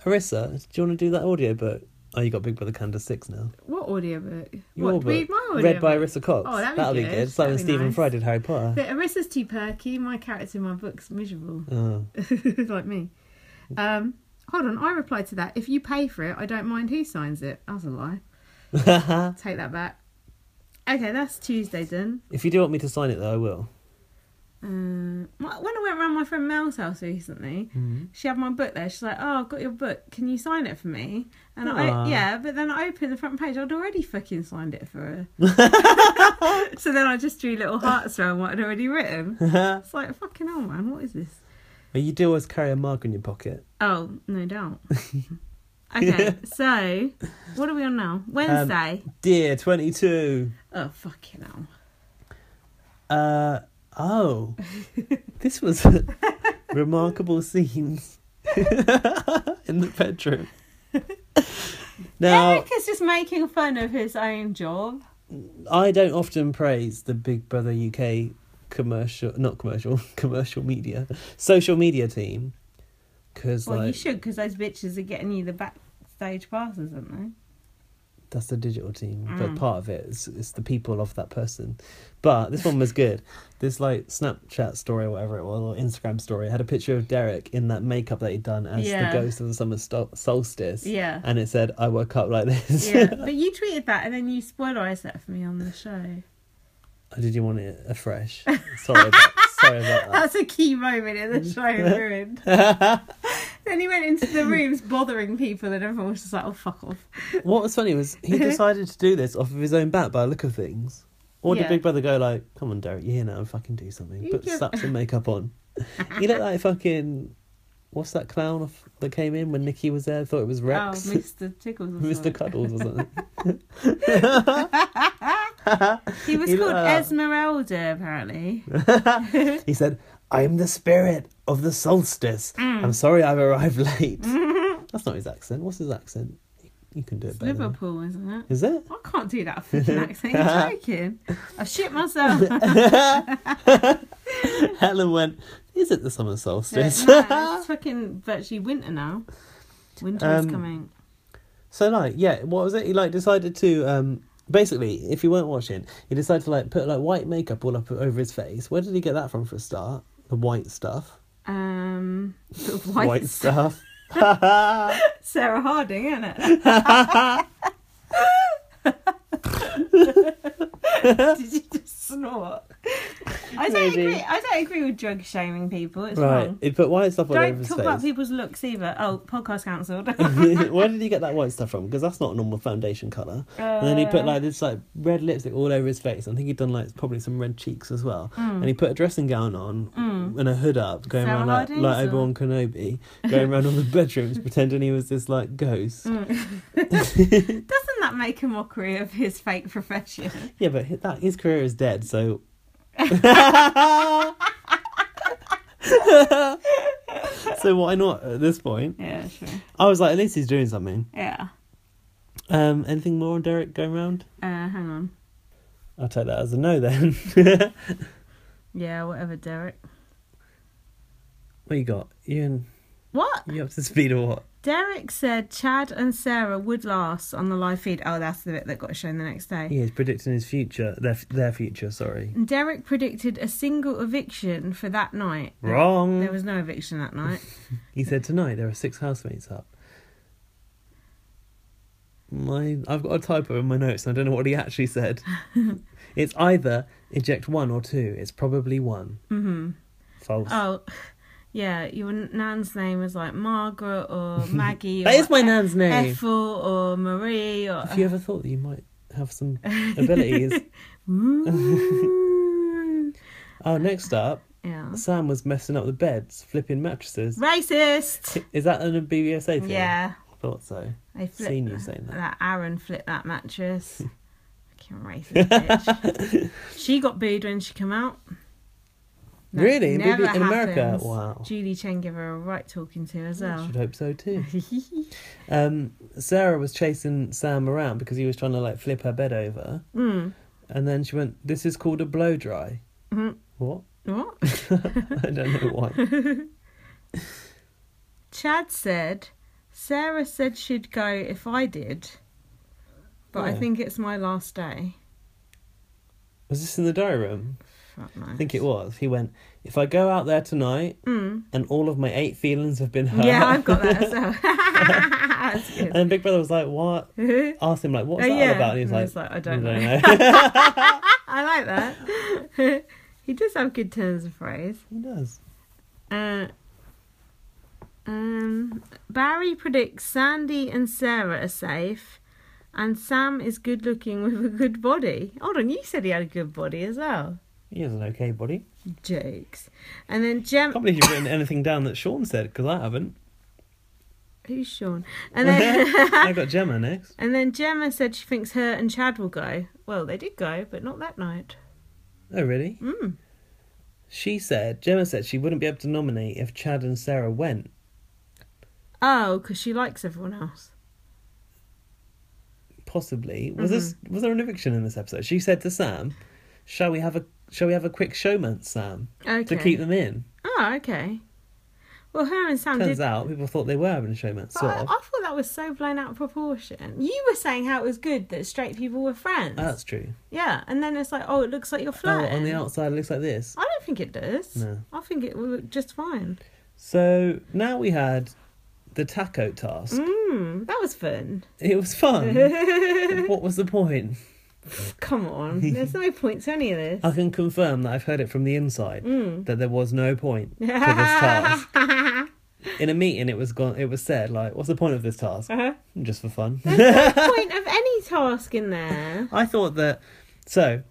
Arissa, do you want to do that audio book? Oh, you got Big Brother Canada 6 now. What audio book? Your what book. read my audio read by book? Arissa Cox. Oh, that'd be That'll good. It's like That'd when be Stephen nice. Fry did Harry [LAUGHS] Potter. But Arissa's too perky. My character in my book's miserable, [LAUGHS] Oh. like me. Um, hold on, I replied to that. If you pay for it, I don't mind who signs it. That's a lie. Oh. [LAUGHS] Take that back. Okay, that's Tuesday done. If you do want me to sign it, though, I [LAUGHS] will. Um, my- when I went round my friend Mel's house recently, she had my book there. She's like, "Oh, I've got your book. Can you sign it for me?" And Aw. I, yeah, but then I opened the front page. I'd already fucking signed it for her. [LAUGHS] so then I just drew little hearts around what I'd already written. It's like fucking hell, man. What is this? But you do always carry a mark in your pocket. Oh, no doubt. okay, so what are we on now? Wednesday. Dear 22. oh fucking hell. Uh, oh. [LAUGHS] this was [LAUGHS] remarkable scenes [LAUGHS] in the [LAUGHS] bedroom. now, Eric is just making fun of his own job. I don't often praise the Big Brother UK commercial, not commercial, [LAUGHS] commercial media, social media team. Because, Well, you like, should, because those bitches are getting you the backstage passes, aren't they? that's the digital team, Mm. but part of it is, is the people of that person. But this one was good. This like Snapchat story or whatever it was, or Instagram story, had a picture of Derek in that makeup that he'd done as Yeah. the ghost of the summer sto- solstice. Yeah. and it said, "I woke up like [LAUGHS] this." Yeah, but you tweeted that and then you spoilerized that for me on the show. Oh, Did you want it afresh? Sorry, about, sorry about that. That's a key moment [LAUGHS] in the show ruined. then he went into the rooms bothering people and everyone was just like, oh, fuck off. What was funny was [LAUGHS] he decided to do this off of his own bat by the look of things. Or did Yeah. Big Brother go like, "Come on, Derek, you're here now, fucking do something." You Put can- slap some makeup [LAUGHS] on. you look like fucking what's that clown off that came in when Nikki was there? Thought it was Rex, Oh, [LAUGHS] Mr. Tickles. Or Mr. something. Cuddles or something. [LAUGHS] He was He called looked uh, like that. Esmeralda, apparently. he said, "I'm the spirit of the solstice. Mm. I'm sorry I've arrived [LAUGHS] late." That's not his accent. What's his accent? You can do it better. than- Liverpool, isn't it? Is it? I can't do that fucking [LAUGHS] accent. You're joking. I shit myself. Helen went, Is it the summer solstice? No, it's fucking virtually winter now. Winter is Um, coming. so, like, yeah, what was it? He, like, decided to, um, basically, if you weren't watching, he decided to, like, put, like, white makeup all up over his face. Where did he get that from for a start? The white stuff. Um, the [LAUGHS] White, white, stuff. Sarah Harding, isn't [LAUGHS] it? Did you just snort? I don't Maybe. agree. I don't agree with drug shaming people. It's Right. wrong. He put white stuff all over Don't his talk about face. people's looks either. Oh, podcast [LAUGHS] cancelled. [LAUGHS] Where did he get that white stuff from? Because that's not a normal foundation colour. and then he Uh. put like this like red lipstick all over his face. I think he'd done like probably some red cheeks as well. And he put a dressing gown on and a hood up, going Hmm. Sarah around like, Harding's like or- Obi Wan Kenobi, going around all the [LAUGHS] bedrooms pretending he was this like ghost. Doesn't that make a mockery of his fake profession? [LAUGHS] Yeah, but hi- that his career is dead. So [LAUGHS] so so why not at this point? Yeah, sure. I was like, at least he's doing something. Yeah. Um, anything more on Derek going round? Uh, hang on. I'll take that as a no then. [LAUGHS] what Yeah, whatever, Derek. you got? You and What? you up to speed or what? Derek said Chad and Sarah would last on the live feed. Oh, that's the bit that got shown the next day. Yeah, he's predicting his future, their their future. Sorry, And Derek predicted a single eviction for that night. wrong. There was no eviction [LAUGHS] that night. He said tonight there are six housemates up. My, I've got a typo in my notes, and I don't know what he actually [LAUGHS] said. it's either eject one or two. It's probably one. Mm-hmm. False. Oh, yeah, your nan's name was like Margaret [LAUGHS] or Maggie. That or is my nan's name. Ethel or Marie [LAUGHS] or. [LAUGHS] Have you ever thought that you might have some abilities? oh, next up, yeah. Sam was messing up the beds, flipping mattresses. [LAUGHS] Racist! Is that an a BBSA thing? Yeah. I thought so. They flipped Seen you saying [LAUGHS] that. that Aaron flipped [LAUGHS] that mattress. Fucking racist bitch. she got booed when she came out. That Really? In never BB in America? happens. Wow. Julie Chen gave her a right talking to as well. Should hope so too. um, Sarah was chasing Sam around because he was trying to like flip her bed over, Mm. and then she went, "This is called a blow dry." Mhm. What? [LAUGHS] [LAUGHS] What? I don't know why. Chad said, Sarah said she'd go if I did, but I Yeah. think it's my last day. Was this in the diary room? Fuck no. I think it was. He went, "If I go out there tonight, Mm. and all of my eight feelings have been hurt." Yeah, [LAUGHS] I've got that as well. [LAUGHS] That's and good. then Big Brother was like, "What?" Asked him like, "What's Oh, that all yeah. about?" And he was And like, he's like, "I don't know." [LAUGHS] know." I like that. [LAUGHS] he does have good turns of phrase. he does. Uh, um, Barry predicts Sandy and Sarah are safe, and Sam is good looking with a good body. Hold on, you said he had a good body as well. He has an okay body. Jokes. And then Can't Gem. believe you've written anything down that Sean said because I haven't. Who's Sean? And Uh-huh. [LAUGHS] then. [LAUGHS] I got Gemma next. And then Gemma said she thinks her and Chad will go. Well, they did go, but not that night. Oh, really? Mm. She said, Gemma said she wouldn't be able to nominate if Chad and Sarah went. Oh, because she likes everyone else. Possibly was this Mm-hmm. was there an eviction in this episode? She said to Sam, "Shall we have a shall we have a quick showman, Sam, Okay. to keep them in?" Oh, okay. Well, her and Sam Turns Um, did. out people thought they were having a showman, oh, But sort I, I of. thought that was so blown out of proportion. You were saying how it was good that straight people were friends. Oh, that's true. yeah, and then it's like, oh, it looks like you're Oh, flirting. on the outside it looks like this. I don't think it does. No. I think it will look just fine. So now we had the taco task. Mm, that was fun. It was [LAUGHS] fun. what was the point? Come [LAUGHS] on, there's no point to any of this. I can confirm that I've heard it from the inside Mm. that there was no [LAUGHS] point to this task. In a meeting, it was gone. It was said like, "What's the point of this task? Uh-huh. Just for [LAUGHS] fun." [LAUGHS] point of any task in there. I thought that. So,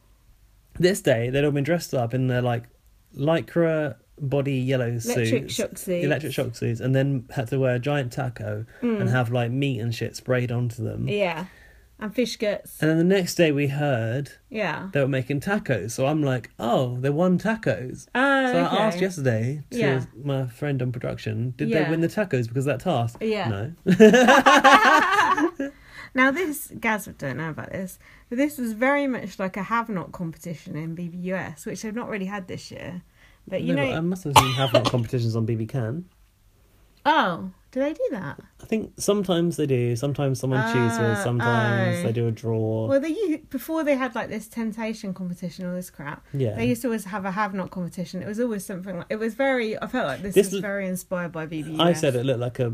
this day they'd all been dressed up in their like lycra body yellow suits, Electric shock suits. Mm. electric shock suits, and then had to wear a giant taco and have like meat and shit sprayed onto them. Yeah, and fish guts. And then the next day we heard Yeah. they were making tacos. So I'm like, oh, they won tacos. Oh, so okay. I asked yesterday to Yeah. my friend on production, did Yeah. they win the tacos because of that task? Yeah. No. Now this, Gaz don't know about this, but this was very much like a have not competition in BBUS, which they've not really had this year. But [LAUGHS] you No, um, know, but I must have seen have not competitions on BB Can. oh, do they do that? I think sometimes they do. Sometimes someone chooses. Ah, Sometimes oh. they do a draw. Well, they used, before they had like this temptation competition, all this crap. Yeah. They used to always have a have not competition. It was always something like it was very. I felt like this, This was l- very inspired by BBUS. I said it looked like a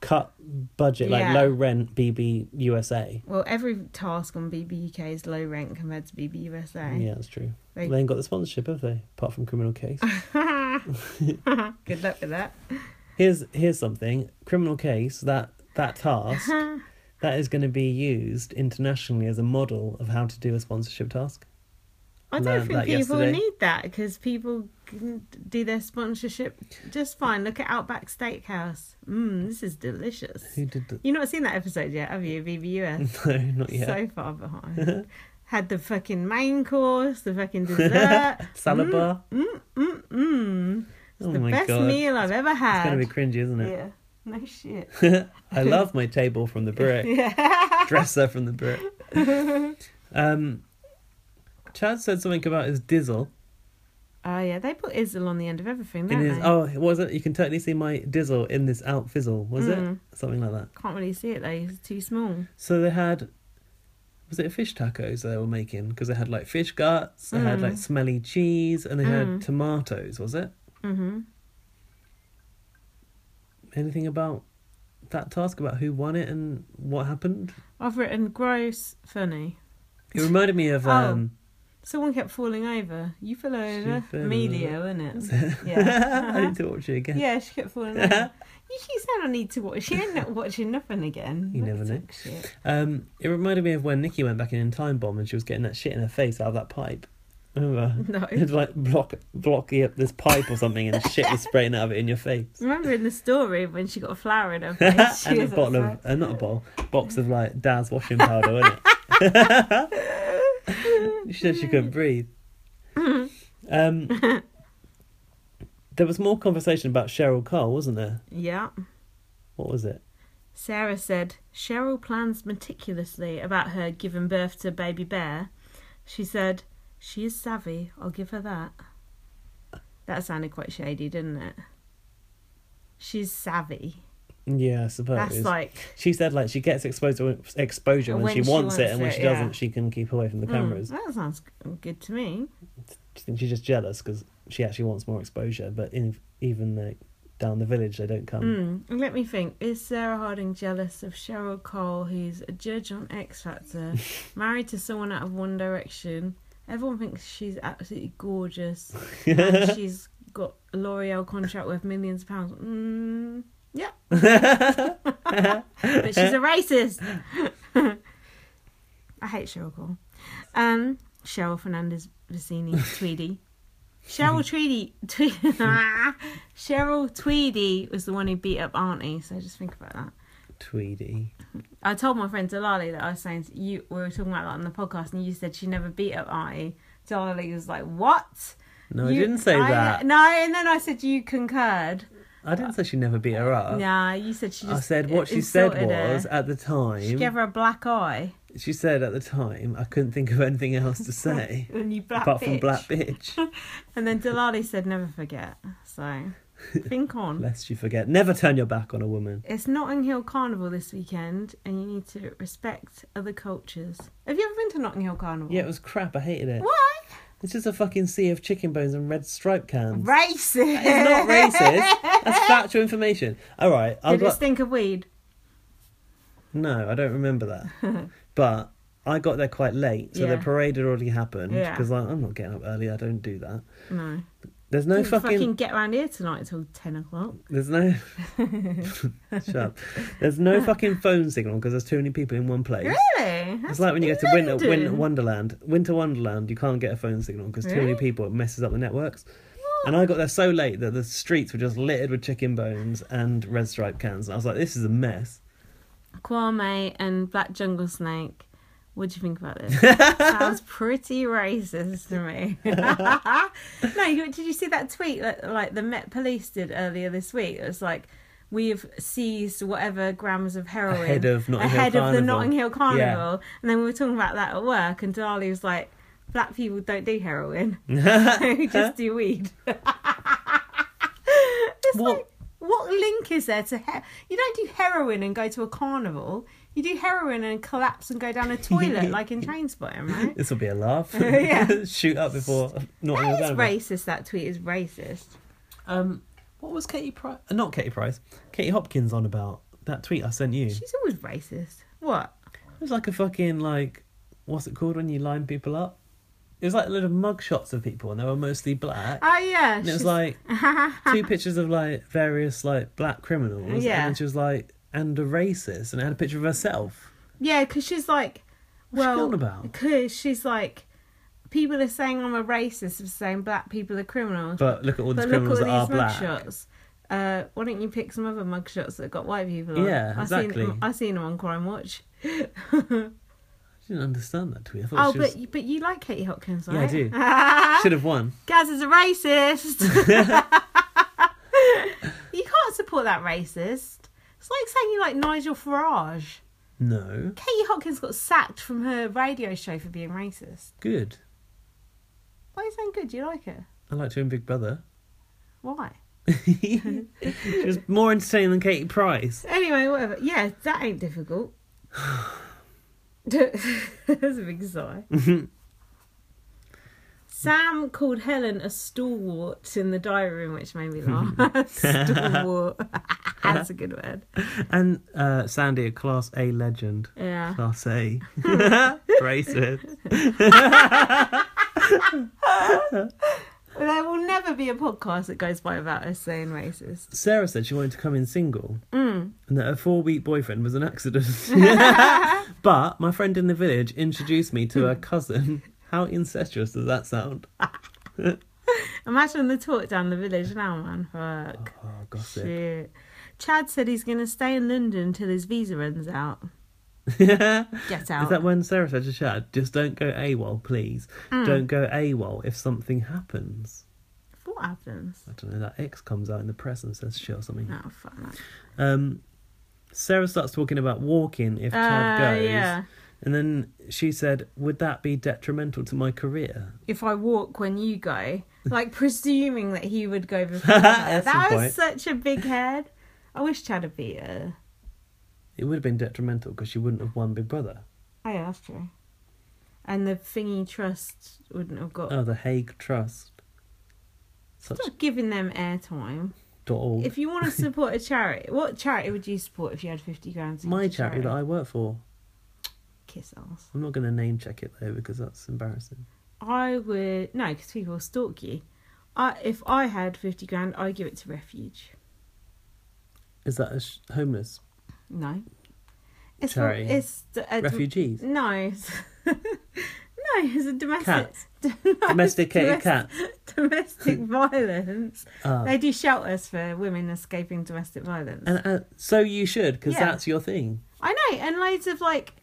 cut budget, like Yeah. low rent BB USA. Well, every task on BBUK is low rank compared to BBUSA. Yeah, that's true. They- They ain't got the sponsorship, have they? Apart from Criminal Case. [LAUGHS] Good luck with that. here's here's something criminal case that that [LAUGHS] task that is going to be used internationally as a model of how to do a sponsorship task I don't learned think that people yesterday. need that because people can do their sponsorship just fine. Look at Outback Steakhouse. Mmm, this is delicious. who did the You've not seen that episode yet, have you? [LAUGHS] BBUS. no not yet So [LAUGHS] far behind. Had the [LAUGHS] fucking main course, the fucking dessert. salad bar Mm, mm, mm. Oh the my best god. meal I've ever It's had. gonna be cringy, isn't it? Yeah. No shit. [LAUGHS] I love my table from the [LAUGHS] brick. Dresser from the brick. Um, Chad said something about his dizzle. Oh yeah, they put Izzle on the end of everything, In don't his they? oh, what was it? You can totally see my dizzle in this out fizzle. Was Mm. it something like that? Can't really see it though. It's too small. So they had, was it fish tacos they were making? Because they had like fish guts, they had Mm. like smelly cheese, and they had tomatoes. Was it Mm-hmm. anything about that task? About who won it and what [LAUGHS] happened? I've written gross, funny. It reminded me of Oh. um, Someone kept falling over. You fell over. fell Media, isn't it? [LAUGHS] Yeah. I need to watch it again. Yeah, she kept falling over. You keep saying I need to watch. She ain't not watching nothing again. You never know. Fuck Shit. Um, it reminded me of when Nikki went back in in Time Bomb and she was getting that shit in her face out of that pipe. Remember? [LAUGHS] No. It'd like block block you up this pipe or something [LAUGHS] and shit was spraying out of it in your face. Remember in the story when she got a flower [LAUGHS] in her face? She and a was bottle outside. of uh, not a bottle, box of like Dad's washing powder, wasn't [LAUGHS] it? she said she couldn't breathe. Um, there was more conversation about Cheryl Cole, wasn't there? Yeah. What was it? Sarah said, Cheryl plans meticulously about her giving birth to baby bear. She said, She is savvy, I'll give her that. That sounded quite shady, didn't it? She's savvy. Yeah, I suppose. That's like, she said like she gets exposure exposure when, When she, she wants it, wants and when it, she yeah. Mm. doesn't, she can keep away from the cameras. that sounds good to me. She thinks she's just jealous because she actually wants more exposure. But in, even like down the village, they don't come. Mm, Let me think. Is Sarah Harding jealous of Cheryl Cole, who's a judge on X Factor, married to someone out of One Direction? Everyone thinks she's absolutely gorgeous. and she's got a L'Oreal contract worth millions of pounds. Mm, yeah. Mm. [LAUGHS] but she's a racist. I hate Cheryl Cole. Um, Cheryl Fernandez Vicini Tweedy. Cheryl Tweedy. Tweedy. [LAUGHS] Cheryl Tweedy was the one who beat up Auntie, so just think about that. [LAUGHS] Tweedy. I told my friend Delali that I was saying you we were talking about that on the podcast, and you said she never beat up Auntie. Delali was like, "What? No, I You- didn't say that. No, and then I said you concurred. I didn't say she never beat her up. nah, you said she. Just Oh. I said what she said insulted her. was at the she time. gave her a black eye. she said at the time I couldn't think of anything else to [LAUGHS] say And you black apart bitch. from black bitch. And then Delali said, "Never forget." [LAUGHS] So think on. Lest you forget, never turn your back on a woman. It's Notting Hill Carnival this weekend, and you need to respect other cultures. Have you ever been to Notting Hill Carnival? Yeah, it was crap. I hated it. Why? It's just a fucking sea of chicken bones and red stripe cans. Racist. It's not racist. [LAUGHS] That's factual information. All right, I'll Did it go- stink of weed? No, I don't remember that. [LAUGHS] but I got there quite late, so the Yeah. parade had already happened. Yeah. Because I'm not getting up early. I don't do that. No. There's no Didn't fucking... fucking. get round here tonight till ten o'clock. There's [LAUGHS] no. Shut up. There's no fucking phone signal because there's too many people in one place. Really? It's That's like when you go to Winter, Winter London. Wonderland. Winter Wonderland, you can't get a phone signal because too many Really? people. It messes up the networks. And I got there so late that the streets were just littered with chicken bones and red stripe cans. And I was like, this is a mess. Kwame and Black Jungle Snake. What do you think about [LAUGHS] this? Sounds pretty racist to me. no, you, did you see that tweet that like the Met Police did earlier this week? It was like we have seized whatever grams of heroin Ahead of Notting Hill ahead of the Carnival. Notting Hill Yeah. Carnival, and then we were talking about that at work, and Darley was like, "Black people don't do heroin; they [LAUGHS] just do weed." [LAUGHS] it's What- like what link is there to he- you don't do heroin and go to a carnival you do heroin and collapse and [LAUGHS] go down a toilet like in train spotting right This will be a laugh. [LAUGHS] [LAUGHS] Yeah. Shoot up before not that is Alabama. racist that tweet is racist Um, what was Katie Price? Not Katie Price. Katie Hopkins on about that tweet I sent you. she's always racist what It was like a fucking like, what's it called when you line people up? It was like little mug shots of people, and they were mostly black. oh yeah and it was [LAUGHS] like two pictures of like various like black criminals. Yeah. And she was like, and a racist, and I had a picture of herself. yeah because she's like she well on about? because she's like people are saying i'm a racist for saying black people are criminals But look at all these but look at all criminals these that are black. mugshots. Uh, why don't you pick some other mugshots that got white people on? Yeah, I exactly. seen, I seen them on Crime Watch. [LAUGHS] I didn't understand that tweet. I thought Oh, she was... but you but you like Katie Hopkins, [LAUGHS] yeah, I right? [LAUGHS] [LAUGHS] do. Should have won. Gaz is a racist. can't support that racist. It's like saying you like Nigel Farage. No. Katie Hopkins got sacked from her radio show for being racist. Good. Why is that good? Do you like her? I liked her in Big Brother. [LAUGHS] Why? she was more entertaining than Katie Price. Anyway, whatever. Yeah, that ain't difficult. [LAUGHS] That's a [LAUGHS] big sigh. Sam called Helen a stalwart in the diary room, which made me [LAUGHS] laugh. [LAUGHS] stalwart. [LAUGHS] That's a good word. And uh, Sandy, a Class A legend. Yeah. Class [LAUGHS] A. Racist. There will never be a podcast that goes by without us saying racist. Sarah said she wanted to come in single and that her four week boyfriend was an [LAUGHS] accident. but my friend in the village introduced me [LAUGHS] to her cousin. How incestuous does that sound? Imagine the talk down the village now, man. Fuck. Oh, [LAUGHS] gossip. Shit. Chad said he's going to stay in London until his visa runs out. Get out. Is that when Sarah said to Chad, just don't go AWOL, please? Don't go AWOL if something happens. What happens? I don't know, that ex comes out in the press and says shit or something. Oh, fuck that. Um, Sarah starts talking about walking if Chad Uh, goes. yeah. And then she said, Would that be detrimental to my career? if I walk when [LAUGHS] you go, like presuming that he would go before. her. That's that the was point. such a big head. I wish Chad had beat her. It would have been detrimental because she wouldn't have won Big Brother. Oh yeah, that's true. And the thingy trust wouldn't have got Oh, the Hague Trust. Such Stop giving them airtime. dot If you [LAUGHS] want to support a charity, what charity would you support if you had fifty grand? To My give to charity that I work for. kiss ass. I'm not going to name check it though because that's embarrassing. I would no, because people stalk you. I, if I had fifty grand, I'd give it to refuge. Is that a sh- homeless? No, it's for- Charity. it's a, Refugees? No. it's- [LAUGHS] no, it's a domestic. Cats. [LAUGHS] no, it's Domesticated domest- cats. [LAUGHS] [LAUGHS] Domestic violence. Ah. They do shelters for women escaping domestic violence. And uh, so you should because Yeah. that's your thing. I know, and loads of like,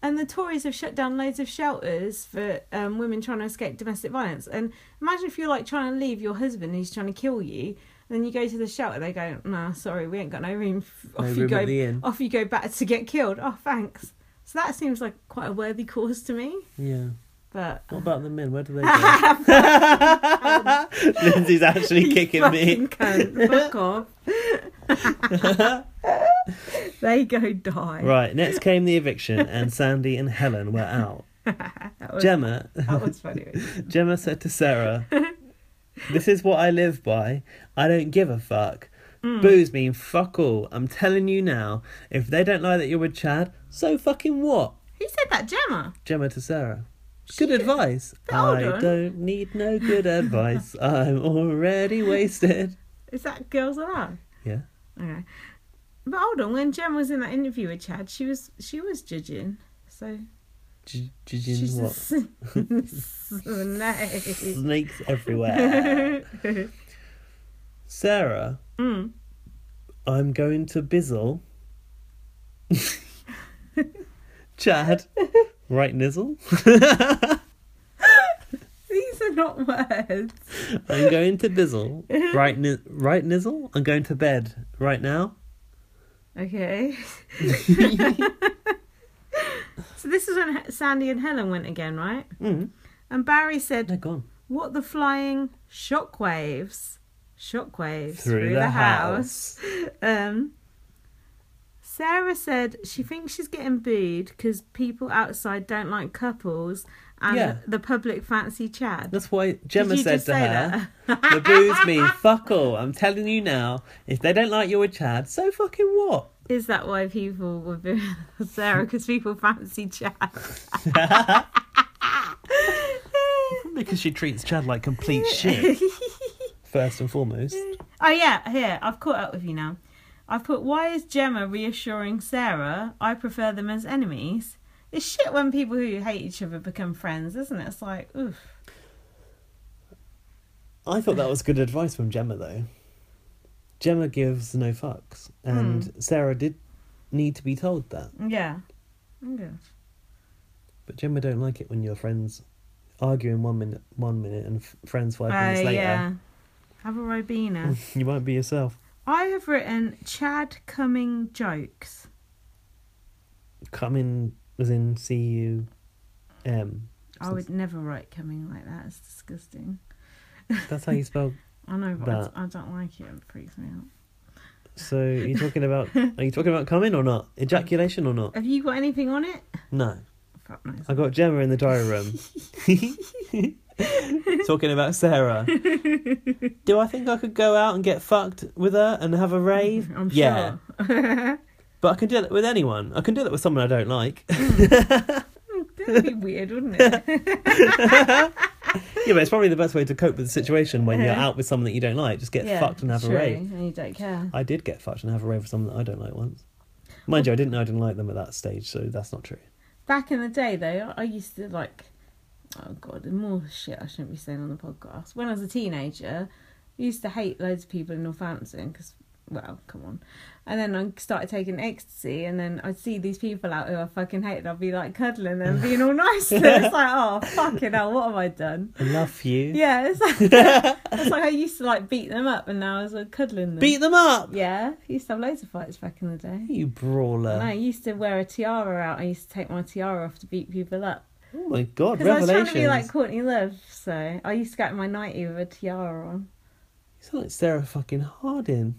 and the Tories have shut down loads of shelters for um, women trying to escape domestic violence. And imagine if you're like trying to leave your husband who's trying to kill you. And then you go to the shelter. They go, nah, sorry, we ain't got no room. F- No off you room go. at the inn." Off you go back to get killed. Oh, thanks. So that seems like quite a worthy cause to me. Yeah. But What about the men? Where [LAUGHS] do they go? [LAUGHS] Lindsay's [LAUGHS] actually kicking me. Fucking cunt. [LAUGHS] Fuck off. [LAUGHS] they go die. Right, next came the eviction, and Sandy and Helen were out. was- Gemma, [LAUGHS] That was funny. [LAUGHS] Gemma said to Sarah, "This is what I live by. I don't give a fuck. Hmm. Booze mean fuck all. I'm telling you now. If they don't like that you're with Chad, so fucking what?" Who said that, Gemma? Gemma to Sarah. Good advice. Hold I on. don't need no [LAUGHS] good advice. I'm already wasted. Is that girls allowed? Yeah. Okay. But hold on, when Gemma was in that interview with Chad, she was she was judging. So J- she's Jijin a what? s- [LAUGHS] snake. Snakes everywhere. [LAUGHS] Sarah, Mm. I'm going to bizzle. Chad, right nizzle. These are not words. I'm going to bizzle. Right, ni- right nizzle. I'm going to bed right now. [LAUGHS] Okay. [LAUGHS] so this is when H- Sandy and Helen went again, right? Mm. And Barry said, They're gone. What the flying shockwaves? Shockwaves Through, the, house. Um, Sarah said she thinks she's getting booed because people outside don't like couples and Yeah. the public fancy Chad. That's why Gemma Did you said just to say her, the booze mean fuck all. I'm telling you now, if they don't like you with Chad, so fucking what? Is that why people were booing [LAUGHS] Sarah because people fancy Chad? Because she treats Chad like complete [LAUGHS] shit, first and foremost. Oh yeah, here I've caught up with you now. I've put why is Gemma reassuring Sarah? I prefer them as enemies. It's shit when people who hate each other become friends, isn't it? It's like oof. I thought that was good advice from Gemma, though. Gemma gives no fucks, and Sarah did need to be told that. Yeah. Yeah. But Gemma don't like it when your friends arguing one minute, one minute, and f- friends five Oh minutes later. yeah. uh, Have a Robina. [LAUGHS] You won't be yourself. I have written Chad Cumming jokes. Coming was in C U M. I would never write Cumming like that. It's disgusting. That's how you spell. I know, but I That- d- I don't like it. It freaks me out. So you're talking about? Are you talking about coming or not? Ejaculation or not? Have you got anything on it? No. Fuck knows. I got Gemma in the diary room. [LAUGHS] Talking about Sarah. Do I think I could go out and get fucked with her and have a rave? I'm yeah. sure. But I can do that with anyone. I can do that with someone I don't [LAUGHS] like. yeah, That'd be weird, wouldn't [LAUGHS] it? but it's probably the best way to cope with the situation when you're out with someone that you don't like. Just get fucked and have true, a rave. And you don't care. I did get fucked and have a rave with someone that I don't like once. Mind you, I didn't know I didn't like them at that stage, so that's not true. Back in the day, though, I I used to like. Oh god, and more shit I shouldn't be saying on the podcast. When I was a teenager, I used to hate loads of people in Northampton because, well, come on. And then I started taking ecstasy, and then I'd see these people out who I fucking hated. I'd be like cuddling them, being all nice. [LAUGHS] to them. It's like, oh fucking hell, what have I done? I love you. Yeah, it's like, [LAUGHS] it's like I used to like beat them up, and now I was like, cuddling them. Beat them up, Yeah, I used to have loads of fights back in the day. you brawler. And I used to wear a tiara out. I used to take my tiara off to beat people up. Oh my god, Because I was revelations. trying to be like Courtney Love, so I used to go out in my nightie with a tiara on. You sound like Sarah fucking Hardin.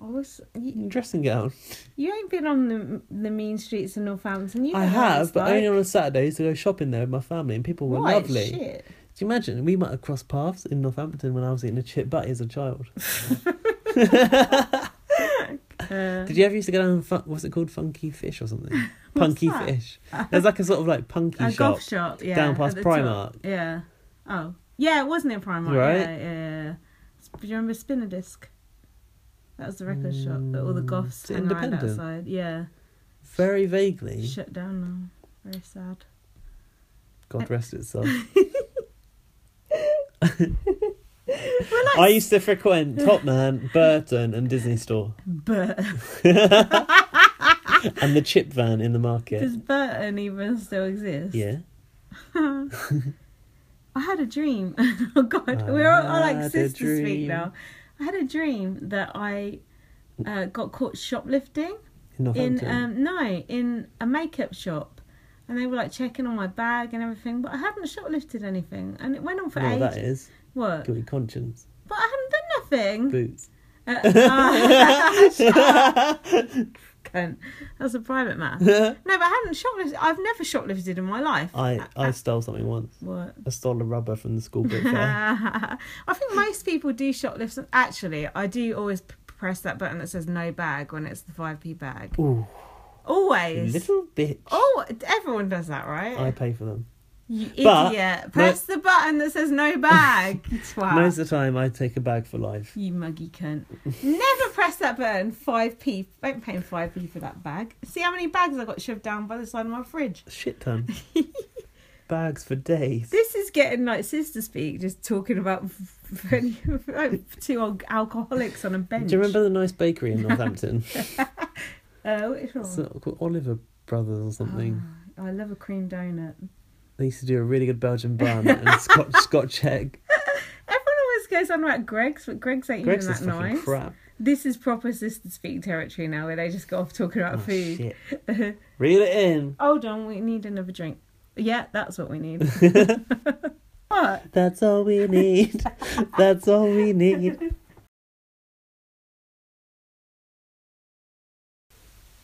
I was, you, In dressing gown. you ain't been on the, the mean streets of Northampton. You I know what have, it's but like. only on a Saturday. I used to go shopping there with my family, and people were Right, lovely. Shit. Do you imagine? We might have crossed paths in Northampton when I was eating a chip butty as a [LAUGHS] child. [LAUGHS] Uh, Did you ever used to go down and fun- what's it called? Funky fish or [LAUGHS] something? punky that? fish. There's like a sort of like punky a shop. golf shop, yeah. down at past the top. Primark. Yeah. Oh, yeah. It wasn't in Primark. Right. Yeah, yeah, yeah. Do you remember Spinadisc? That was the record shop that all the goths Mm, is it hang around independent? Hmm. outside. Yeah. Very vaguely. Shut down now. Very sad. God rest its [LAUGHS] soul. [LAUGHS] We're like I used to frequent Topman, Burton, and Disney Store, [LAUGHS] Bert. and the chip van in the market. [LAUGHS] Does Burton even still exist? Yeah. I had a dream. [LAUGHS] oh God, I we're all, all had a like sisters dream. speak now. I had a dream that I uh, got caught shoplifting In in Northampton. um, no in a makeup shop, and they were like checking on my bag and everything. But I hadn't shoplifted anything, and it went on for You know what ages. that is? What? Gooey conscience. But I hadn't done nothing. Boots. Uh, [LAUGHS] ah, shut up. Cunt. That's a [LAUGHS] private matter. no, but I hadn't shoplifted. I've never shoplifted in my life. I, I stole something once. what? I stole a rubber from the school book fair. [LAUGHS] I think most people do shoplifts. Actually, I do always p- press that button that says no bag when it's the 5p bag. Ooh, Always. little bitch. Oh, everyone does that, right? I pay for them. you but- idiot. Press the button that says [LAUGHS] no bag. Twat. Most of the time, I take a bag for life. You muggy cunt. Never press that button. 5p. Don't pay 5p for that bag. See how many bags I got shoved down by the side of my fridge. Shit [LAUGHS] ton. Bags for days. This is getting like sister speak, just talking about [LAUGHS] f- f- like two old alcoholics on a bench. Do you remember the nice bakery in [LAUGHS] Northampton? Uh, which one? It's not called Oliver Brothers or something. I love a cream donut. They used to do a really good Belgian bun [LAUGHS] and Scotch Scotch egg. Everyone always goes on about Greg's, but Greg's ain't Greg's is even fucking that nice. crap. This is proper sister speak territory now, where they just go off talking about Oh, food. shit. [LAUGHS] Reel it in. Hold on, we need another drink. Yeah, that's what [LAUGHS] we need. what? That's all we need. That's all we need.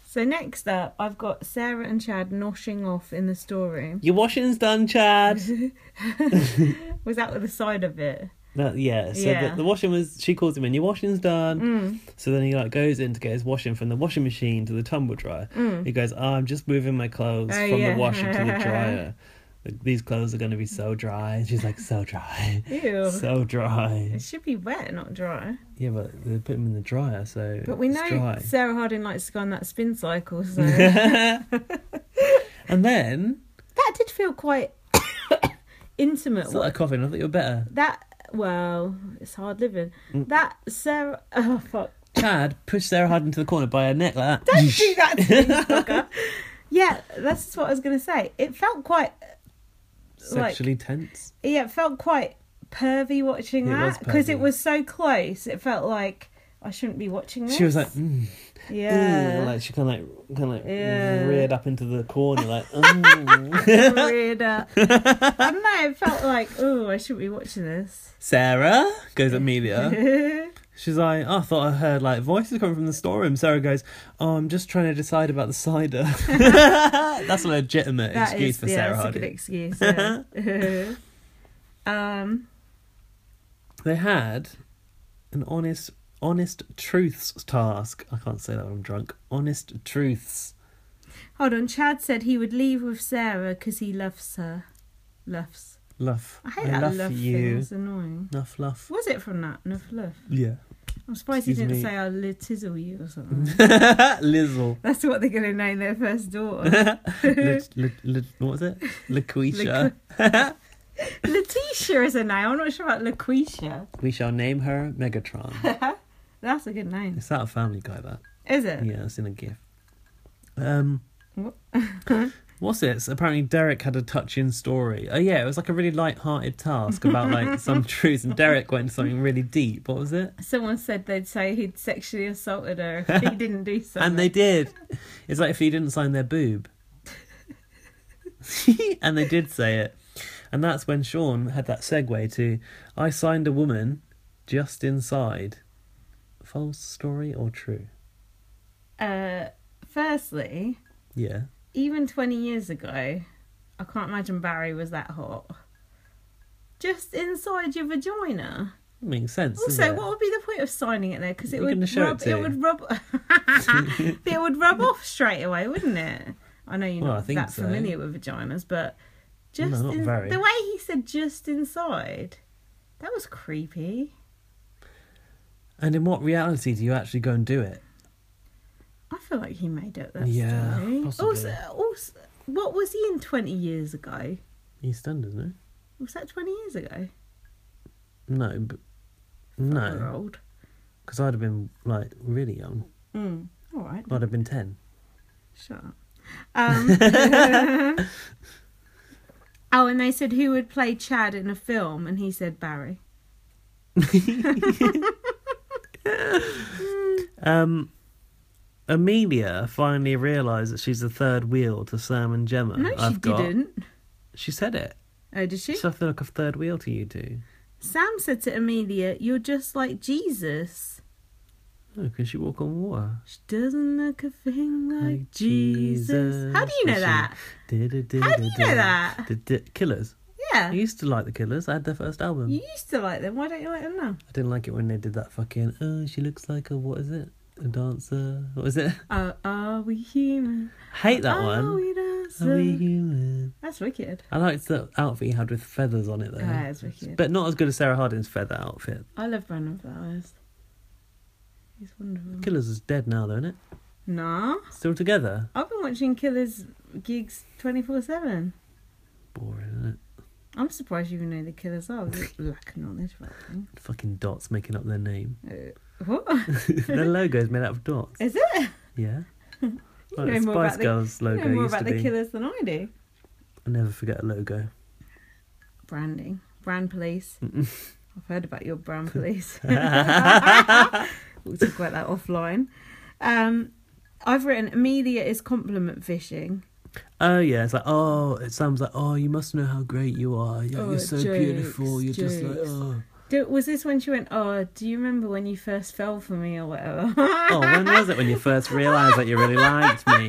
So next up, I've got Sarah and Chad noshing off in the storeroom. Your washing's done, [LAUGHS] Chad. Was that with the side of it? That, yeah. So Yeah. Mm. The, the washing was. She calls him in. Your washing's done. So then he like goes in to get his washing from the washing machine to the tumble dryer. He goes, oh, "I'm just moving my clothes Mm. Oh, from yeah. the washer to [LAUGHS] the dryer. Like, These clothes are going to be so dry." And she's like, "So dry, Ew. so dry." It should be wet, not dry. Yeah, but they put them in the dryer, so But we it's know [LAUGHS] dry. [LAUGHS] Sarah Harding likes to go on that spin cycle, so and then that did feel [COUGHS] quite [COUGHS] intimate. it's like coughing. I thought you were better. that well, it's hard living. Mm. That Sarah, [LAUGHS] oh fuck, Chad pushed Sarah Hard into the corner by her neck like that. don't [LAUGHS] do that [LAUGHS] to me, fucker. Yeah, that's what I was gonna say. It felt quite, Sexually tense. yeah, it felt quite pervy watching It was that because it pervy. was so close. It felt like I shouldn't be watching this. She was like, mm, yeah. ooh, like she kind of like, kind of like Yeah. reared up into the corner, like, mm. ooh. [LAUGHS] [LAUGHS] Weird, uh, I don't know. It felt like, oh, I shouldn't be watching this. Sarah goes Amelia. [LAUGHS] She's like, oh, I thought I heard like voices coming from the storeroom. Sarah goes, oh, I'm just trying to decide about the [LAUGHS] cider. That's a legitimate That excuse is, for yeah, Sarah that's Hardy. a good [LAUGHS] excuse. yeah. um, They had an honest, honest truths task. I can't say that when I'm drunk. Honest truths. hold on. Chad said he would leave with Sarah because he loves her. Loves. Love. I hate that love love, thing. you. It's annoying. Nuff, love. Was it from that? Enough love. Yeah. I'm surprised he Excuse didn't me. say I'll tizzle you or something. [LAUGHS] Lizzle. That's what they're gonna name their first [LAUGHS] daughter. Lit- lit- lit- what was it? Laquisha. Letitia is a name. I'm not sure about Laquisha. we shall name her [LAUGHS] Megatron. That's a good name. It's that a Family Guy that. Is it? Yeah, it's in a GIF. Um, What? [LAUGHS] what's it? Apparently, Derek had a touching story. Oh yeah, it was like a really light-hearted task about like [LAUGHS] some truths, and Derek went into something really deep. What was it? Someone said they'd say he'd sexually assaulted her [LAUGHS] if he didn't do something. And they did. It's like if he didn't sign their boob. [LAUGHS] and they did say it, and that's when Sean had that segue to, "I signed a woman, just inside." False story or true? Uh, firstly, Yeah. even 20 years ago, I can't imagine Barry was that hot. Just inside your vagina. Makes sense. Also, doesn't it? what would be the point of signing it there? Because it You're gonna would show it rub. It, to you. would rub. [LAUGHS] it would rub off straight away, wouldn't it? I know you're Well, I not think that so. familiar with vaginas, but just not in- very. the way he said "just inside," that was creepy. And in what reality do you actually go and do it? I feel like he made up that Yeah, story. possibly. Also, also, what was he in twenty years ago? EastEnders, no? Was that twenty years ago? No, but Or no, old. because I'd have been like really young. Mm. All right. I'd have been ten. Shut up. Um, [LAUGHS] oh, and they said who would play Chad in a film, and he said Barry. Um, Amelia finally realised that she's the third wheel to Sam and Gemma. No, she I've got. didn't. She said it. Oh, did she? She's like a third wheel to you two. Sam said to Amelia, "You're just like Jesus." Oh, can she walk on water? She doesn't look a thing like, Like Oh, Jesus. How do you know She- that? How do you know that? Killers. Yeah, I you, used to like the Killers. I had their first album. used to like them. Why don't you like them now? I didn't like it when they did that fucking. Oh, she looks like a what is it? A dancer? What is it? [LAUGHS] Oh, are we human? Hate that are one. we Are we dancing? human? That's wicked. I liked the outfit he had with feathers on it though. Yeah, it's wicked. But not as good as Sarah Hardin's feather outfit. I love Brandon Flowers. He's wonderful. Killers is dead now though, isn't it? Nah. Still together. I've been watching Killers gigs 24 7. Boring, isn't I'm surprised you even know the [LAUGHS] Killers are. You lack of knowledge about them. it? Fucking dots making up their [LAUGHS] name. [LAUGHS] What? their logo is made out of dots. Is it? [LAUGHS] Yeah. like know the more Spice about the- Girls You logo know more used about to the be. Killers than I do. I'll never forget a [LAUGHS] logo. [LAUGHS] Branding. Brand police. I've heard about [LAUGHS] your brand police. [LAUGHS] we'll talk about that offline. Um, I've written Amelia is compliment fishing. Oh yeah, it's like oh, it sounds like oh, you must know how great you are. Yeah, Oh, you're so jokes, beautiful. You're just like jokes. oh. Do, was this when she went, Oh, do you remember when you first fell for me or whatever? Oh, when was it when you first realised that you [LAUGHS] really liked me?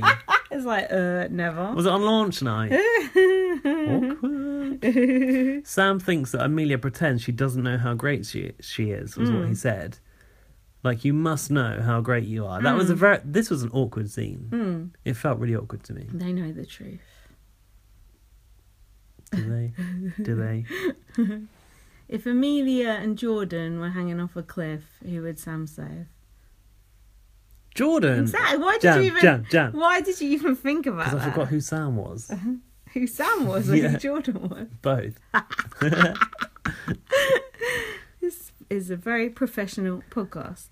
it's like, Uh, never. Was it on launch night? [LAUGHS] Mm-hmm. Awkward. Sam thinks that Amelia pretends she doesn't know how great she she is. Was Mm. what he said. Like you must know how great you are. That was a Mm. very. This was an awkward scene. It felt really awkward to [LAUGHS] me. They know the truth. Do they? Do they? If Amelia and Jordan were hanging off a cliff, who would Sam save? Jordan. Exactly. Why did Jan, you even? Jan, Jan. Why did you even think about Because that? I forgot who Sam [LAUGHS] was. who Sam was and Yeah. who Jordan was. Both. This is a very professional podcast.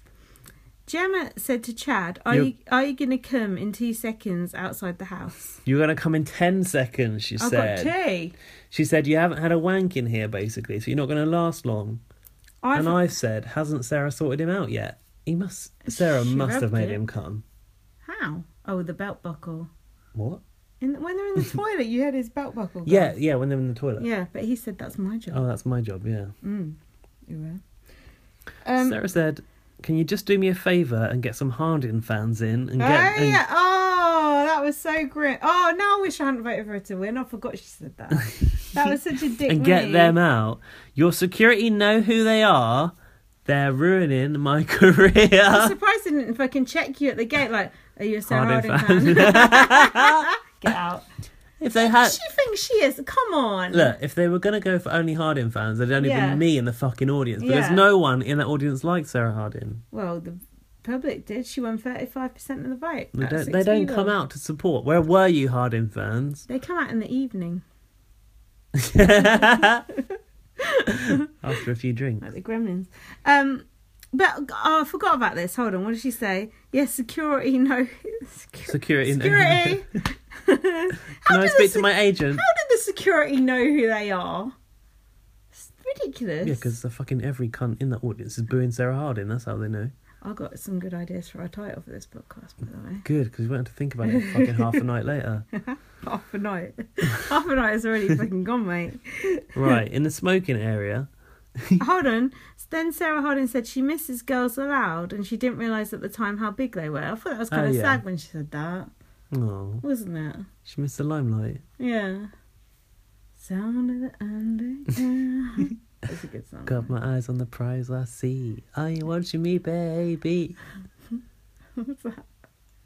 Gemma said to Chad, "Are You're- you are you gonna come in two seconds outside the house?" You're gonna come in ten seconds. She I've got said. two. She said you haven't had a wank in here basically, so you're not gonna last long. I've, And I said, hasn't Sarah sorted him out yet? He must. Sarah She must have rubbed made it. him come. How? Oh, the belt buckle. What? In, when they're in [LAUGHS] the toilet, you heard his belt buckle. go. Yeah, yeah. When they're in the toilet. Yeah, but he said that's my job. Oh, that's my job. Yeah. Ooh, eh. Um, Sarah said, "Can you just do me a favour and get some Hardin fans in and get oh, and yeah. oh, that was so grim. Oh, now I wish I hadn't voted for her to win. I forgot she said [LAUGHS] that. that was such a dick. and get move. them out. Your security know who they are. They're ruining my [LAUGHS] career." [LAUGHS] I'm surprised they didn't fucking check you at the gate. Like, are you a Sarah Hardin Hardin fan? [LAUGHS] [LAUGHS] Get out. if they had She thinks she is. Come on. look, if they were gonna go for only Hardin fans, there'd only Yeah. be me in the fucking audience. But Yeah. there's no one in that audience like Sarah Hardin. Well, the public did. She won 35% of the vote. They That's don't. They six don't people. come out to support. Where were you, Hardin [LAUGHS] fans? They come out in the evening, After a few drinks. like the gremlins. Um, but oh, I forgot about this. Hold on. What did she say? Yes, security. No. [LAUGHS] Security. Security. know- Security. [LAUGHS] [LAUGHS] Can I does speak the- to my agent? How did the security know who they are? It's ridiculous. Yeah, because the fucking every cunt in the audience is booing Sarah Hardin. That's how they know. I got some good ideas for our title for this podcast, by the way. [LAUGHS] Good, because we won't have to think about it fucking half a night [LAUGHS] later. Half a night. Half a night is already fucking [LAUGHS] gone, mate. Right, in the smoking area. Hold on. Then Sarah Harding said she misses Girls Aloud and she didn't realise at the time how big they were. I thought that was kind Oh, of yeah. sad when she said that, Oh, wasn't it? she missed the limelight. Yeah. Sound of the [LAUGHS] underground. That's a good song. [LAUGHS] Got my eyes on the prize I see. Are you watching me, baby? What's that?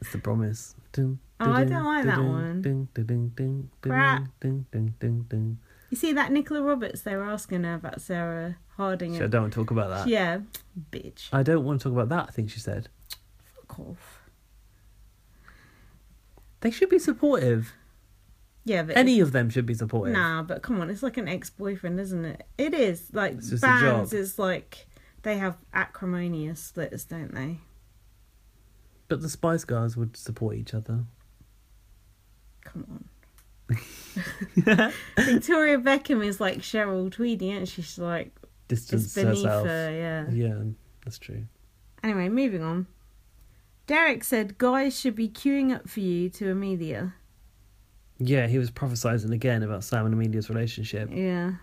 It's the promise. Dun, Oh, I dun, don't like that dun, one. dun, dun, dun, dun, dun, Crap. dun, dun, dun, dun. You see that Nicola Roberts? They were asking her about Sarah Harding. Shit, I don't want to talk about that. Uh, yeah, bitch. I don't want to talk about that, I think she said. Fuck off. They should be supportive. Yeah, but Any of them should be supportive. Nah, but come on, it's like an ex-boyfriend, isn't it? It is like just a bands job. is like they have acrimonious splits, don't they? But the Spice Girls would support each other. Come [LAUGHS] on. Victoria Beckham is like Cheryl Tweedy, and she's like Distance it's beneath herself. her. Yeah. Yeah, that's true. Anyway, moving on. Derek said guys should be queuing up for you to Amelia. Yeah, he was prophesizing again about Sam and Amelia's relationship. Yeah. [LAUGHS]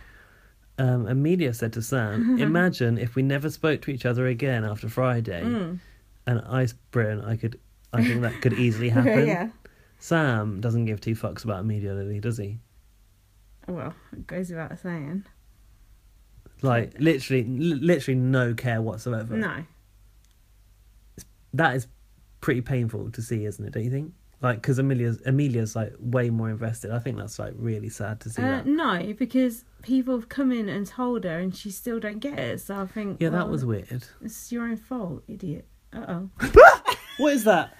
Um, Amelia said to Sam, "Imagine if we never spoke to each other again after Friday." Mm. And I, Britain, I could, I think that could easily happen. [LAUGHS] yeah. Sam doesn't give two fucks about Amelia Lily, does he? Well, it goes without saying. Like literally, l- literally no care whatsoever. No. that is pretty painful to see, isn't it? Don't you think? Like, because Amelia's Amelia's like way more invested. I think that's like really sad to see. Uh, that. no, because people have come in and told her, and she still don't get it. So I think Yeah, that well, was weird. It's your own fault, idiot. [LAUGHS] Uh oh. What is that?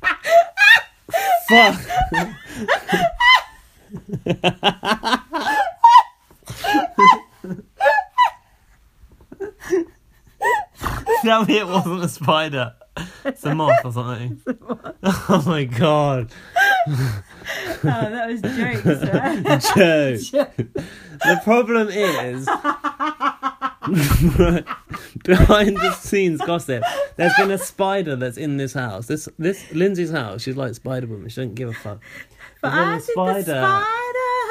Fuck. Tell me it wasn't a spider. It's a moth or something. Oh my god. Oh, that was jokes. Joe. The problem is [LAUGHS] behind the scenes gossip. There's been a spider that's in this house. This this Lindsay's house. She's like Spider Woman. She doesn't give a fuck. but I did the spider.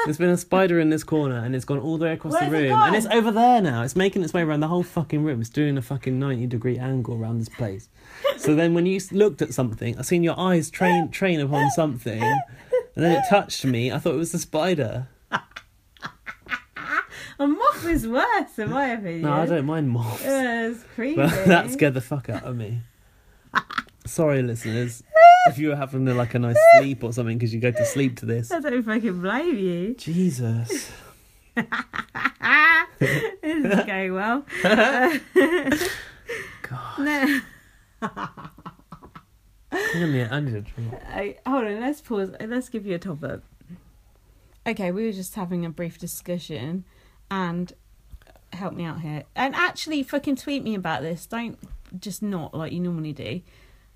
There's been a spider in this corner, and it's gone all the way across the Where's it room, and gone? it's over there now. It's making its way around the whole fucking room. It's doing a fucking ninety degree angle around this place. so then, when you s- looked at something, I seen your eyes train train upon something, and then it touched me. I thought it was the spider. A moth is worse, in my opinion. No, I don't mind moths. Yeah, It's [LAUGHS] creepy. But [LAUGHS] that scared the fuck out of [LAUGHS] me. Sorry, listeners, if you were having like a [LAUGHS] nice sleep or something because you go to sleep to this. I don't fucking blame you. Jesus. Ah, this [LAUGHS] is going well. Uh, [LAUGHS] God. No, I need, I need a drink. I, hold on. Let's pause. Let's give you a top up. Okay, we were just having a brief discussion, and help me out here. And actually, fucking tweet me about this. Don't just not like you normally do.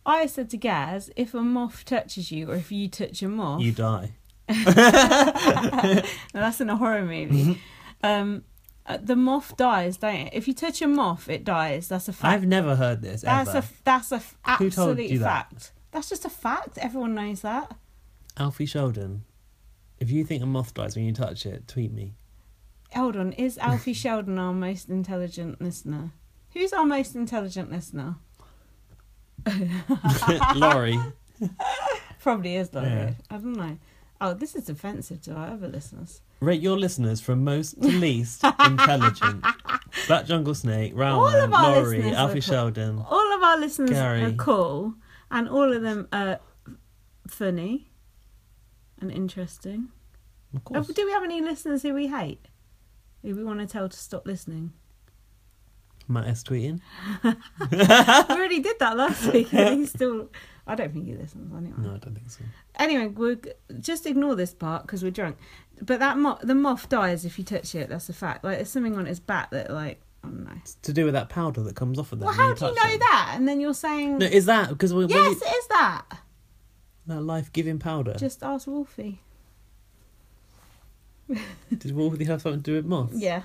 I said to Gaz, if a moth touches you, or if you touch a moth, You die. Mm-hmm. No, that's in a horror movie. um, uh, the moth dies, don't it? If you touch a moth, it dies. That's a fact. I've never heard this that's ever. a that's a f- Who told you absolute that? fact. That's just a fact. Everyone knows that. Alfie Sheldon. If you think a moth dies when you touch it, tweet [LAUGHS] me. [LAUGHS] Hold on, is Alfie Sheldon our most intelligent listener? Who's our most intelligent listener? Laurie. Probably is Laurie. Yeah. I don't know. Oh, this is offensive to our other listeners. Rate your listeners from most to least [LAUGHS] intelligent. Black Jungle Snake, All Raoul, of our Laurie, listeners are Alfie cool. Sheldon. All of our listeners Gary. are cool, and all of them are funny and interesting. Of Oh, course. do we have any listeners who we hate? Who we want to tell to stop listening? Matt S. [LAUGHS] tweeting. [LAUGHS] we already did that last week, and he's still. I don't think he listens anyway. No, I don't think so. Anyway, we're g- just ignore this part because we're drunk. But that mo- the moth dies if you touch it. That's a fact. Like there's something on its back that like I don't know. It's to do with that powder that comes off of them. Well, when how do you know touch them. that? And then you're saying No, is that because when when yes, you- it is that. that life-giving powder? Just ask Wolfie. Did Wolfie have something to do with moths? Yeah,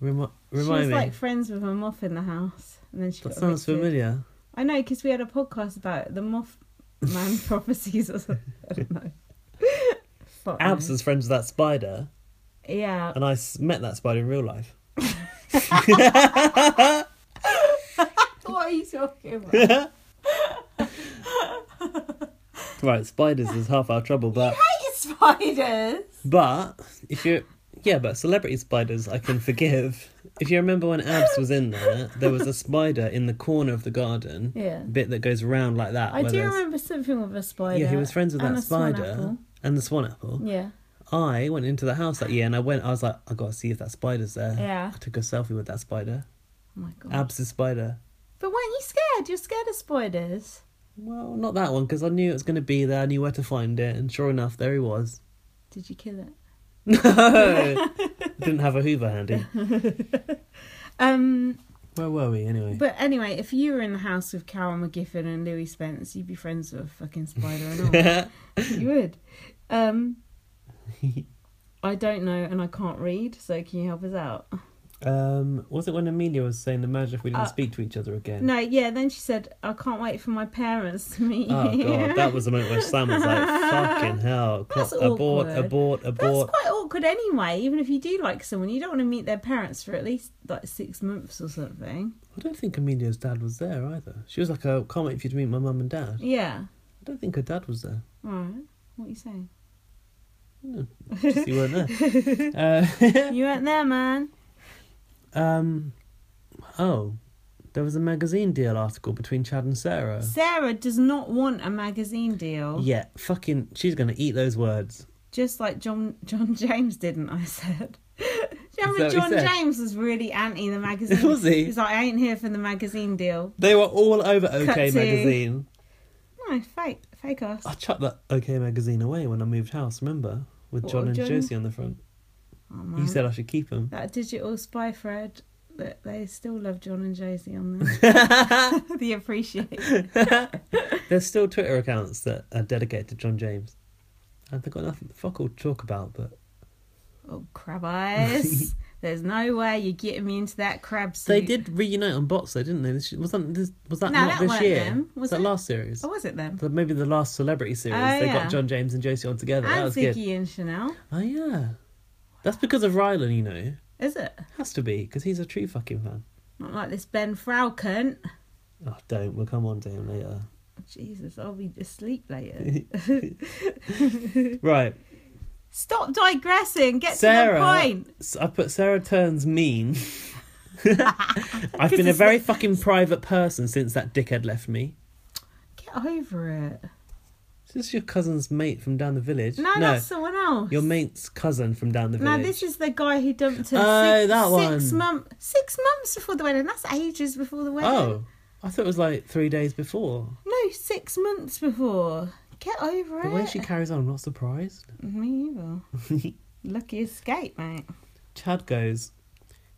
Remi- she remind was me. like friends with a moth in the house, and then she. that got sounds evicted. familiar. I know because we had a podcast about the moth man [LAUGHS] prophecies or something. [LAUGHS] I don't know. Fuck knows. Abs was friends with that spider, Yeah, and I s- met that spider in real life. What are you [LAUGHS] talking about? Right, spiders is half our trouble, but Spiders. but if you're yeah, but celebrity spiders I can forgive. If you remember when Abs was in there, there was a spider in the corner of the garden, Yeah. bit that goes around like that. I where do there's- remember something with a spider. Yeah, he was friends with and that a swan spider apple. and the swan apple. Yeah. Oh I went into the house that year and I went, I was like, I gotta see if that spider's there. Yeah. I took a selfie with that spider. Oh my god. Abs' spider. but weren't you scared? You're scared of spiders. Well, not that one, because I knew it was gonna be there, I knew where to find it, and sure enough, there he was. [LAUGHS] Did you kill it? [LAUGHS] No! Didn't have a Hoover handy. Um. Where were we anyway? But anyway, if you were in the house with Carol McGiffin and Louis Spence, you'd be friends with a fucking [LAUGHS] spider and all. you would. Um. I don't know, and I can't read. So can you help us out? um, was it when Amelia was saying, imagine if we didn't Uh, speak to each other again? No. Yeah. Then she said, "I can't wait for my parents to meet Oh you." god, that was the moment where Sam was [LAUGHS] like, fucking hell. That's abort, awkward. abort, That's abort. quite awkward anyway. Even if you do like someone, you don't want to meet their parents for at least like six months or something. I don't think Amelia's dad was there either. She was like, I can't wait for you to meet my mum and dad. Yeah. I don't think her dad was there. All right. What are you saying? Just you weren't there. [LAUGHS] Uh, You weren't there, man. [LAUGHS] um, oh, there was a magazine deal article between Chad and Sarah. Sarah does not want a magazine deal. Yeah, fucking, she's gonna eat those words. Just like John John [LAUGHS] James didn't, I said. [LAUGHS] Do you remember that what he John said? James was really anti the [LAUGHS] magazine? Was he? He's like, I ain't here for the magazine deal. They were all over OK to- magazine. No, fake, fake us. I chucked that OK magazine away when I moved house. Remember, with What, John and John? Josie on the front. Oh, You man. said I should keep [LAUGHS] them. that digital spy thread that they still love John and Josie on [LAUGHS] there. [LAUGHS] they appreciate. There's still Twitter accounts that are dedicated to John James. And they've got nothing, fuck all to talk about, but Oh, crab eyes. [LAUGHS] There's no way you're getting me into that crab suit. They did reunite on Bots, though, didn't they? This, was that this, was that Mm. No, not that this weren't year? them, was that it? last series? Oh, was it them? The- maybe the last celebrity series. Oh, they yeah. got John James and Josie on together. that And was Ziggy good. and Chanel. Oh yeah, that's because of Rylan, you know. Is it? Has to be because he's a true fucking fan. Not like this Ben Frau cunt. Oh, don't. We'll come on to him later. Jesus, I'll be asleep [LAUGHS] later. Right, Stop digressing. Get Sarah. to the point. s- I put Sarah turns [LAUGHS] mean. I've been a very fucking private person since that dickhead left me. Get over it. Is this your cousin's mate from down the village? No, that's someone else. your mate's cousin from down the No, village. this is the guy who dumped her Oh, six, that six one. months six months before the wedding. That's ages before the wedding. Oh, [LAUGHS] I thought it was like three days before. No, six months before. Get over The it. way she carries on, I'm not [LAUGHS] surprised. Me either. Lucky [LAUGHS] escape, mate. Chad goes,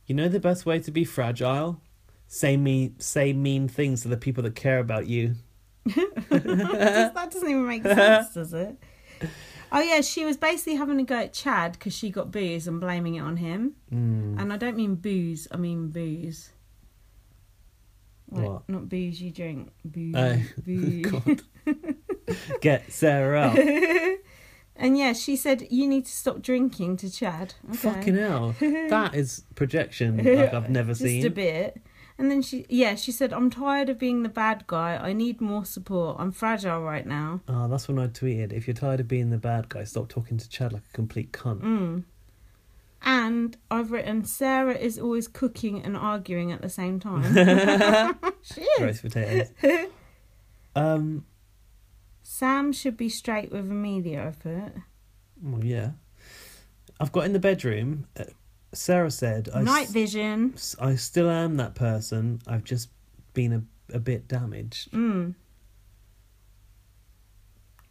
You know the best way to be fragile? Say me say mean things to the people that care about you. That doesn't even make sense, does it? Oh yeah, she was basically having a go at Chad because she got booze and blaming it on him. Hmm. Mm. And I don't mean booze, I mean booze. Like, What? Not booze you drink. Booze. [LAUGHS] Oh, [LAUGHS] booze. God. Get Sarah up. [LAUGHS] And yeah, she said you need to stop drinking to Chad. Okay. Fucking hell. That is projection like [LAUGHS] I've never Just seen. a bit. And then she, yeah, she said, "I'm tired of being the bad guy. I need more support. I'm fragile right now." Ah, that's when I tweeted, if you're tired of being the bad guy, stop talking to Chad like a complete cunt. Mm. And I've written, "Sarah is always cooking and arguing at the same [LAUGHS] time." she is. Roast [LAUGHS] potatoes. um, Sam should be straight with Amelia, I put. well, yeah. I've got in the bedroom, uh, Sarah said, I, Night s- vision. s- I still am that person. I've just been a, a bit damaged. [LAUGHS] Mm.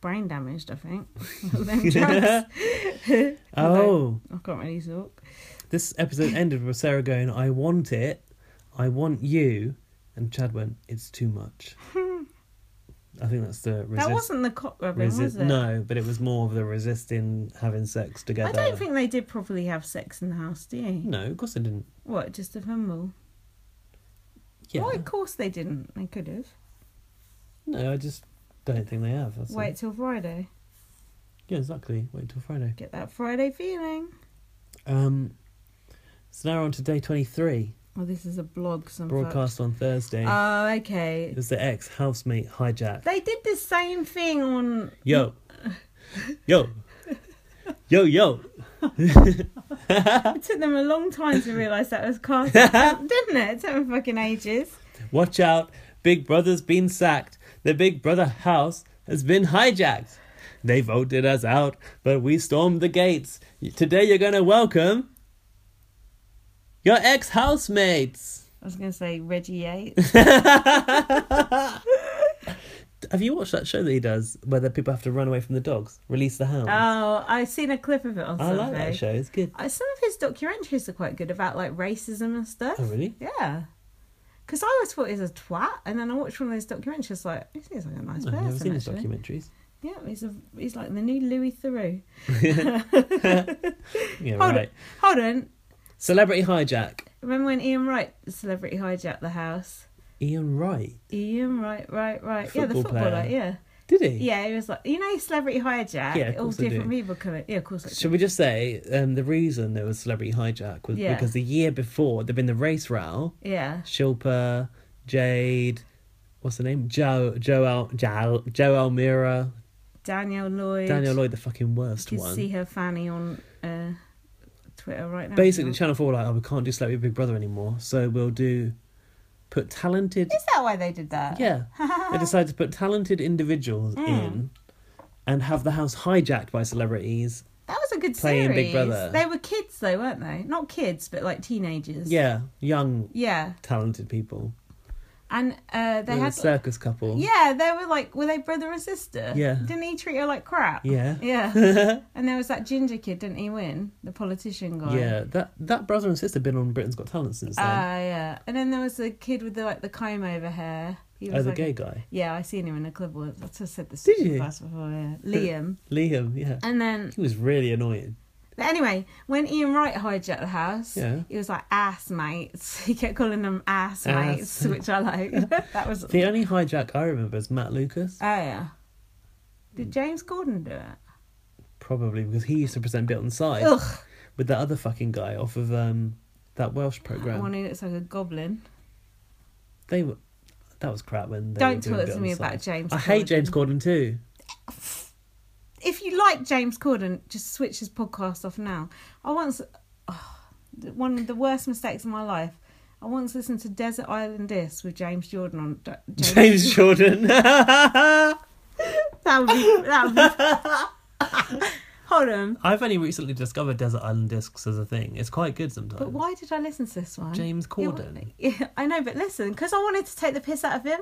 Brain damaged, [LAUGHS] I think. Them drugs. [LAUGHS] Oh, I can't really talk. this episode ended with Sarah going, I want it. I want you. And Chad went, it's too [LAUGHS] much. I think that's the resist- That wasn't the cop rubbing, Resi- was it? No, but it was more of the resisting having sex together. I don't think they did properly have sex in the house, do you? No, of course I didn't. What, just a fumble? Yeah. Well, of course they didn't. They could have. No, I just don't think they have. That's all. Wait till Friday. Yeah, exactly. Wait till Friday. Get that Friday feeling. Um, so now we're on to day 23. Oh, this is a blog. Some fuck. Broadcast on Thursday. Oh, it okay. was the ex housemate hijack. They did the same thing on Yo. yo. Yo, yo. It took them a long [LAUGHS] time to realise that was Carson, didn't it? It took them fucking ages. Watch out. Big Brother's been sacked. The Big Brother house has been hijacked. They voted us out, but we stormed the gates. Today you're going to welcome your ex housemates. I was going to say Reggie Yates. Have you watched that show that he does where the people have to run away from the dogs? Release the hounds. oh, I've seen a clip of it on I something. like that show. It's good. Uh, Some of his documentaries are quite good about like racism and stuff. Oh, really? Yeah. Because I always thought he was a twat, and then I watched one of those documentaries. Like, he seems like a nice I've person. never seen his actually. documentaries. Yeah, he's a, he's like the new Louis Theroux. Yeah, Hold right. on, hold on. Celebrity hijack. Remember when Ian Wright celebrity hijacked the house? Ian Wright. Ian Wright, right, right. yeah, the Football footballer. player. Yeah. Did he? Yeah, it was like you know celebrity hijack. Yeah, of all course I do. different people coming. Yeah, of course. I do. Should we just say um, the reason there was celebrity hijack was Yeah. because the year before there'd been the race row. Yeah, Shilpa, Jade, what's the name? Joe, Joel, Joel, Joel Mira, Daniel Lloyd. Daniel Lloyd, the fucking worst You can one. see her fanny on uh, Twitter right now. Basically, is Channel Four were like, oh, we can't do Celebrity Big Brother anymore, so we'll do put talented. that why they did [LAUGHS] that? Yeah, [LAUGHS] they decided to put talented individuals Hmm. in, and have the house hijacked by celebrities. that was a good Playing series. Big Brother. They were kids though, weren't they? Not kids, but like teenagers. Yeah, young yeah, talented people. and uh, they They were a had. circus couple. Yeah, they were like, were they brother and sister? Yeah. Didn't he treat her like crap? Yeah. [LAUGHS] Yeah. and there was that ginger kid, didn't he win? The politician guy. Yeah, that that brother and sister been on Britain's Got Talent since then. Ah, yeah. And then there was the kid with the like the comb over hair. He oh, the like, gay guy, Yeah, I seen him in a club once. I just said this Did in you? class before. Yeah, Liam. Liam. Yeah, And then, he was really annoying. but anyway, when Ian Wright hijacked the house, Yeah. he was like ass mates. [LAUGHS] He kept calling them ass mates, which [LAUGHS] I like. [LAUGHS] that was. Oh The only hijack I remember is Matt Lucas, yeah. Did James Gordon do it? probably because he used to present Bit on the Side Ugh. with that other fucking guy off of um that Welsh The program. one who looks like a goblin. They were that was crap when. They Don't were doing talk Bit to on me the about Side. James. I hate James Corden too. [LAUGHS] if you like James Corden, just switch his podcast off now. I once, oh, one of the worst mistakes of my life. I once listened to Desert Island Disc with James Jordan on. D- James, James Jordan. [LAUGHS] I've That would be. That would be [LAUGHS] hold on. only recently discovered Desert Island Discs as a thing. It's quite good sometimes. But why did I listen to this one? James It wa- Corden. Yeah, I know, but listen, because I wanted to take the piss out of him,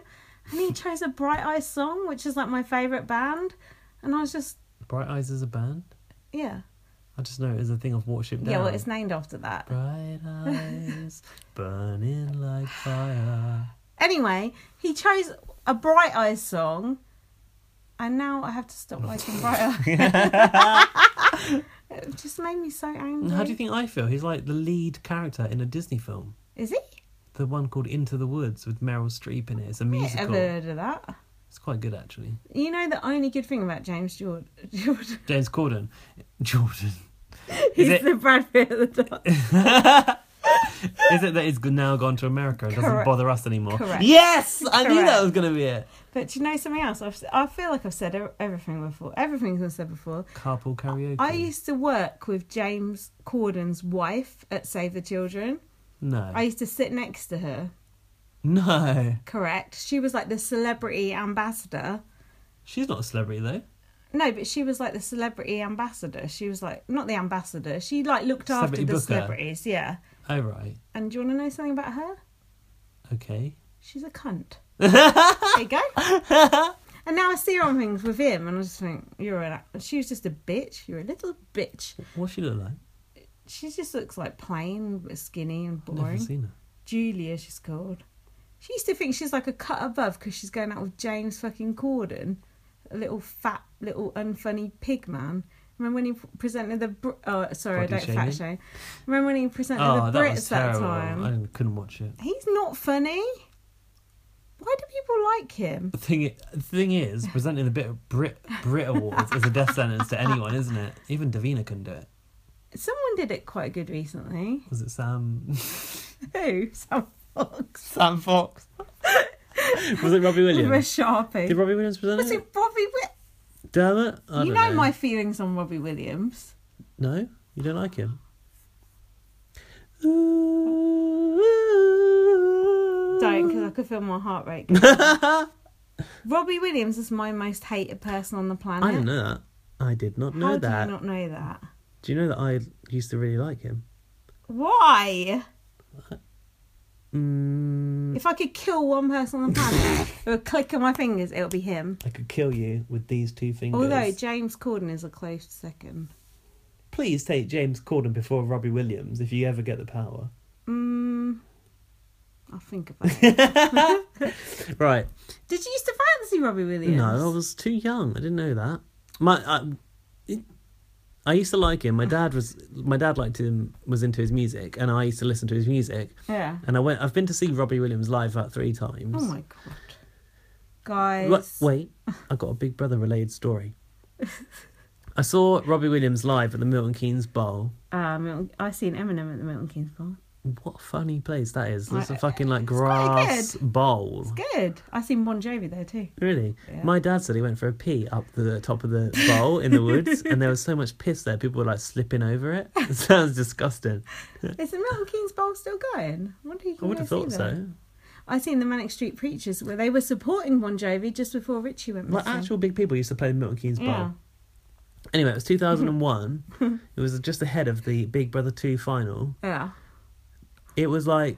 [LAUGHS] and he chose a Bright Eyes song, which is like my favourite band, and I was just, Bright Eyes is a band. yeah, I just know it was a thing of Warship Down. yeah. Well, it's named after that. Bright [LAUGHS] eyes burning like fire. Anyway, he chose a Bright Eyes song And now I have to stop [LAUGHS] liking Briar. it just made me so angry. How do you think I feel? He's like the lead character in a Disney film. Is he? The one called Into the Woods with Meryl Streep in it. It's a Ever musical. heard of that? It's quite good actually. You know the only good thing about James Jord- Jordan, [LAUGHS] James Corden. [LAUGHS] Jordan. he's it- the Brad Pitt of the dark. Is it that he's now gone to America and doesn't Correct. bother us anymore? Correct. Yes! I knew that Correct. was going to be it. But do you know something else? I've, I feel like I've said e- everything before. Everything's been said before. Carpool karaoke. I used to work with James Corden's wife at Save the Children. No. I used to sit next to her. No. Correct. She was like the celebrity ambassador. She's not a celebrity though. No, but she was like the celebrity ambassador. She was like not the ambassador. She like looked Celebrity after the booker. celebrities. Yeah. Oh, right. And do you want to know something about her? Okay. She's [LAUGHS] a cunt. there you go. And now I see her on things with him, and I just think you're an. She was just a bitch. You're a little bitch. What's she look like? She just looks like plain, but skinny and I've never boring. seen her. Julia, she's called. She used to think she's like a cut above because she's going out with James fucking Corden, a little fat, little unfunny pig man. Remember when he presented the? Br- oh, sorry, Body I don't fat shaming? shame. Remember when he presented Oh, the that was Brits that, terrible. time? I didn't- couldn't watch it. He's not funny. Why do people like him? The thing, i- the thing is, presenting the bit of Brit Brit Awards is a death sentence to anyone, isn't it? Even Davina couldn't do it. Someone did it quite good recently. [LAUGHS] Was it Sam [LAUGHS] Who? Some fox. Sam Fox? [LAUGHS] was it Robbie With a Williams? sharpie. Did Robbie Williams present Was it? it Bobby? Wi- Damn it! I you don't know, my feelings on Robbie Williams. No, you don't like him. Don't. Don't, because I could feel my heart rate. [LAUGHS] Robbie Williams is my most hated person on the planet. I didn't know that. I did not know How do that. you not know that? Do you know that I used to really like him? Why? Mm, If I could kill one person on the planet with a click of my fingers, it would be him. I could kill you with these two fingers. Although James Corden is a close second. please take James Corden before Robbie Williams if you ever get the power. [LAUGHS] Mm, I'll think about it. [LAUGHS] Right. Did you used to fancy Robbie Williams? No, I was too young. I didn't know that. My, I, it- I used to like him. My dad was, my dad liked him. Was into his music, and I used to listen to his music. Yeah. And I went. I've been to see Robbie Williams live about three times. Oh my god. Guys. Wha- wait, I got a Big Brother related story. [LAUGHS] I saw Robbie Williams live at the Milton Keynes Bowl. Um, I seen Eminem at the Milton Keynes Bowl. What a funny place that is! It's a Right. fucking like quite grass bowl. Good. I seen Bon Jovi there too. Really? Yeah. My dad said he went for a pee up the top of the bowl in the woods, and there was so much piss there, people were like slipping over it. [LAUGHS] It sounds disgusting. Is the Milton Keynes Bowl still going? I wonder who you I can would go have see thought that. so. I seen the Manic Street Preachers where they were supporting Bon Jovi just before Richie went Like missing. actual big people used to play the Milton Keynes Bowl. yeah. Anyway, it was 2001. [LAUGHS] it was just ahead of the Big Brother 2 final. Yeah. It was like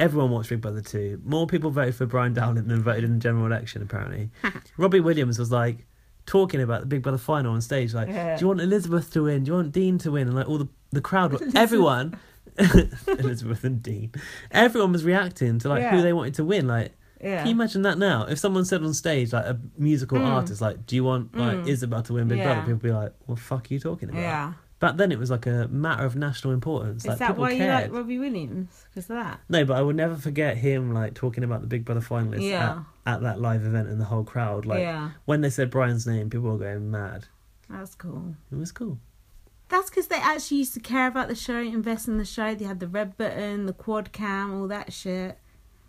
everyone watched Big Brother 2. More people voted for Brian Dowling than voted in the general election, [LAUGHS] apparently. Robbie Williams was like talking about the Big Brother final on stage, like, Yeah. Do you want Elizabeth to win? Do you want Dean to win? And like all the, the [LAUGHS] crowd, everyone, [LAUGHS] Elizabeth and Dean, everyone was reacting to like who Yeah. they wanted to win. Like, Yeah. Mm. can you imagine that now? If someone said on stage, like a musical artist, like, Do you want like Isabel to win Big Brother? Yeah. People would be like, What the fuck are you talking about? Yeah. Back then, it was like a matter of national importance. like, Is that people why you cared. like Robbie Williams? Because of that. No, but I will never forget him like talking about the Big Brother finalists Yeah. at, at that live event and the whole crowd. Like Yeah. when they said Brian's name, people were going mad. That's cool. It was cool. That's because they actually used to care about the show, invest in the show. They had the red button, the quad cam, all that shit.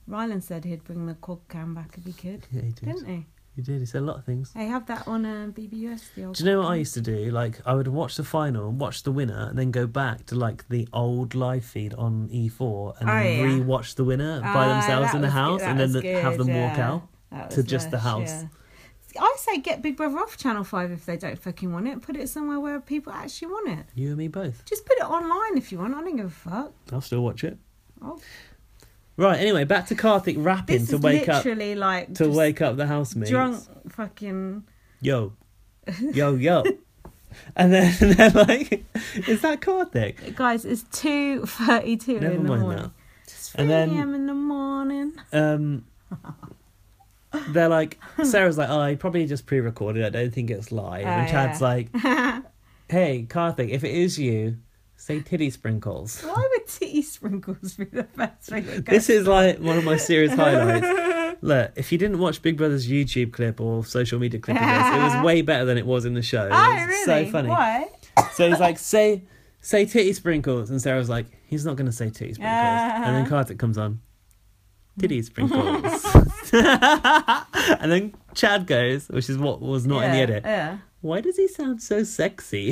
Ryland said he'd bring the quad cam back if he could, Yeah, he did. didn't he? He did. He said a lot of things. They have that on um, BBUS. The old Do you know what I used to do? Like I would watch the final, watch the winner, and then go back to like the old live feed on E4 and Oh, then yeah. re-watch the winner by Ah, themselves that in the was good- house, that and then was the, have good, them walk yeah. out. That to was just the house. See, I say get Big Brother off Channel 5 if they don't fucking want it. Put it somewhere where people actually want it. You and me both. Just put it online if you want. I don't give a fuck. I'll still watch it. Oh. Right. Anyway, back to Karthik rapping This to is wake up literally like to just wake up the housemates. drunk fucking. [LAUGHS] yo, yo, yo. and then [LAUGHS] they're like, is that Karthik? Guys, it's 2.32 Never in the mind morning. that. It's 3 And then- [LAUGHS] a.m. in the morning. Um, they're like, Sarah's like, oh, I probably just pre recorded. I don't think it's live. and Oh, Chad's yeah. like, [LAUGHS] hey, Karthik, if it is you, say titty [LAUGHS] sprinkles. [LAUGHS] Why would tea sprinkles be the best thing? that goes- This is like one of my serious [LAUGHS] highlights. Look, if you didn't watch Big Brother's YouTube clip or social media clip of this, it [LAUGHS] was way better than it was in the show. Oh, it was really? so funny. Why? So he's like, say, say titty sprinkles, and Sarah's like, he's not going to say titty sprinkles. And Ah. then Karthik comes on, titty Hmm. [LAUGHS] sprinkles. [LAUGHS] and then Chad goes, which is what was not in the Yeah, edit. [LAUGHS] Yeah. Why does he sound so sexy? [LAUGHS] [LAUGHS]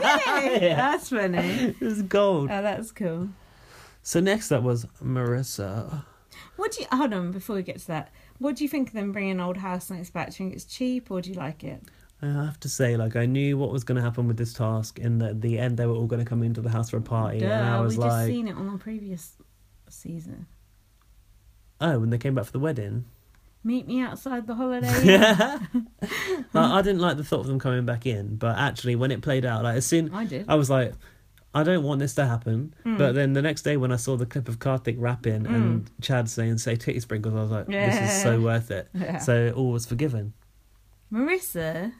That's funny. it was gold. Oh, that's cool. So next up was Marissa. What do you hold on before we get to that? What do you think of them bringing old housemates back? Do you think it's cheap or do you like it? I have to say, like, I knew what was going to happen with this task. In the, the end, they were all going to come into the house for a party, and I Duh, was we just like, seen it on the previous season. oh, when they came back for the wedding. Meet me outside [LAUGHS] the holiday. Inn. Mm. Like, I didn't like the thought of them coming back in, but actually, when it played out, like as soon I did. Mm. I was like, I don't want this to happen. But then the next day, when I saw the clip of Karthik rapping and Chad saying "say titty sprinkles," I was like, this is so Yeah. worth it. Yeah. So all was forgiven. [GASPS] Marissa,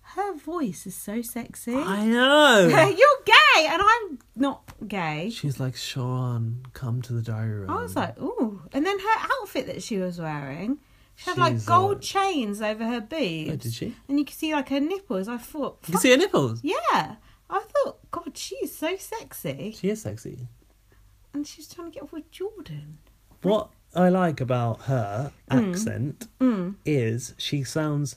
her voice is so sexy. [LAUGHS] I know. You're gay and I'm not gay. She's like, Sean, come to the diary room. I was like, ooh. And then her outfit that she was wearing, she had She's, like gold uh, chains over her boobs. oh, did she? And you could see like her nipples. I thought, You can see her nipples. yeah. I thought, God, she's so sexy. She is sexy. And she's trying to get off with Jordan. What I like about her accent Mm. is she sounds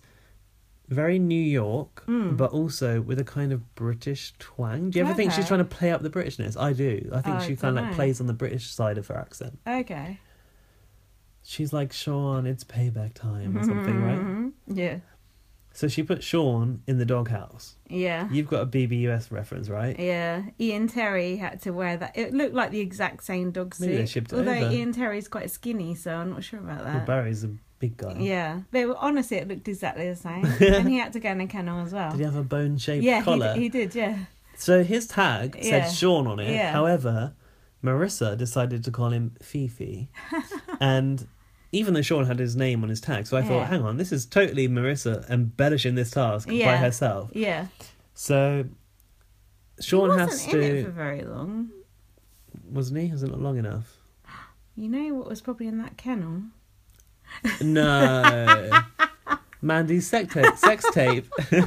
very New York, Mm. but also with a kind of British twang. Do you ever think she's Okay. trying to play up the Britishness? I do. I think I she kind of like dunno. plays on the British side of her accent. Okay. She's like Sean, it's payback time or something, Mm-hmm. right? Yeah. So she put Sean in the doghouse. Yeah. You've got a BBUS reference, right? Yeah, Ian Terry had to wear that. It looked like the exact same dog suit. Maybe they shipped it although over. Ian Terry's quite skinny, so I'm not sure about Well, that. Barry's a big guy. yeah, but honestly, it looked exactly [LAUGHS] the same. and he had to go in a kennel as well. Did he have a bone shaped yeah, he, collar? d- he did. Yeah. So his tag Yeah. said Sean on it. Yeah. However, Marissa decided to call him [LAUGHS] Fifi. and even though Sean had his name on his tag, so I Yeah. thought, hang on, this is totally Marissa embellishing this task by Yeah. herself. Yeah. So He Sean wasn't has in to. it for very long. Wasn't he? Was it not long enough? You know what was probably in that kennel? [LAUGHS] No. Mandy's sex tape. Sex tape. you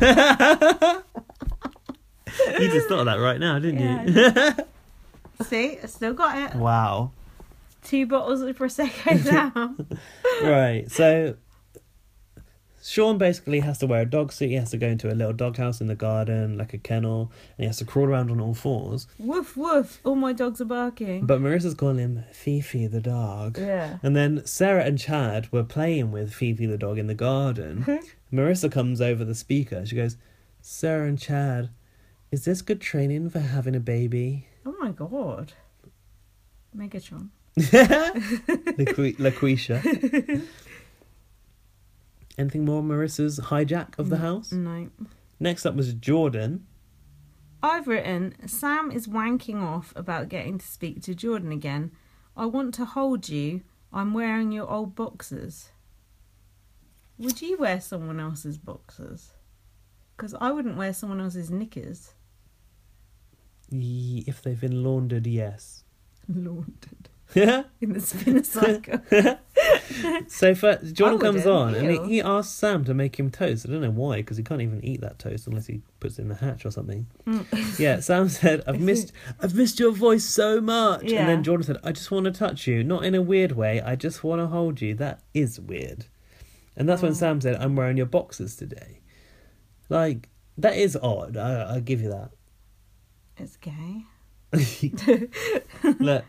just thought of that right now, didn't See, I still got you? [LAUGHS] it. Wow. Two bottles of [LAUGHS] prosecco down. right. So Sean basically has to wear a dog suit. He has to go into a little doghouse in the garden, like a kennel, and he has to crawl around on all fours. woof woof! All my dogs are barking. But Marissa's calling him Fifi the dog. Yeah. And then Sarah and Chad were playing with Fifi the dog in the garden. Marissa comes over the speaker. She goes, Sarah and Chad, is this good training for having a baby? [LAUGHS] oh my god. Megatron. Laqu- Laquisha. Anything more on Marissa's hijack of the house? No. Next up was Jordan. I've written Sam is wanking off about getting to speak to Jordan again. I want to hold you. I'm wearing your old boxers. Would you wear someone else's boxers? Because I wouldn't wear someone else's knickers. Ye- If they've been laundered, [LAUGHS] yes. Laundered so in the spinner cycle. first, Jordan I comes wouldn't, on and ew. he, he asks Sam to make him toast. I don't know why, because he can't even eat that toast unless he puts it in the hatch or something. [LAUGHS] Mm. yeah, Sam [LAUGHS] said, "I've missed, I've missed your voice so much." Yeah. And then Jordan said, "I just want to touch you, not in a weird way. I just want to hold you. That is weird." And Mm. that's when Sam said, "I'm wearing your boxers today." Like that is odd. I, I'll give you that. it's gay. [LAUGHS] [LAUGHS] Look,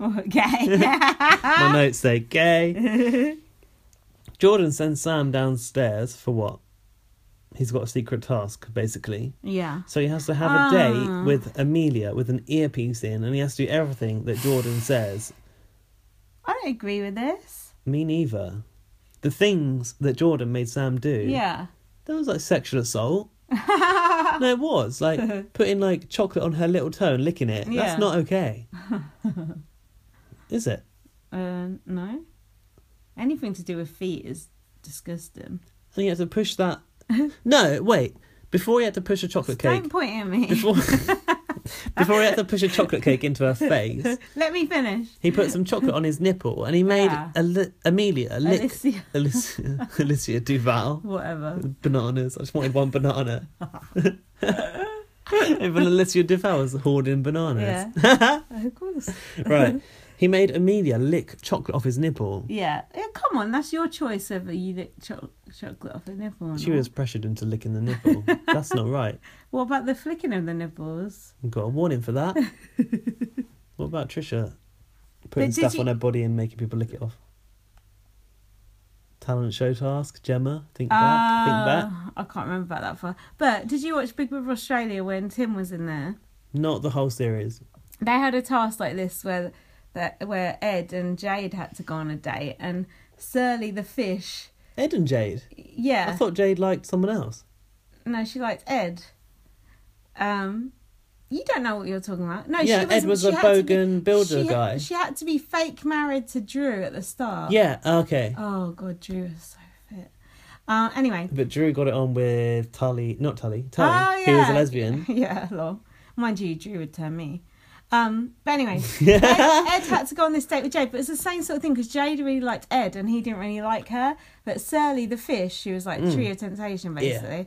Oh, [LAUGHS] gay. my notes say gay. [LAUGHS] Jordan sends Sam downstairs for what? He's got a secret task, basically. yeah. So he has to have Ah. a date with Amelia with an earpiece in, and he has to do everything that Jordan says. I don't agree with this. Me neither. The things that Jordan made Sam do. Yeah. That was like sexual [LAUGHS] assault. no, it was. Like putting like chocolate on her little toe and licking it. Yeah. [LAUGHS] That's not okay. Is it? Uh, no. Anything to do with feet is disgusting. And he had to push [LAUGHS] that. no, wait. Before he had to push a chocolate Don't cake. point at me. Before, [LAUGHS] before he had to push a chocolate cake into her face, [LAUGHS] Let me finish. he put some chocolate on his nipple and he made Yeah. Ali- Amelia lick. Alicia. [LAUGHS] Alicia, Alicia Duval. [LAUGHS] Whatever. Bananas. I just wanted one banana. [LAUGHS] Even Alicia Duval was hoarding bananas. Of course. [LAUGHS] right. He made Amelia lick chocolate off his nipple. [LAUGHS] Yeah. yeah come on, that's your choice whether you lick cho- chocolate off the nipple. Or She not. was pressured into licking the nipple. That's not right. What about the flicking of the nipples? We've got a warning for [LAUGHS] that. what about Trisha putting did stuff you- on her body and making people lick it off? Talent show task, Gemma. Think back. Think back. Ah, I can't remember about that far. But did you watch Big Brother Australia when Tim was in there? Not the whole series. they had a task like this where that where Ed and Jade had to go on a date and Surly the fish Ed and Jade. I yeah thought Jade liked someone else. no she liked Ed um you don't know what you're talking about no Yeah, she Ed was, was she a had to be- bogan builder she, guy. she had to be fake married to Drew at the start Yeah, okay. oh god Drew is so fit um anyway But Drew got it on with Tully, not Tully, Tully, oh yeah who was a lesbian. [LAUGHS] yeah lol mind you Drew would turn me um but [LAUGHS] anyway Ed, Ed had to go on this date with Jade, but it's the same sort of thing because Jade really liked Ed and he didn't really like her. But Surly the fish, she was like Trio Temptation basically.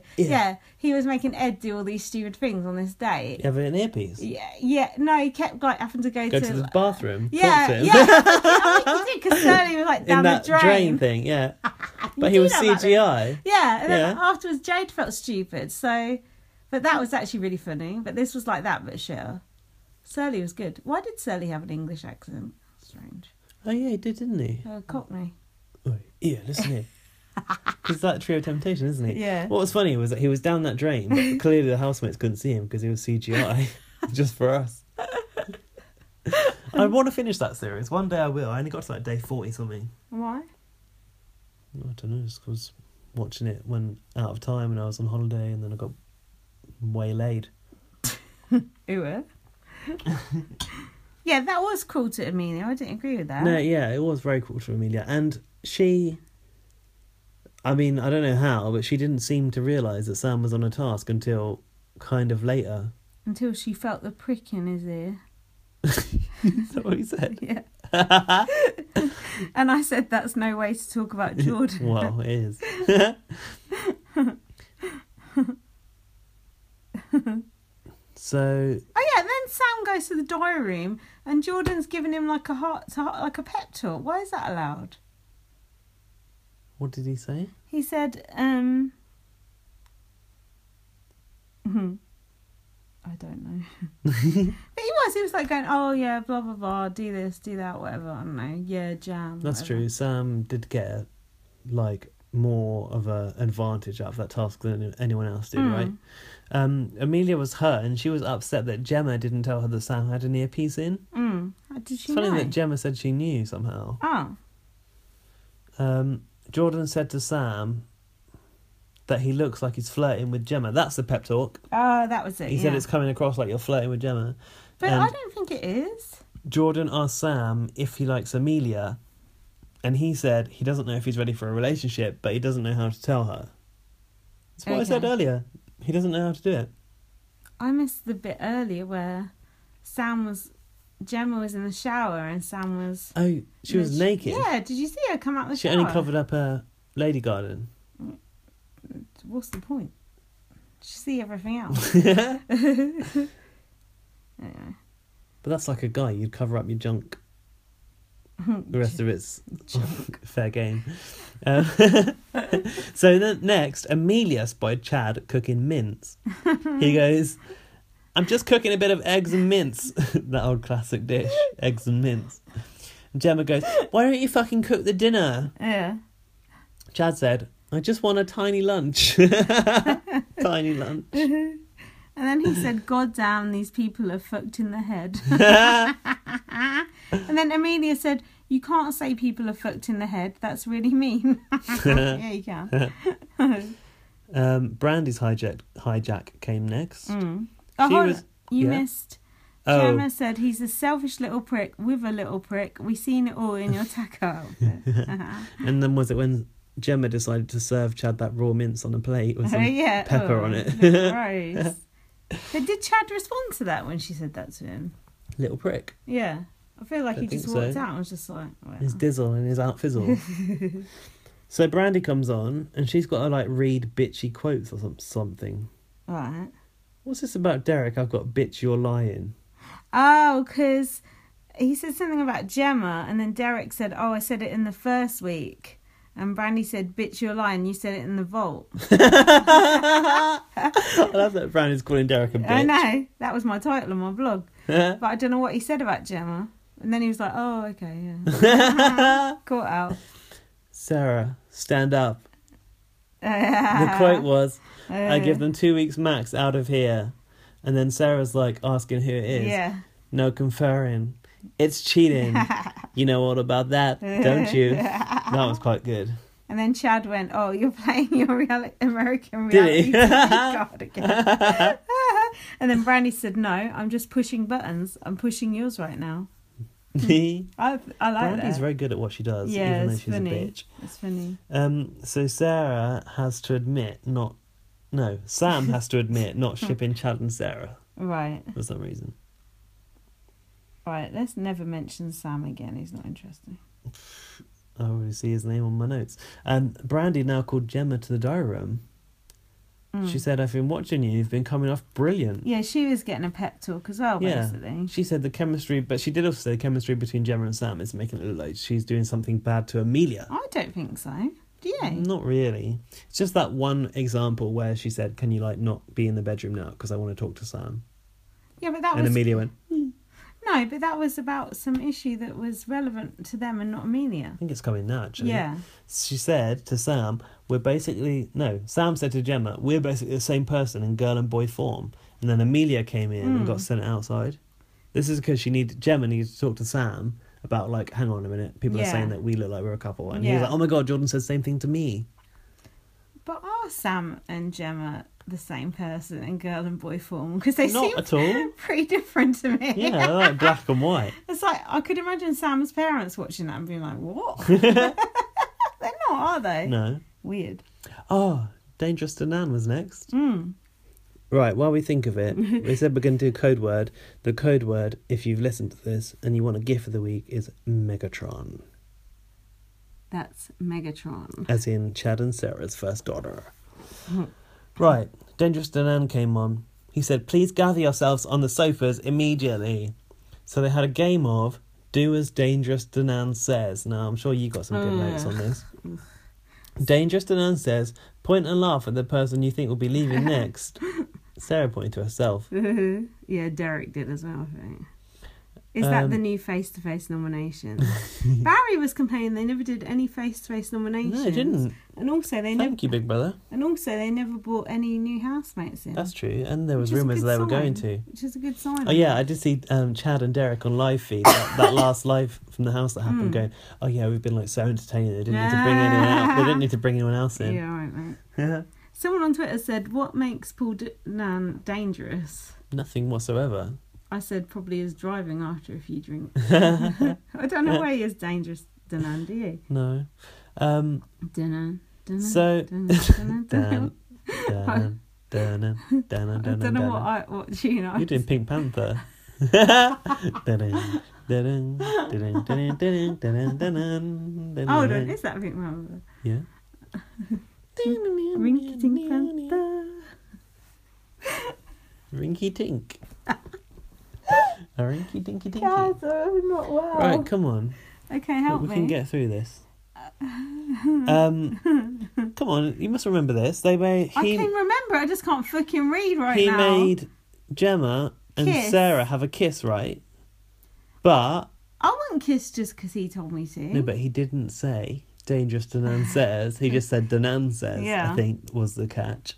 Mm. Yeah. he was making Ed do all these stupid things on this date. You have an earpiece. Yeah, yeah. No, he kept like having to go, Go to the bathroom. yeah, talk to him. [LAUGHS] yeah. I think he did because Surly was like down In that the drain. thing, [LAUGHS] yeah. You But he do was know about CGI. Yeah, and then Yeah. afterwards Jade felt stupid. So, but that was actually really funny. But this was like that, but sure. Surly was good. Why did Surly have an English accent? Strange. Oh yeah, he did, didn't he? Uh, Cockney. Oh, yeah, listen [LAUGHS] here. It's that trio temptation, isn't it? Yeah. What was funny was that he was down that drain, [LAUGHS] but clearly the housemates couldn't see him because he was CGI, [LAUGHS] just for us. I want to finish that series. One day I will. I only got to like day forty something. Why? I don't know. Just was watching it when out of time, and I was on holiday, and then I got waylaid. Ewa. [LAUGHS] yeah, that was cruel to Amelia. I didn't agree with that. No, yeah, it was very cool to Amelia, and she. I mean, I don't know how, but she didn't seem to realise that Sam was on a task until kind of later. Until she felt the prick in his ear. Is [LAUGHS] that what he said? Yeah. and I said that's no way to [LAUGHS] talk about Jordan. Wow, it is. [LAUGHS] so Oh yeah, and then Sam goes to the diary room and Jordan's giving him like a heart to heart, like a pep talk. Why is that allowed? what did he say? He said, um mhm. I don't [LAUGHS] know. but he was, he was like going, Oh yeah, blah blah blah, do this, do that, whatever, I don't know. Yeah, jam. That's whatever. true. Sam did get like more of a advantage out of that task than anyone else did, right? Um, Amelia was hurt, and she was upset that Gemma didn't tell her that Sam had an earpiece in. Mm. How Did It's she funny know? that Gemma said she knew somehow. oh, Um, Jordan said to Sam that he looks like he's flirting with Gemma. That's the pep talk. oh, that was it. He yeah. said it's coming across like you're flirting with Gemma. but I and- don't think it is. Jordan asked Sam if he likes Amelia, and he said he doesn't know if he's ready for a relationship, but he doesn't know how to tell her. That's what I said Okay. earlier. He doesn't know how to do it. I missed the bit earlier where Sam was, Gemma was in the shower and Sam was. Oh, she was naked. Yeah, did you see her come out of the She shower? only covered up her lady [LAUGHS] garden. [LAUGHS] What's the point? Did you see everything [LAUGHS] else? but anyway, that's like a guy, you'd cover up your [LAUGHS] junk. The rest of it's [LAUGHS] fair game. Um, [LAUGHS] so then next, Amelia spied Chad cooking mince. [LAUGHS] He goes, I'm just cooking a bit of eggs and mince. [LAUGHS] that old classic dish, eggs and mince. Gemma goes, Why don't you fucking cook the dinner? yeah. Chad said, I just want a tiny lunch. [LAUGHS] tiny lunch. [LAUGHS] And then [LAUGHS] he said, God damn, these people are fucked in the head. and then Amelia said, You can't say people are fucked in the head. That's [LAUGHS] really [LAUGHS] mean. yeah, you can. Oh, Um, Brandy's hijack, hijack came next. Oh, She hold was- on. you yeah. missed Oh. Gemma said he's a selfish little prick with a little prick. We seen it all in your [LAUGHS] taco. outfit." Uh-huh. And then was it when Gemma decided to serve Chad that raw mince on a plate [LAUGHS] with oh some yeah, pepper oh, on it? [LAUGHS] Gross. but did Chad respond to that when she said that to him? Little prick. Yeah, I feel like I he just think so. walked out and was just like, well. His dizzle and his out [LAUGHS] fizzle. so Brandy comes on and she's got to like read bitchy quotes or some, something. all right. What's this about Derek? I've got bitch, you're lying. Oh, because he said something about Gemma, and then Derek said, "Oh, I said it in the first week." And Brandy said, "Bitch, you're lying. You said it in the vault." I love that Brandy's calling Derek a bitch. [LAUGHS] I know that was my title on my blog, know. but I don't know what he said about Gemma. And then he was like, "Oh, okay, yeah, [LAUGHS] caught out." [LAUGHS] Sarah, stand [LAUGHS] up. The the quote was, Uh. I give them two weeks max out of here. And then Sarah's like asking who it is. Yeah, No conferring. It's [LAUGHS] cheating. you know all about that, don't you? that was quite [LAUGHS] good. and then Chad went, "Oh, you're playing your reali- American Did he? reality [LAUGHS] TV card again." [LAUGHS] and then Brandy said, "No, I'm just pushing buttons. I'm pushing yours right now." I I like Brandy's that. very good at what she does, Yeah, even though it's she's funny. a bitch. It's funny. Um, so Sarah has to admit not. No, Sam has to admit [LAUGHS] not shipping Chad and Sarah Right, for some reason. right. Let's never mention Sam again. He's not interesting. I already see his name on my notes. And Brandy now called Gemma to the diary room. Mm. She said, I've been watching you, you've been coming off brilliant. Yeah, she was getting a pep talk as well, basically. She said the chemistry, but she did also say the chemistry between Gemma and Sam is making it look like she's doing something bad to Amelia. I don't think so. Do you? Not really. It's just that one example where she said, Can you, like, not be in the bedroom now? Because I want to talk to Sam. Yeah, but that and was Amelia went, no, but that was about some issue that was relevant to them and not Amelia. I think it's coming now, actually. Yeah. She said to Sam, We're basically, no, Sam said to Gemma, We're basically the same person in girl and boy form. And then Amelia came in Hmm. and got sent outside. This is because she needed, Gemma needed to talk to Sam about, like, hang on a minute, people are Yeah. saying that we look like we're a couple. And he Yeah. was like, Oh my God, Jordan said the same thing to me. But are Sam and Gemma the same person in girl and boy form? Because they Not seem at all. [LAUGHS] pretty different to me. Yeah, they're like black and white. It's like I could imagine Sam's parents watching that and being [LAUGHS] like, "What? [LAUGHS] They're not, are they? No. Weird." Oh, Dangerous to Nan was next. Right, while we think of it, [LAUGHS] we said we're going to do code word. The code word, if you've listened to this and you want a GIF of the week, is Megatron, That's Megatron. as in Chad and Sarah's first daughter. Hmm. right, Dangerous to Nan came on. He said, Please gather yourselves on the sofas immediately. So they had a game of Do as Dangerous to Nan says. Now, I'm sure you got some Oh, good notes on this. Dangerous to Nan says, Point and laugh at the person you think will be [LAUGHS] leaving next. Sarah pointed to herself. yeah, Derek did as well, I think. Is that Um, the new face to face [LAUGHS] nomination? Barry was complaining they never did any face to face nominations. No, it didn't. And also they never Thank you, Big Brother. and also they never brought any new housemates in. That's true. And there which was is a rumours good they were going sign, to. Which is a good sign. Oh yeah, I did see um, Chad and Derek on live feed that, [LAUGHS] that last live from the house that Hmm. happened. Going, oh yeah, we've been like so entertaining. They didn't need to bring anyone out. They didn't need to bring anyone else Yeah, in. all right, mate. Someone on Twitter said, What makes Paul D- Nan dangerous? [LAUGHS] Nothing whatsoever. I said probably is driving after a few [LAUGHS] drinks. [LAUGHS] I don't know why he is dangerous, Danan, do you? No. Um, Danan. Danan, So- Danan, [LAUGHS] Danan, [LAUGHS] Danan. Dan, Dan, Dan, Dan, Dan, I don't know what Dan. I what tune I You're doing Pink Panther. [LAUGHS] Hold [LAUGHS] Hold on, is that Pink Panther? Yeah. Rinky Tink Panther. Rinky [LAUGHS] Tink. A rinky dinky dinky. God, I'm not well. Right, come on. Okay, help we me. can get through [LAUGHS] this. Um, come on, you must remember this. They made I he, can remember, I just can't fucking read right he now. made Gemma and Kiss. Sarah have a kiss, right? But I wouldn't kiss just because he told me to. no, but he didn't say dangerous. [LAUGHS] Danan says he just said Danan says. Yeah. Mm. I think was the catch.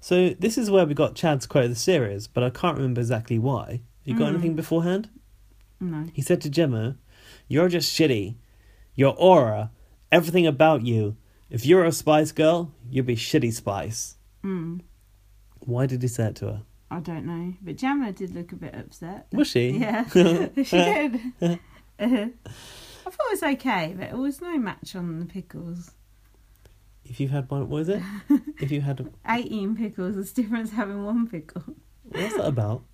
So this is where we got Chad's quote of the series, but I can't remember exactly why. You got anything beforehand? Mm. No. He said to Gemma, You're just shitty. Your aura, everything about you. If Mm. you're a spice girl, you'd be shitty spice. Why did he say it to her? I don't know, but Jamila did look a bit upset. Was she? [LAUGHS] Yeah, she did. Uh-huh. I thought it was okay, but it was no match on the pickles. [LAUGHS] If you had one, what was [LAUGHS] it? if you had, Eighteen pickles is different to having one pickle. [LAUGHS] what's that about?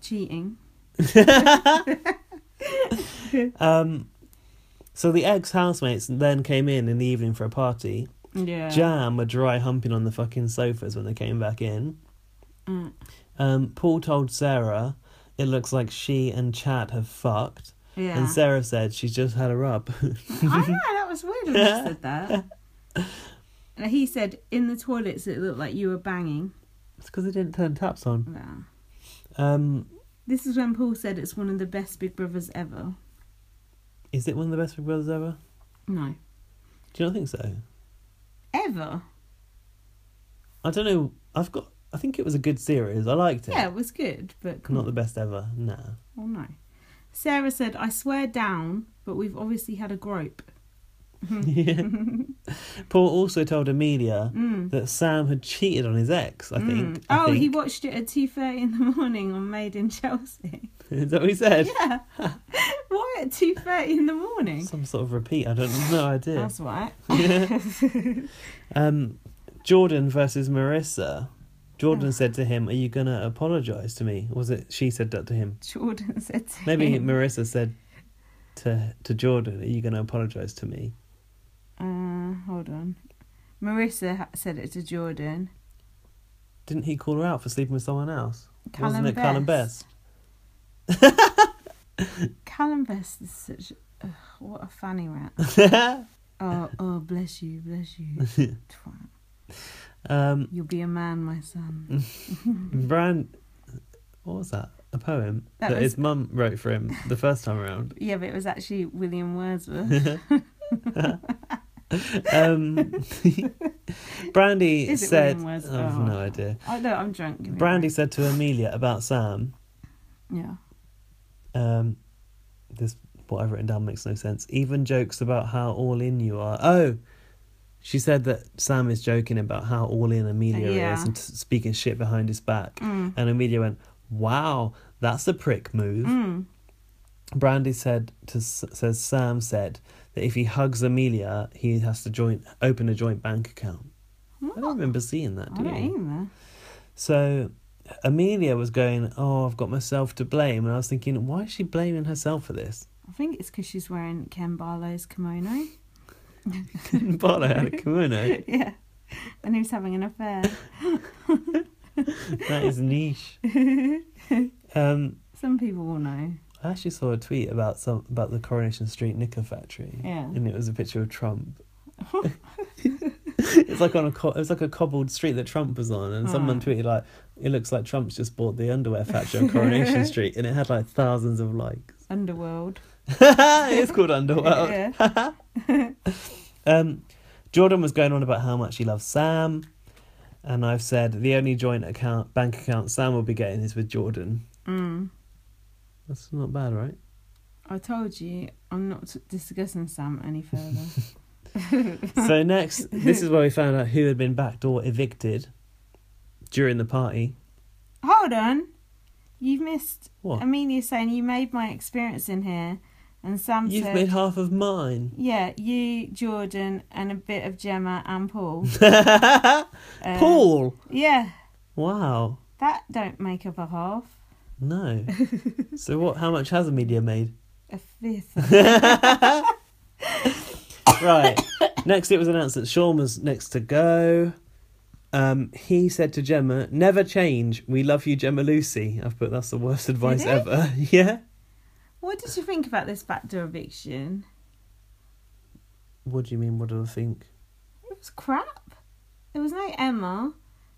Cheating. Um, so the ex housemates then came in in the evening for a party. Yeah. Jam were dry humping on the fucking sofas when they came back in. Mm. Um, Paul told Sarah it looks like she and Chad have fucked. yeah. And Sarah said she's just had a [LAUGHS] rub. I know Oh, that was weird [LAUGHS] when you said that. And he said in the toilets it looked like you were banging. it's because they didn't turn taps on. Wow. Um, This is when Paul said it's one of the best Big Brothers ever. is it one of the best Big Brothers ever? No, Do you not think so? ever. I don't know. I've got. I think it was a good series. I liked it. Yeah, it was good, but come Not on. the best ever. Nah. Oh no. Sarah said, "I swear down, but we've obviously had a grope." [LAUGHS] Paul also told Amelia that Sam had cheated on his ex. I think. I Mm. oh, he think. watched it at two thirty in the morning on Made in Chelsea. [LAUGHS] [LAUGHS] Is that what he said? [LAUGHS] Yeah. Why at two thirty in the morning? Some sort of repeat. I don't. No idea. That's [LAUGHS] right. [LAUGHS] Um, Jordan versus Marissa. Jordan Ah. said to him, "Are you gonna apologize to me?" Or was it she said that to him? Jordan said. To Maybe him, Marissa said to to Jordan, "Are you gonna apologize to me?" uh, hold on. Marissa ha- said it to Jordan. Didn't he call her out for sleeping with someone else? Callum Wasn't it Callum Best. Best? Callum Best is such. Ugh, what a fanny rat. oh, oh, bless you, bless you. Twat. [LAUGHS] um, You'll be a man, my son. Brand, what was that? A poem That that, was- his mum wrote for him the first time [LAUGHS] around. yeah, but it was actually William Wordsworth. Um, Brandy Is it said, William Wordsworth? "I've no idea." oh, no, I'm drunk. give me a Brandy said to Amelia about Sam, break. Yeah. um, "This what I've written down makes no sense. Even jokes about how all in you are." Oh, she said that Sam is joking about how all in Amelia Yeah. is and t- speaking shit behind his back, and Amelia went, "Wow, that's a prick move." Brandy said to S- says Sam said that if he hugs Amelia, he has to join open a joint bank account. I don't remember seeing that. I Do don't you? either. So Amelia was going, "Oh, I've got myself to blame," and I was thinking, "Why is she blaming herself for this?" [LAUGHS] I think it's because she's wearing Ken Barlow's kimono. [LAUGHS] Barlow had a kimono. yeah. And he was having an affair. That is niche. Um, Some people will know. [LAUGHS] I actually saw a tweet about some about the Coronation Street knicker factory, Yeah. and it was a picture of Trump. [LAUGHS] it's like on a co- it was like a cobbled street that Trump was on, and someone tweeted like, "It looks like Trump's just bought the underwear factory on Coronation Street," and it had like thousands of [LAUGHS] likes. [LAUGHS] Underworld. it's called Underworld. Yeah. Um, Jordan was going on about how much he loves Sam, and I've said the only joint account bank account Sam will be getting is with Jordan. Mm. That's not bad, [LAUGHS] right? I told you I'm not t- discussing Sam any further. [LAUGHS] so next, this is where we found out who had been backdoor evicted during the party. Hold on. You've missed What? Amelia saying you made my experience in here, and Sam You've said, made half of [LAUGHS] mine. [LAUGHS] "Yeah, you, Jordan, and a bit of Gemma and Paul." [LAUGHS] Um, Paul. Yeah, Wow. that don't make up [LAUGHS] a half. [LAUGHS] No. so what? How much has Amelia made? A fifth. [LAUGHS] Right. next, it was announced that Sean was next to go. Um, he said to Gemma, "Never change. We love you, Gemma Lucy." I've put that's the worst advice he? ever. [LAUGHS] yeah. what did you think about this backdoor eviction? What do you mean? What do I think? It was crap. There was no Emma.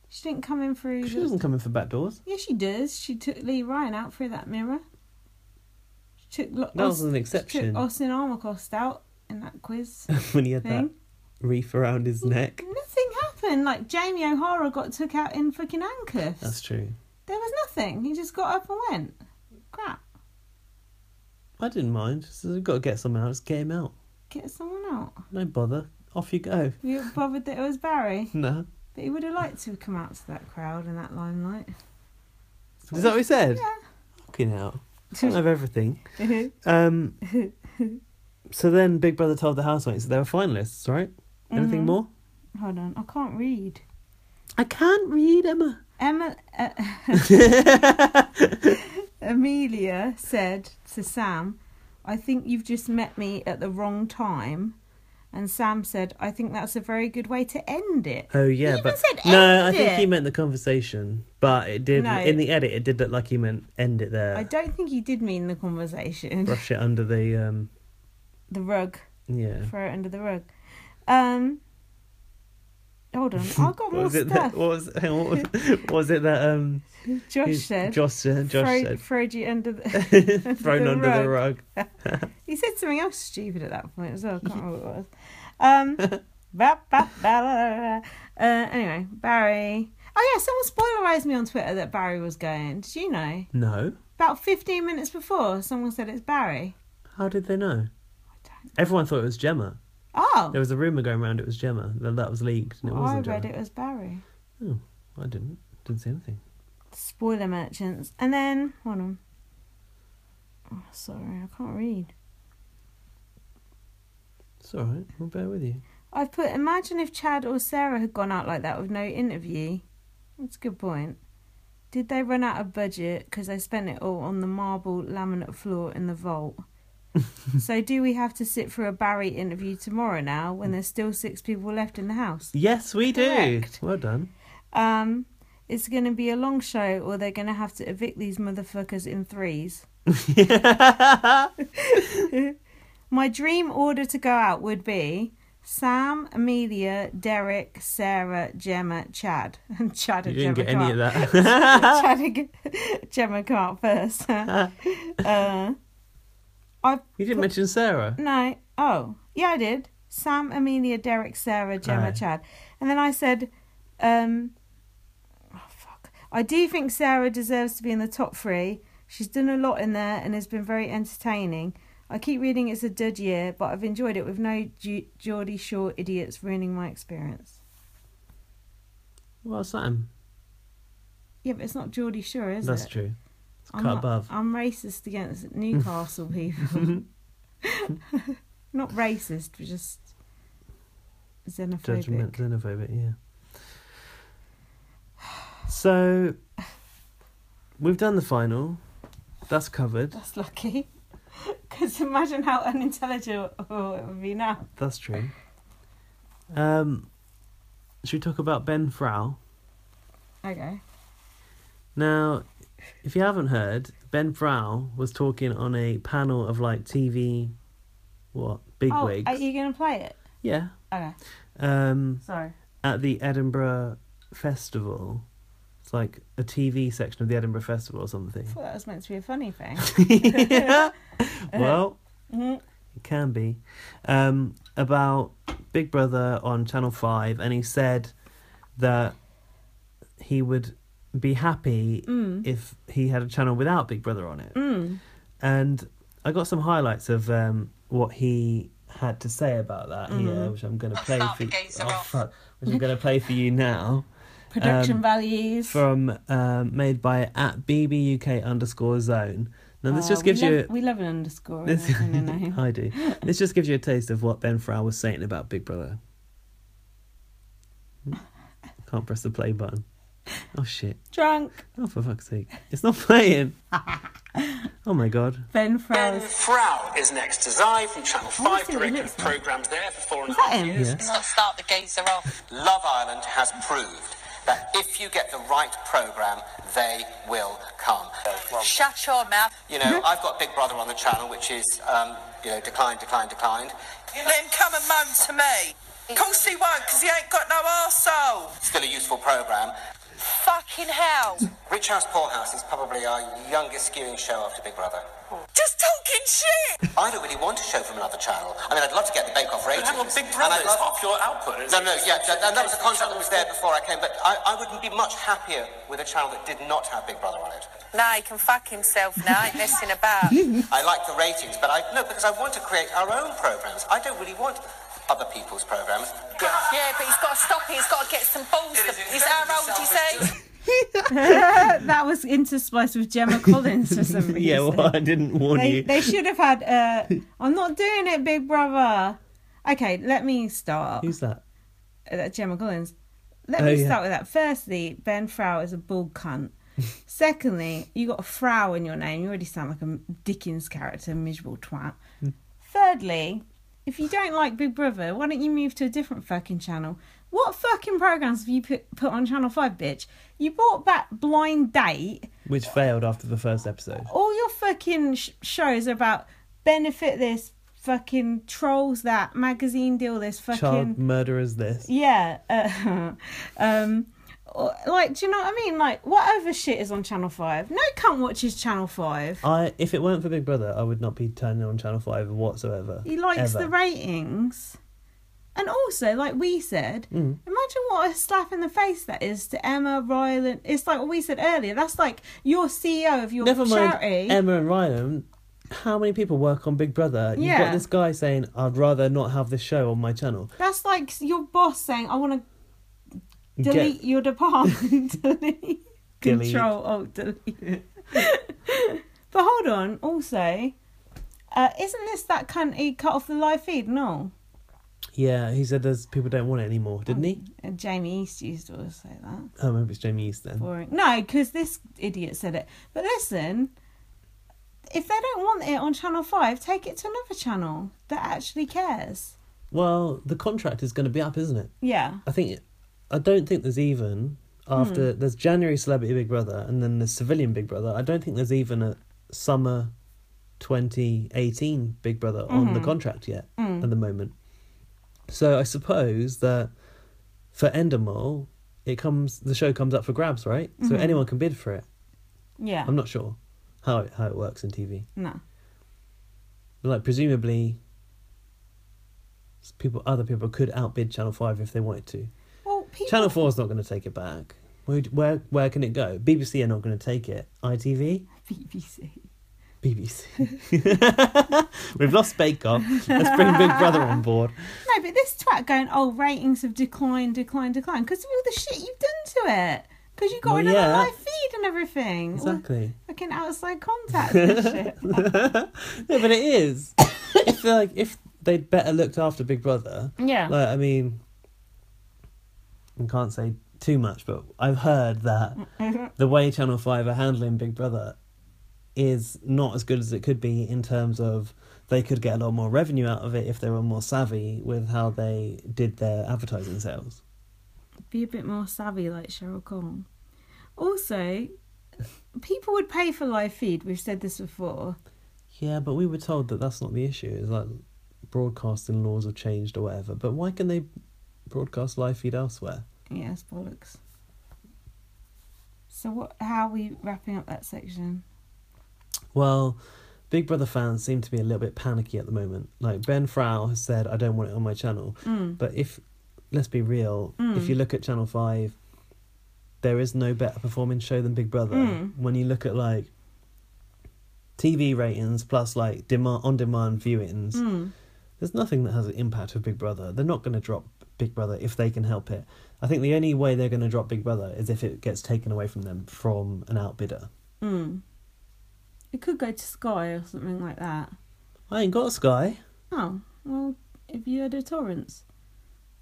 She didn't come in through. She the- doesn't come in for back doors. [LAUGHS] Yeah, she does. She took Lee Ryan out through that mirror. She took Lo- That was Aus- an She exception. took Austin Armacost out in that quiz when he had that thing. reef around his neck. Nothing happened. Like Jamie O'Hara got took out in fucking handcuffs. That's true. There was nothing. He just got up and went. Crap. I didn't mind. So we've got to get someone out. Just get him out. Get someone out. No bother. Off you go. [LAUGHS] You were bothered that it was Barry, No. but he would have liked to have come out to that crowd and that limelight. Is that what he said? Yeah. Fucking [LAUGHS] hell. I know everything. um, so then Big Brother told the housemates that they were finalists, right? Anything Mm. more? [LAUGHS] Hold on, I can't read. I can't read, [LAUGHS] Emma. [LAUGHS] Oh, Emma, uh, Amelia said to Sam, I think you've just met me at the wrong time. And Sam said, I think that's a very good way to end it. Oh yeah, even but said no, I end think it. he meant the conversation, but it did No. in the edit. It did look like he meant end it there, I don't think he did mean the [LAUGHS] conversation. brush it under the um, The rug. yeah. Throw it under the rug. Um, hold on, I've got [LAUGHS] What more was it? That, stuff. what was [LAUGHS] hang on, what was, what was it that um? Josh who- said, Josh, uh, Josh [LAUGHS] throw, throwed you under the... said, [LAUGHS] thrown the under the rug. He said something else stupid at that point as well. I can't remember what it was. [LAUGHS] Um, ba- ba- ba- la- la- la- la. Uh, anyway, Barry. Oh yeah, someone spoilerised me on Twitter that Barry was going. Did you know? No, About fifteen minutes before, someone said it's Barry. how did they know? Everyone thought it was Gemma. Oh, There was a rumor going around it was Gemma. That that was leaked, and it I wasn't. read Gemma. it was Barry. I didn't. Didn't see anything. Spoiler merchants, and then hold on. Oh, sorry, I can't read. It's all right. We'll bear with you. I've put. Imagine if Chad or Sarah had gone out like that with no interview. That's a good point. Did they run out of budget because they spent it all on the marble laminate floor in the vault? so do we have to sit for a Barry interview tomorrow now when there's still six people left in the house? Yes, we do. Correct. Well [LAUGHS] done. [LAUGHS] Um, it's going to be a long show, or they're going to have to evict these motherfuckers in threes. My dream order to go out would be Sam, Amelia, Derek, Sarah, Gemma, Chad, [LAUGHS] and Chad You didn't and Gemma get any of come out- that. [LAUGHS] [LAUGHS] Chad and Ge- [LAUGHS] Gemma come out first. uh, [LAUGHS] [LAUGHS] you didn't mention Sarah. no. Oh, yeah, I did. Sam, Amelia, Derek, Sarah, Gemma, Right. Chad. And then I said, um, oh, fuck. I do think Sarah deserves to be in the top three. She's done a lot in there and has been very entertaining. I keep reading it's a dud year, but I've enjoyed it with no Ge- Geordie Shore idiots ruining my experience. Well, Sam. Yeah, but it's not Geordie Shore, is That's it? true. It's I'm cut not- above. I'm racist [LAUGHS] against Newcastle people. [LAUGHS] not racist, but just xenophobic. Judgment, xenophobic, yeah. So, we've done the final. That's covered. That's lucky. [LAUGHS] Because imagine how unintelligent oh, it would be now. That's true. Um, should we talk about Ben Frau? Okay. Now, if you haven't heard, Ben Frau was talking on a panel of like TV, what, Oh, bigwigs? are you going to play it? Yeah. Okay, Um, sorry. at the Edinburgh Festival. It's like a TV section of the Edinburgh Festival or something. I thought that was meant to be a [LAUGHS] funny thing. Um, Well, Mhm. it can be. Um, about Big Brother on Channel 5, and he said that he would be happy if he had a channel without Big Brother on it. And I got some highlights of um, what he had to say about that here, which I'm going to play for you. Oh, fuck. Which I'm going to play for you now Production values. from um, made by at bbuk underscore zone. Now this Oh, just gives we you. Love, we love an underscore in this, [LAUGHS] a- in a name. I do. This just gives you a taste of what Ben Frow was saying about Big Brother. Can't press the play button. Oh shit! Drunk Oh for fuck's sake! It's not [LAUGHS] playing. Oh my god! Ben Frow. Ben Frau is next to Zai from Channel wanna 5, see what he director looks of like. programmes there for four and a that half him? years. Yeah. Let's not start the gazer off. Love Island has proved that if you get the right programme, they will come. Shut your mouth. You know, I've got Big Brother on the channel, which is, um, you know, declined, declined, declined. Let him come and moan to me. Of course he won't, because he ain't got no arsehole. Still a useful programme. Fucking hell. Rich House Poor House is probably our youngest skewing show after [LAUGHS] Big Brother. Just talking shit. I don't really want a show from another channel. I mean, I'd love to get the Bake Off ratings. Hang on, Big and Brother I'd is love- half your output. isn't No, no, it? yeah, that, that was a contract that was there before I came, but I, I wouldn't be much happier with a channel that did not have Big Brother on it. No, he can fuck himself now. Ain't messing about. I like the ratings, but I no, because I want to create our own programs. I don't really want other people's programs. Yeah, but he's got to stop it. He's got to get some balls. He's how old, you say? [LAUGHS] that was interspliced with Gemma Collins for some [LAUGHS] [LAUGHS] reason. yeah, well, I didn't warn They, you. they should have had. Uh, I'm not doing it, Big Brother. Okay, let me start. Who's that? Uh, that Gemma Collins. Let Oh, me yeah. start with that. Firstly, Ben Frau is a bull [LAUGHS] cunt. Secondly, you got a Frau in your name. You already sound like a Dickens character, miserable twat. Hmm. Thirdly, if you don't like Big Brother, why don't you move to a different fucking channel? What fucking programs have you put put on Channel Five, bitch? You brought back Blind Date Which failed after the first episode. all your fucking sh- shows are about benefit this fucking trolls that magazine deal this fucking Child murderers. This. yeah uh, [LAUGHS] um or- like do you know what i mean like whatever shit is on channel 5 no cunt watches channel 5 I if it weren't for Big Brother, I would not be turning on Channel Five whatsoever. he likes ever. the ratings and also like we said Mm. imagine what a slap in the face that is to emma ryland it's like what we said earlier that's like your ceo of your Never mind charity Emma and Ryan. How many people work on Big Brother? You've Yeah. got this guy saying, "I'd rather not have this show on my channel." that's like your boss saying i want to Get- delete your department. [LAUGHS] delete. Delete. Control Alt Delete. [LAUGHS] but hold on. Also, uh, isn't this that cunt he cut off the live feed? No. Yeah, he said there's people don't want it anymore, didn't he? Uh, Jamie East used to always say that. Oh, maybe it's Jamie East then. Boring. No, because this idiot said it. But listen, if they don't want it on Channel Five, take it to another channel that actually cares. Well, the contract is going to be up, isn't it? Yeah. I think I don't think there's even after there's January Celebrity Big Brother and then there's Civilian Big Brother. I don't think there's even a summer 2018 Big Brother on the contract yet at the moment. So I suppose that for Endemol, it comes the show comes up for grabs, right? So anyone can bid for it. Yeah. I'm not sure how it, how it works in TV. no. Like presumably s- people other people could outbid Channel 5 if they wanted to. Well, people. [LAUGHS] Channel Four's not going to take it back. Where where, where can it go? BBC are not going to take it. ITV, BBC. BBC. [LAUGHS] We've lost Bake Off. Let's bring Big Brother on board. No, but this twat going, oh, ratings have declined, declined, declined because of all the shit you've done to it. Because you got Well, rid of the yeah. live feed and everything. All the Exactly. fucking outside [LAUGHS] contacts and shit. No, but it is. if they're like if they'd better looked after Big Brother. Yeah. Like I mean, I can't say too much, but I've heard that the way Channel Five are handling Big Brother is not as good as it could be in terms of they could get a lot more revenue out of it if they were more savvy with how they did their advertising sales. Be a bit more savvy like Cheryl Cole. Also, people would pay for live feed. We've said this before. Yeah, but we were told that that's not the issue. It's like broadcasting laws have changed or whatever. But why can they broadcast live feed elsewhere? Yes, bollocks. So what? How are we wrapping up that section? Well, Big Brother fans seem to be a little bit panicky at the moment. Like Ben Frau has said, I don't want it on my channel. But if let's be real, if you look at Channel Five, there is no better performing show than Big Brother. When you look at like TV ratings plus like demand on demand viewings, there's nothing that has an impact of Big Brother. They're not going to drop Big Brother if they can help it. I think the only way they're going to drop Big Brother is if it gets taken away from them from an outbidder. It could go to Sky or something like that. I ain't got Sky. Oh well, if you had a torrents.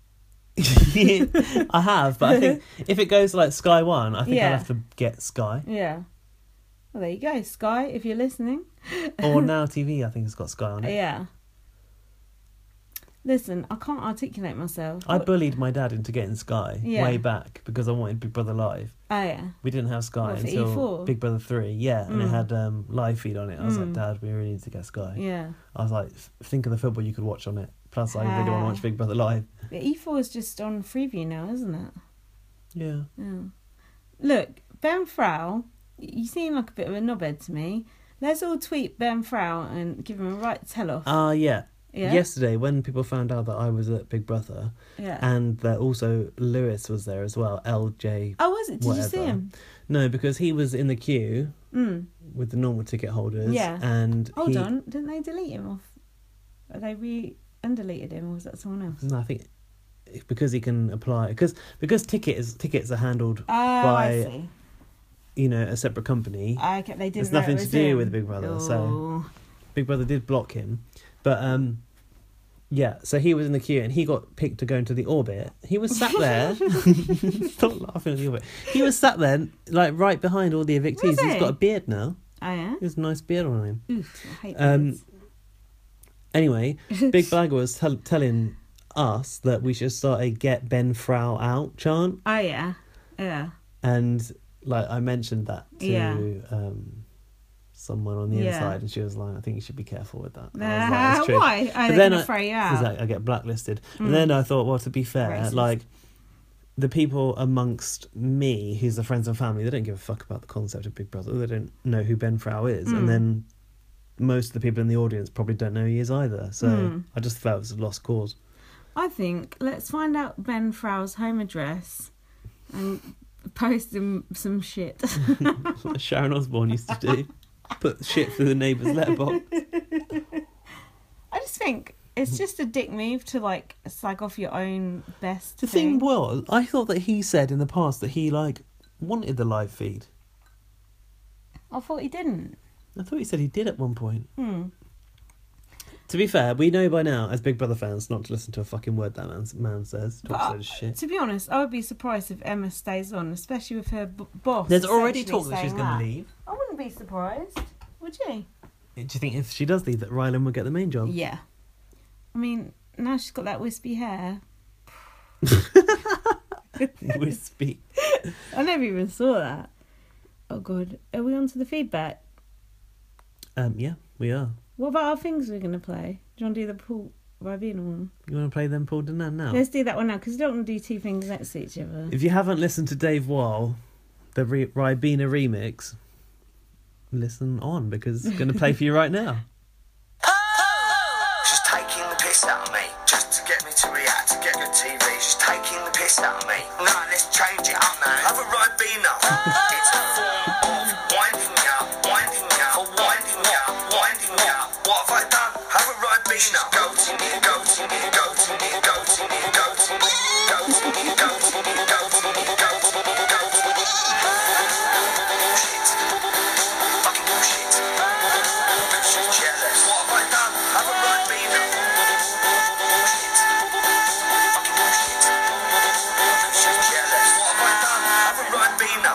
[LAUGHS] I have, but I [LAUGHS] think if it goes like Sky One, I think Yeah. I'll have to get [LAUGHS] Sky Yeah. Well, there you go, Sky, if you're listening. or Now TV. I think it's got Sky on it. Yeah. Listen, I can't articulate myself. I bullied my dad into getting Sky Yeah. way back because I wanted Big Brother Live. Oh, yeah. We didn't have Sky What, for E until E4? Big Brother Three, yeah, and it had um, live feed on it. I was like, Dad, we really need to get Sky. Mm. Yeah. I was like, "F- think of the football you could watch on it. Plus, I really want Ah. to watch Big Brother Live. But E4 E is just on Freeview now, isn't it? Yeah, Look, Ben Frau, you seem like a bit of a knobhead to me. Let's all tweet Ben Frau and give him a right tell off. ah, yeah. Yeah? Yesterday, when people found out that I was at Big Brother, Yeah. and that also Lewis was there as well, LJ oh, was it? Did you see whatever. him? Mm. No, because he was in the queue with the normal ticket holders. Yeah. And Hold he- on, didn't they delete him off? Are they re undeleted him, or was that someone else? No, I think because he can apply because because ticket is tickets are handled Oh, I by see. Uh. you know, a separate company. Okay, they didn't. It's know it nothing to was do him. with Big Brother, so- Oh. Big Brother did block him, but um, yeah. So he was in the queue and he got picked to go into the orbit. He was sat [LAUGHS] there. Stop laughing at the orbit. He was sat there, like right behind all the evictees. Was He's he? got a beard now. Oh yeah. He has a nice beard on him. Oof, I hate Um, birds. Anyway, Big Bagger was tell- telling us that we should start a "Get Ben Frau out" chant. Oh yeah. Yeah. and like I mentioned that to Yeah. um, someone on the Yeah. inside, and she was like, "I think you should be careful with that." And I was like, Uh, "That's true." why? Are But they then gonna I- throw you out? Mm. Exactly, I get blacklisted. And then I thought, well, to be fair, Racist. like the people amongst me, who's the friends and family, they don't give a fuck about the concept of Big Brother. They don't know who Ben Frau is, Mm. and then most of the people in the audience probably don't know who he is either. So Mm. I just felt it was a lost cause. [LAUGHS] I think let's find out Ben Frau's home address and post him some shit. [LAUGHS] Like Sharon Osbourne used to do. Put shit through the neighbour's letterbox. I just think [LAUGHS] it's just a dick move to like slag off your own best. The thing was, I thought that he said in the past that he like wanted the live feed. I thought he didn't. I thought he said he did at one point. Hmm. To be fair, we know by now as Big Brother fans not to listen to a fucking word that man, man says. Talks But loads of shit. To be honest, I would be surprised if Emma stays on, especially with her b- boss. There's already essentially talk that saying she's going to leave. I wouldn't be surprised. Would you? Do you think if she does leave that Rylan will get the main job? Yeah. I mean, now she's got that wispy hair. [LAUGHS] Wispy. I never even saw that. Oh god, are we on to the feedback? Um, yeah, we are. What about our things we're gonna play? Do you want to do the Paul Ribena one? You want to play them, Paul Denan, now? Let's do that one now because we don't want to do two things next to each other. [LAUGHS] If you haven't listened to Dave Wall, the Re- Ribena remix, listen on because it's going to play for you right now. She's taking the piss out of me just to get me to react, to get good TV. She's taking the piss out of me. No, let's change it up, man. Have a Ribena. it's a form of winding up, winding up, for winding up, winding up. What have I done? Have a Ribena. Go to me, go to me, go to me, go to me, go to me, go to me, go to me, go to me, go to me, go to me. Bullshit. Fucking bullshit. She's jealous. What have I done? Have a Ribena. Bullshit. Fucking bullshit. She's jealous. What have I done? Have a Ribena.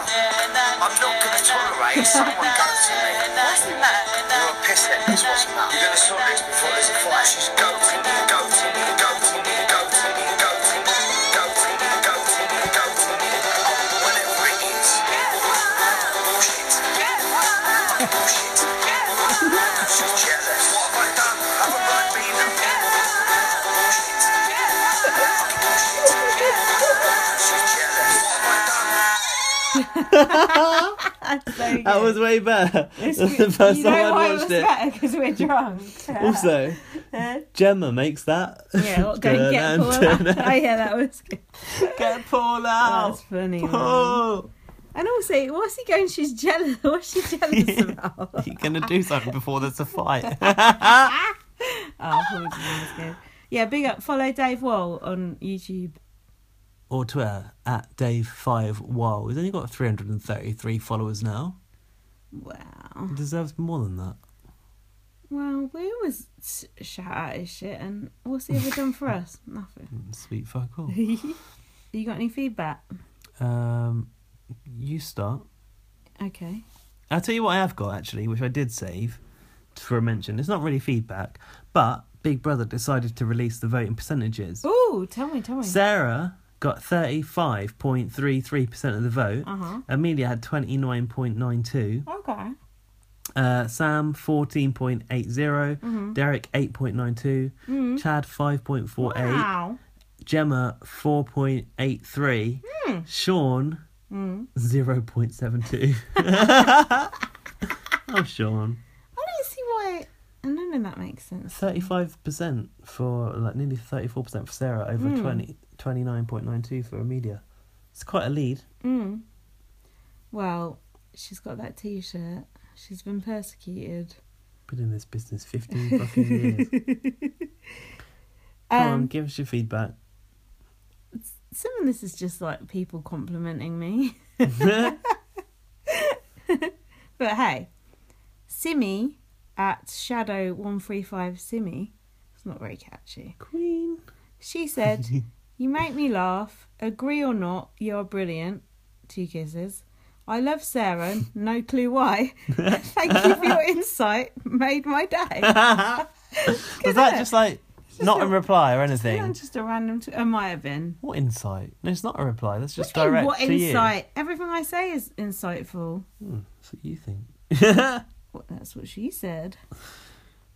I'm not gonna tolerate someone goes to me. What's the matter? You're a piss head, that's what's the matter. You're gonna sort this before there's a fight. She's goating me, goating me, goating me, goating me, goating me, goating me, goating me, goating me. Whatever it is. Bullshit. Fucking bullshit. She's jealous. What have I done? Have a Ribena. Bullshit. Fucking bullshit. She's jealous. What have I done? That was way better than [LAUGHS] the first you time know why I'd it was watched it. better because [LAUGHS] we're drunk. [LAUGHS] Also, Gemma makes that. yeah, [LAUGHS] well, go and get Paul. out. [LAUGHS] Oh yeah, that was good. Get Paul out. That's [LAUGHS] funny. man. Paul. And also, what's he going? She's jealous. [LAUGHS] What's she [LAUGHS] jealous about? You're gonna do something before there's a fight. [LAUGHS] [LAUGHS] Oh, Paul Dean was good. Yeah, big up. Follow Dave Wall on YouTube. or Twitter at Dave Five Wow. He's only got 333 followers now. Wow. He deserves more than that. Well, we always s- shout out his shit, and what's he ever done for us? Nothing. [LAUGHS] Sweet fuck all. You got any feedback? Um, you start. Okay. I'll tell you what I have got actually, which I did save for a mention. It's not really feedback, but Big Brother decided to release the voting percentages. Oh, tell me, tell me. Sarah got 35.33% of the vote. Uh-huh. Amelia had 29.92. okay. Uh, Sam 14.80. Mm-hmm. Derek 8.92. Chad 5.48. Wow. Gemma 4.83. Hmm. Sean [LAUGHS] [LAUGHS] 0.72. oh, Sean. I don't see why. None of that makes sense. 35% for, like, nearly 34% for Sarah over Hmm. 20, 29.92 for Amelia. It's quite a lead. Mm. Well, she's got that T-shirt. She's been persecuted. Been in this business [LAUGHS] 15 fucking years. Come on, Um, give us your [LAUGHS] feedback. some of this is just like people complimenting me. [LAUGHS] But hey, Simi at Shadow One Three Five Simi. It's not very catchy. [LAUGHS] Queen. [LAUGHS] She said, You make me laugh. Agree or not, you're brilliant. Two kisses. I love Sarah, no clue [LAUGHS] why. Thank you for your insight. Made [LAUGHS] my day. Was that just like not a reply or Yeah, anything? just a random. T- it might have been. What insight? No, it's not a reply. That's just Hey, direct what to you. insight? Everything I say is insightful. That's what you think. Well, that's what she said.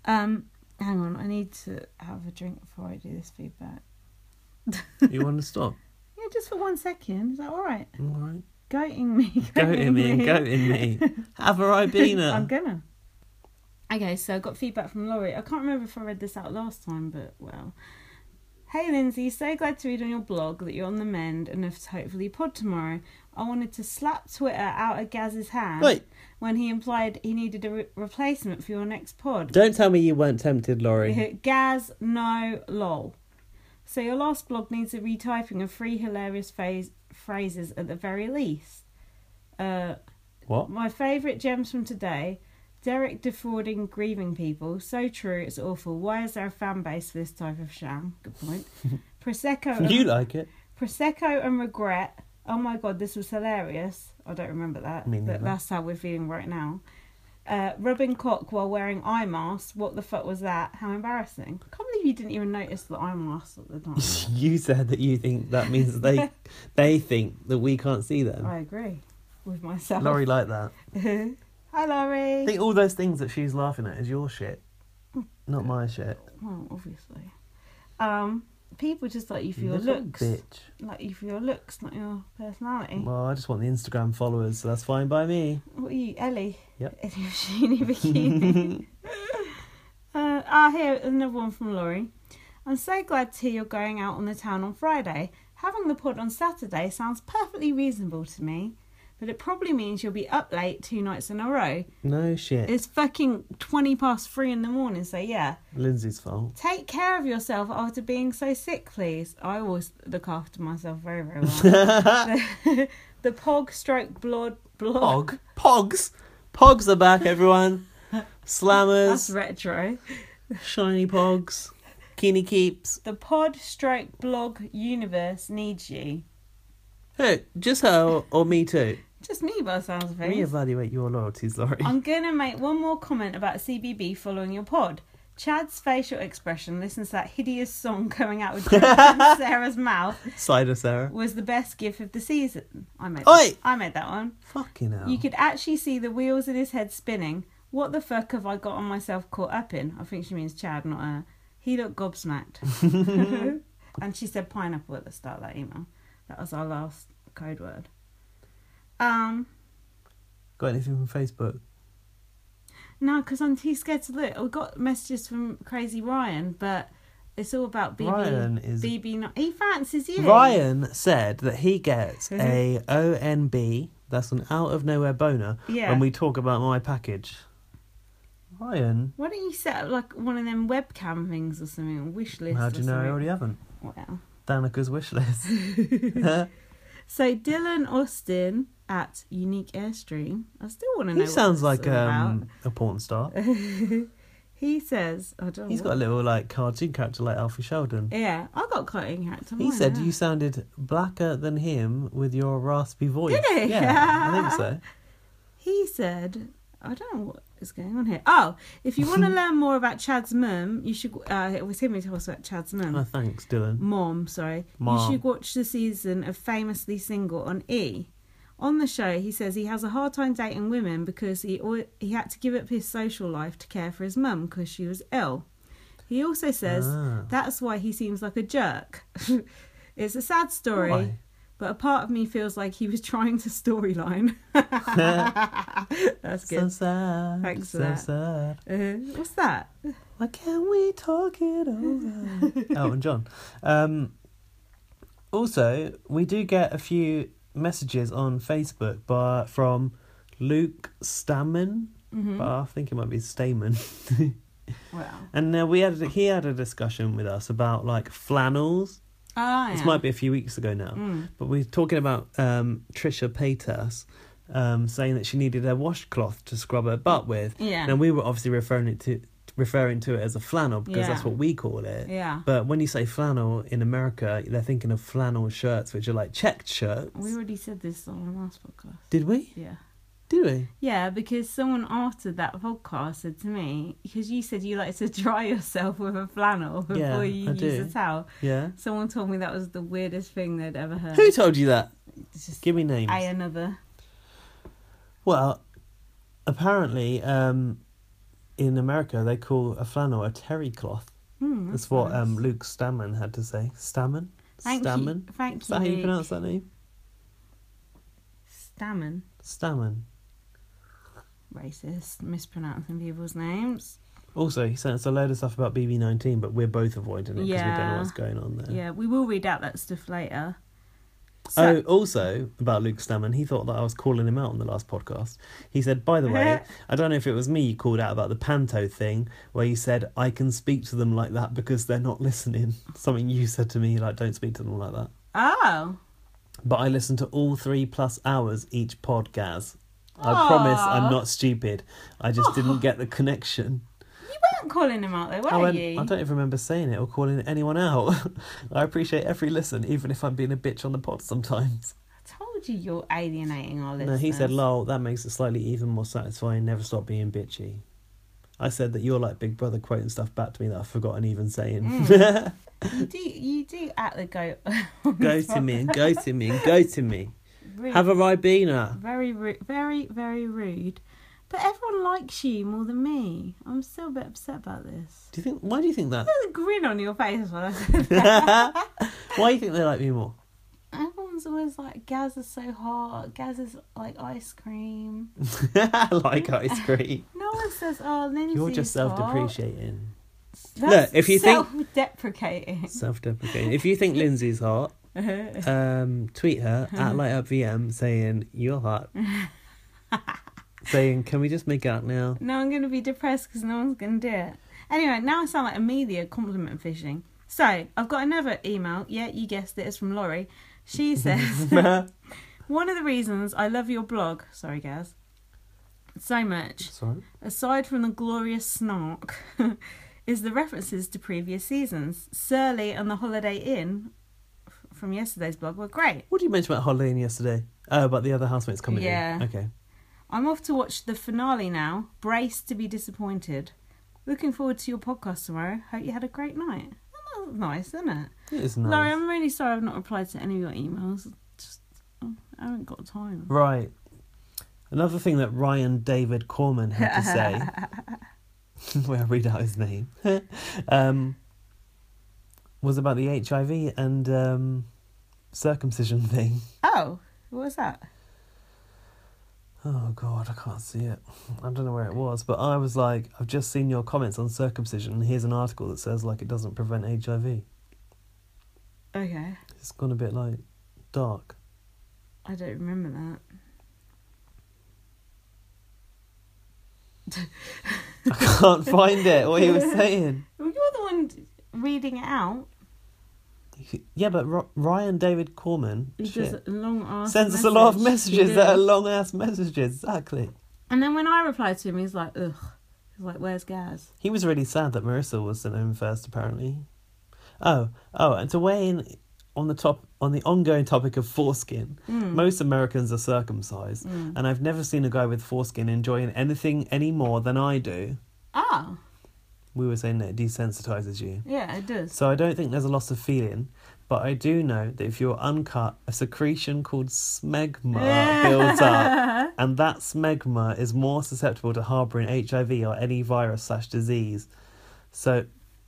Um, hang on, I need to have a drink before I do this feedback. You want to [LAUGHS] stop? Yeah, just for one second. Is that all right? All right. Goating me. Go in me, go in [LAUGHS] me. Have a Ribena. I'm gonna. Okay, so I got feedback from Laurie. I can't remember if I read this out last time, but well. Hey Lindsay, so glad to read on your blog that you're on the mend and have hopefully pod tomorrow. I wanted to slap Twitter out of Gaz's hand Wait. when he implied he needed a re- replacement for your next pod. Don't tell me you weren't tempted, [LAUGHS] Laurie. Gaz, no, lol. So your last blog needs a retyping of three hilarious phase- phrases at the very least. Uh, What? [LAUGHS] my favourite gems from today Derek defrauding grieving people. So true, it's awful. Why is there a fan base for this type of sham? Good point. Prosecco and, You like it. Prosecco and regret. Oh my god, this was hilarious. I don't remember that, Me neither. but that's how we're feeling right now. Uh, rubbing cock while wearing eye masks. What the fuck was that? How embarrassing. I can't believe you didn't even notice the eye mask at [LAUGHS] the time. You said that you think that means that [LAUGHS] they they think that we can't see them. I agree with myself. Laurie like that. Hi, Laurie. I think all those things that she's laughing at is your shit, not my shit. Well, obviously. Um, people just like you for your Little looks. bitch. Like you for your looks, not your personality. Well, I just want the Instagram followers, so that's fine by me. What are you, Ellie? Yep. [LAUGHS] Ellie Machini [LAUGHS] Bikini. uh, ah, here, another one from Laurie. I'm so glad to hear you're going out on the town on Friday. Having the pod on Saturday sounds perfectly reasonable to me, but it probably means you'll be up late two nights in a row. No shit. It's fucking 20 past three in the morning, so yeah. Lindsay's fault. Take care of yourself after being so sick, please. I always look after myself very, very well. [LAUGHS] [LAUGHS] the pog stroke blood. blog. Pog. Pogs. Pogs are back, [LAUGHS] everyone. That's Slammers. retro. Shiny pogs. Keeny keeps. The pod stroke blog universe needs you. Hey, just her or me too. Just me by the sounds of things. Reevaluate your loyalties, Laurie. I'm going to make one more comment about CBB following your pod. Chad's facial expression listens to that hideous song coming [LAUGHS] out of Jared and Sarah's mouth Cider Sarah. was the best gift of the season. I made Oi! that, I made that one. Fucking hell. You could actually see the wheels in his head spinning. What the fuck have I gotten myself caught up in? I think she means Chad, not her. He looked gobsmacked. [LAUGHS] and she said pineapple at the start of that email. That was our last code word. Um, Got anything from Facebook? no, because I'm too scared to look. I got messages from Crazy Ryan, but it's all about BB. Ryan is- BB. Not, he fancies you. Ryan said that he gets Mm-hmm. a ONB, that's an out of nowhere boner, Yeah. when we talk about my package. Ryan? Why don't you set up like one of them webcam things or something, or wish list? How or do you know I something? already haven't? Well. Danica's wish [LAUGHS] list. So Dylan Austin at Unique Airstream. I still want to he know. what sounds this like is about. um, a porn [LAUGHS] star. He says, "I don't." He's know got a little like cartoon character like Alfie Sheldon. what- Yeah, I got cutting character. He mine, said yeah. you sounded blacker than him with your raspy voice. Did he? Yeah, I think [LAUGHS] so. He said, "I don't know what is going on here." Oh, if you [LAUGHS] want to learn more about Chad's mum, you should. Uh, it was him who told us about Chad's mum. Oh, thanks, Dylan. Mom, sorry. Mom. You should watch the season of Famously Single on E. On the show, he says he has a hard time dating women because he al- he had to give up his social life to care for his mum because she was ill. He also says Ah. that's why he seems like a jerk. [LAUGHS] it's a sad story, Why? but a part of me feels like he was [LAUGHS] trying [LAUGHS] to storyline. that's So good. sad. Thanks for so that. sad. Uh, what's that? Why can't we talk it [LAUGHS] over? Elton Oh, John. Um, also, we do get a few messages on Facebook by, from Luke Stammen. But I think it might be Stamen. Well, [LAUGHS] and uh, we had he had a discussion with us about like flannels. ah, Hmm. This might be a few weeks ago now, but we're talking about um, Trisha Paytas um, saying that she needed a washcloth to scrub her butt with. Yeah. And we were obviously referring it to referring to it as a flannel because Yeah. that's what we call it. Yeah. But when you say flannel in America, they're thinking of flannel shirts, which are like checked shirts. We already said this on the last podcast. Did we? Yeah. Did we? Yeah, because someone after that podcast said to me, because you said you like to [LAUGHS] dry yourself with a flannel before Yeah, you I use do. a towel. Yeah. Someone told me that was the weirdest thing they'd ever heard. Who told you that? It's just Give me names. I another. Well, apparently, um, in America, they call a flannel a terry cloth. Hmm, That's what um, Luke Stammen had to say. Stammen? Thank you- Stammen? thank Is that you, how you Luke. pronounce that name? Stammen. Stammen. Racist. Mispronouncing people's names. Also, he sent us a load of stuff about BB19, but we're both avoiding it because we don't know Yeah. what's going on there. Yeah, we will read out that stuff later. Oh, So- also about Luke Stammen, he thought that I was calling him out on the last podcast. He said, "By the [LAUGHS] way, I don't know if it was me you called out about the panto thing, where you said I can speak to them like that because they're not listening." [LAUGHS] Something you said to me, like, "Don't speak to them like that." Oh. But I listen to all three plus hours each pod, Gaz. I promise I'm not stupid. I just didn't get the connection. You weren't calling him out though, were I, went, you? I don't even remember saying it or calling anyone out. [LAUGHS] I appreciate every listen, even if I'm being a bitch on the pod sometimes. I told you you're alienating our No, listeners. he said, lol, that makes it slightly even more satisfying. Never stop being bitchy. I said that you're like Big Brother quoting stuff back to me that I've forgotten even saying. Mm. You do, you do at the [LAUGHS] goat. [LAUGHS] go to me and go to me and go to me. Rude. Have a Ribena. Very rude. Very, very rude. But everyone likes you more than me. I'm still a bit upset about this. Do you think? Why do you think that? There's a grin on your face when [LAUGHS] I said that. Why do you think they like me more? [LAUGHS] Everyone's always like, Gaz is so hot. Gaz is like ice cream. I like ice cream. No one says, oh, [LAUGHS] Lindsay's You're just hot." self-depreciating, That's Look, if you think- Self-deprecating. self-deprecating. If you think Lindsay's [LAUGHS] hot, um, tweet her at lightupvm saying you're [LAUGHS] hot. saying, can we just make out now? No, I'm going to be depressed because no one's going to do it. Anyway, now I sound like Amelia compliment fishing. So, I've got another email. Yeah, you guessed it. It's from Laurie. She says, [LAUGHS] One of the reasons I love your blog, sorry, Gaz, so much, Sorry. aside from the glorious snark, [LAUGHS] is the references to previous seasons. Surly and the Holiday Inn f- from yesterday's blog were great. What did you mention about Holiday Inn yesterday? Oh, about the other housemates coming Yeah. in. Okay. I'm off to watch the finale now. Brace to be disappointed. Looking forward to your podcast tomorrow. Hope you had a great night. Oh, that's nice, isn't it? It is nice. Laurie, I'm really sorry I've not replied to any of your emails. Just, oh, I haven't got time. Right. Another thing that Ryan David Corman had to say, [LAUGHS] where I read out his name, [LAUGHS] um, was about the HIV and um, circumcision thing. Oh, what was that? Oh god, I can't see it. I don't know where it was, but I was like, I've just seen your comments on circumcision. and Here's an article that says like it doesn't prevent HIV. Okay, It's gone a bit like dark. I don't remember that. I can't find it. What [LAUGHS] he was saying. Well, You're the one reading it out. Yeah, but R- Ryan David Corman He shit, does a long ass. sends us a lot of message. He messages that are does. long ass messages. Exactly. And then when I reply to him, he's like, ugh. He's like, where's Gaz? He was really sad that Marissa was sent home first, apparently. Oh, oh, and to weigh in on the top on the ongoing topic of foreskin, Hmm. most Americans are circumcised, and I've never seen a guy with foreskin enjoying anything any more than I do. Ah, Oh, We were saying that it desensitizes you. yeah, it does. So I don't think there's a loss of feeling, but I do know that if you're uncut, a secretion called smegma builds [LAUGHS] up, and that smegma is more susceptible to harbouring HIV or any virus slash disease. So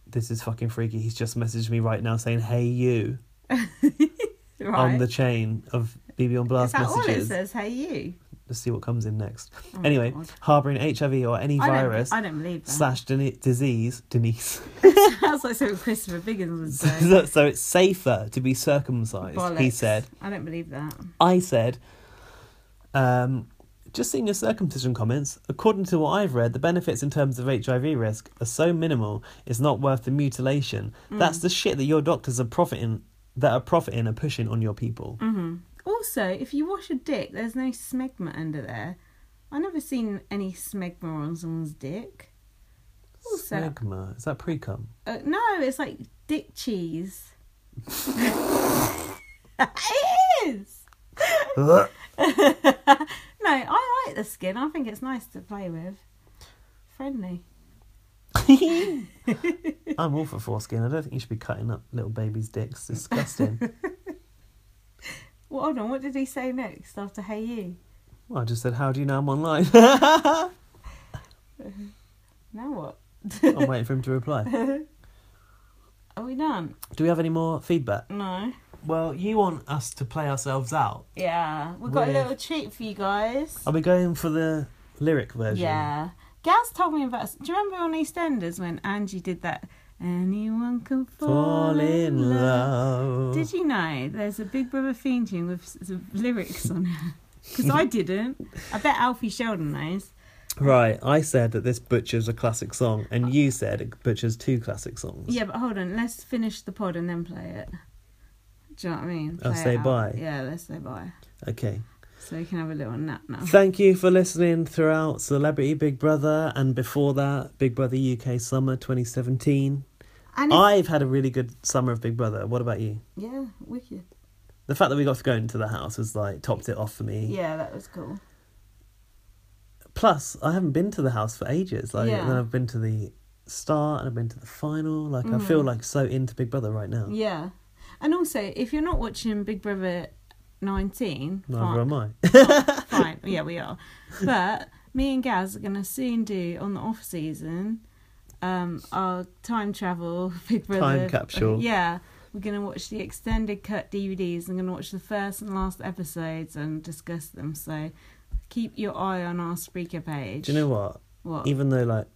this is fucking freaky. He's just messaged me right now saying, "Hey you" right. on the chain of BB on Is blast that all it messages. says? Hey, you. Let's see what comes in next. anyway, harbouring HIV or any I don't- virus I don't believe that. slash deni- disease, Denise. [LAUGHS] That's like something Christopher Biggins would say. so, so it's safer to be circumcised, [LAUGHS] he Bollocks. said. I don't believe that. I said, um, just seeing your circumcision comments, according to what I've read, the benefits in terms of HIV risk are so minimal, it's not worth the mutilation. That's the shit that your doctors are profiting, that are profiting and pushing on your people. Also, if you wash a dick, there's no smegma under there. I never seen any smegma on someone's dick. Also, Smegma. Is that pre cum? uh, no, it's like dick cheese. [LAUGHS] it is. [LAUGHS] No, I like the skin. I think it's nice to play with. Friendly. [LAUGHS] I'm all for foreskin. I don't think you should be cutting up little babies' dicks. Disgusting. Well, hold on. What did he say next after Hey You? well, I just said, how do you know I'm online? Now what? I'm waiting for him to reply. Are we done? Do we have any more feedback? No. Well, you want us to play ourselves out. Yeah, we've got a We're- little treat for you guys. Are we going for the lyric version? Yeah. Gaz told me about. Do you remember on EastEnders when Angie did that? Anyone can fall, Fall in love. love. Did you know there's a Big Brother theme tune with s- some lyrics on it? [LAUGHS] Because I didn't. I bet Alfie Sheldon knows. Right, I said that this butchers a classic song, and you said it butchers two classic songs. Yeah, but hold on. Let's finish the pod and then play it. Do you know what I mean? Oh, Play it say out. bye. Yeah, let's say bye. Okay. So you can have a little nap now. Thank you for listening throughout Celebrity Big Brother and before that, Big Brother UK Summer 2017. And if- I've had a really good summer of Big Brother. What about you? yeah, wicked. The fact that we got to go into the house has like topped it off for me. Yeah, that was cool. Plus, I haven't been to the house for ages. Like, Yeah. and then I've been to the start and I've been to the final. Like, Mm. I feel like so into Big Brother right now. Yeah. And also, if you're not watching Big Brother 19, Neither fine, am I. fine. Yeah, we are. But me and Gaz are going to soon do on the off season um, our time travel [LAUGHS] Big Brother capsule. Yeah. We're going to watch the extended cut DVDs. I'm going to watch the first and last episodes and discuss them. So keep your eye on our speaker page. Do you know what? [LAUGHS] what? Even though like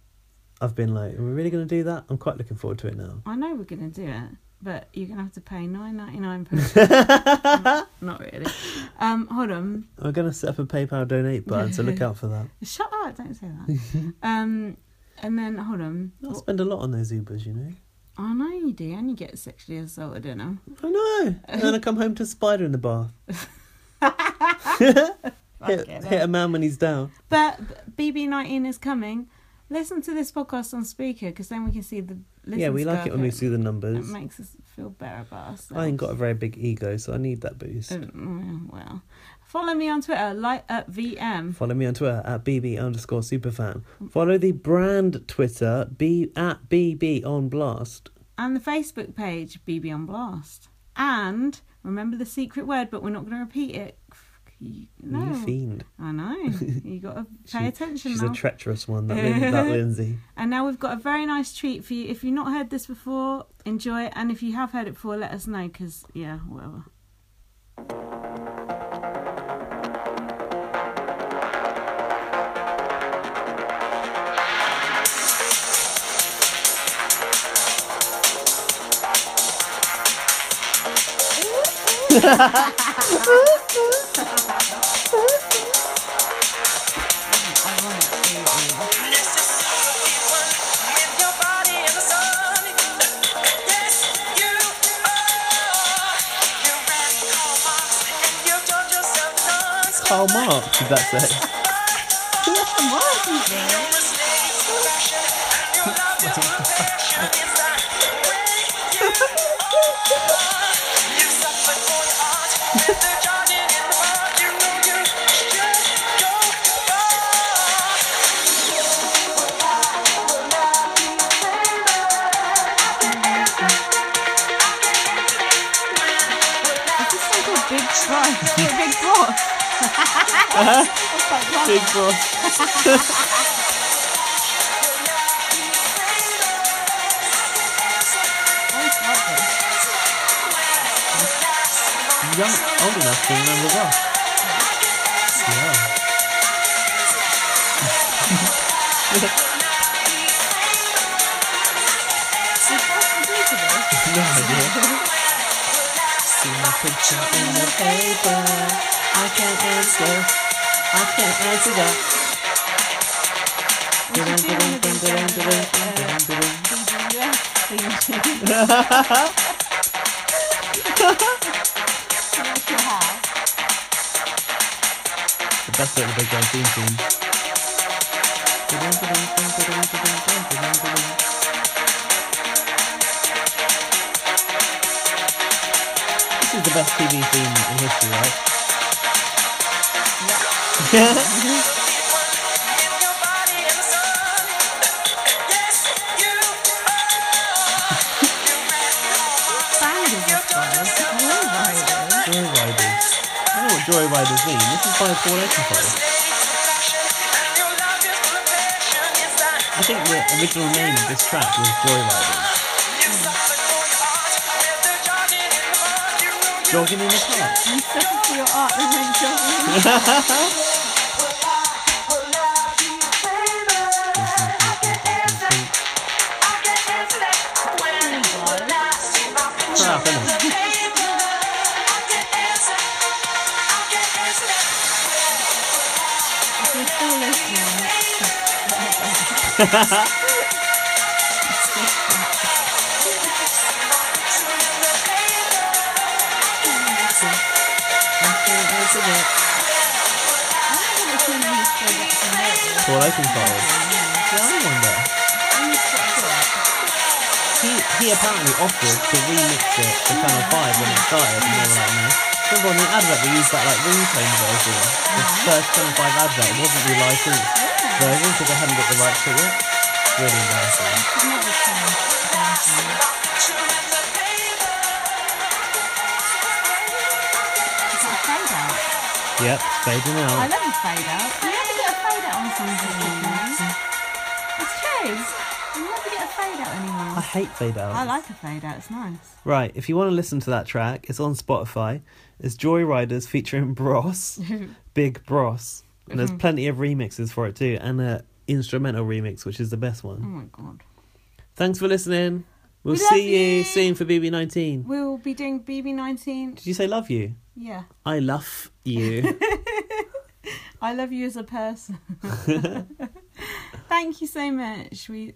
I've been like, are we really going to do that? I'm quite looking forward to it now. I know we're going to do it, but you're going to have to pay nine ninety [LAUGHS] nine per. Not really. Um, hold on. I'm going to set up a PayPal donate button, so [LAUGHS] look out for that. Shut up! Don't say [LAUGHS] that. um, and then hold on. I spend a lot on those Ubers, you know. I know you do, and you get sexually assaulted [LAUGHS] in them. I know. And then I come home to a spider in the bath. hit, Okay, hit a man when he's down. But BB nineteen is coming. Listen to this podcast on speaker because then we can see the. Listens yeah, we like it when we see the It numbers. makes us feel better about ourselves. I ain't got a very big ego, so I need that boost. Mm, well, follow me on Twitter. Light up VM. Follow me on Twitter at bb underscore superfan. Follow the brand Twitter b at bb on blast. and the Facebook page BB on Blast. And remember the secret word, but we're not going to repeat it. You- You No, fiend. [LAUGHS] I know. You got to pay attention She's now. a treacherous one. [LAUGHS] That, Lin- that Lindsay. and now we've got a very nice treat for you. If you've not heard this before, enjoy it. And if you have heard it before, let us know. Because yeah, whatever. Karl Marx, did that say? Is this like a big try? a big boss? Big boss. Young, old enough to remember well. Yeah. No idea. See my picture in the paper. I can't answer. I can't answer that. That's like the big band theme tune. This is the best TV theme in history, right? band is this guy? Joyriders. I don't know what Joyriders mean. This is by Paul Oakenfold. I think the original name of this track was Joyriders. Jogging in the park. You settle for your Oh, art and then jump Crap, innit? If you're still listening, Paul Oakenfold. Yeah, I wonder. He, he apparently offered to remix it for Channel 5 when it started, and they were like, no. Remember on the advert they used that like ringtone version? The first Channel 5 advert, it wasn't the licensed version because they hadn't got the rights to it. Really embarrassing. It's like fade out. Yep, fading I out. love a fade out. You never get a fade out on something. It's true. You never get a fade out I anymore. hate fade out. I like a fade out. It's nice. Right, if you want to listen to that track, it's on Spotify. It's Joyriders featuring [LAUGHS] Bros, Big Bros. And Mm-hmm. there's plenty of remixes for it too, and a instrumental remix, which is the best Oh one. my god. Thanks for listening. We'll Mm. We love see you you. soon for BB19. we'll be doing BB19. Did you say love you? Yeah. I love you. [LAUGHS] I love you as a person. Thank you so much. We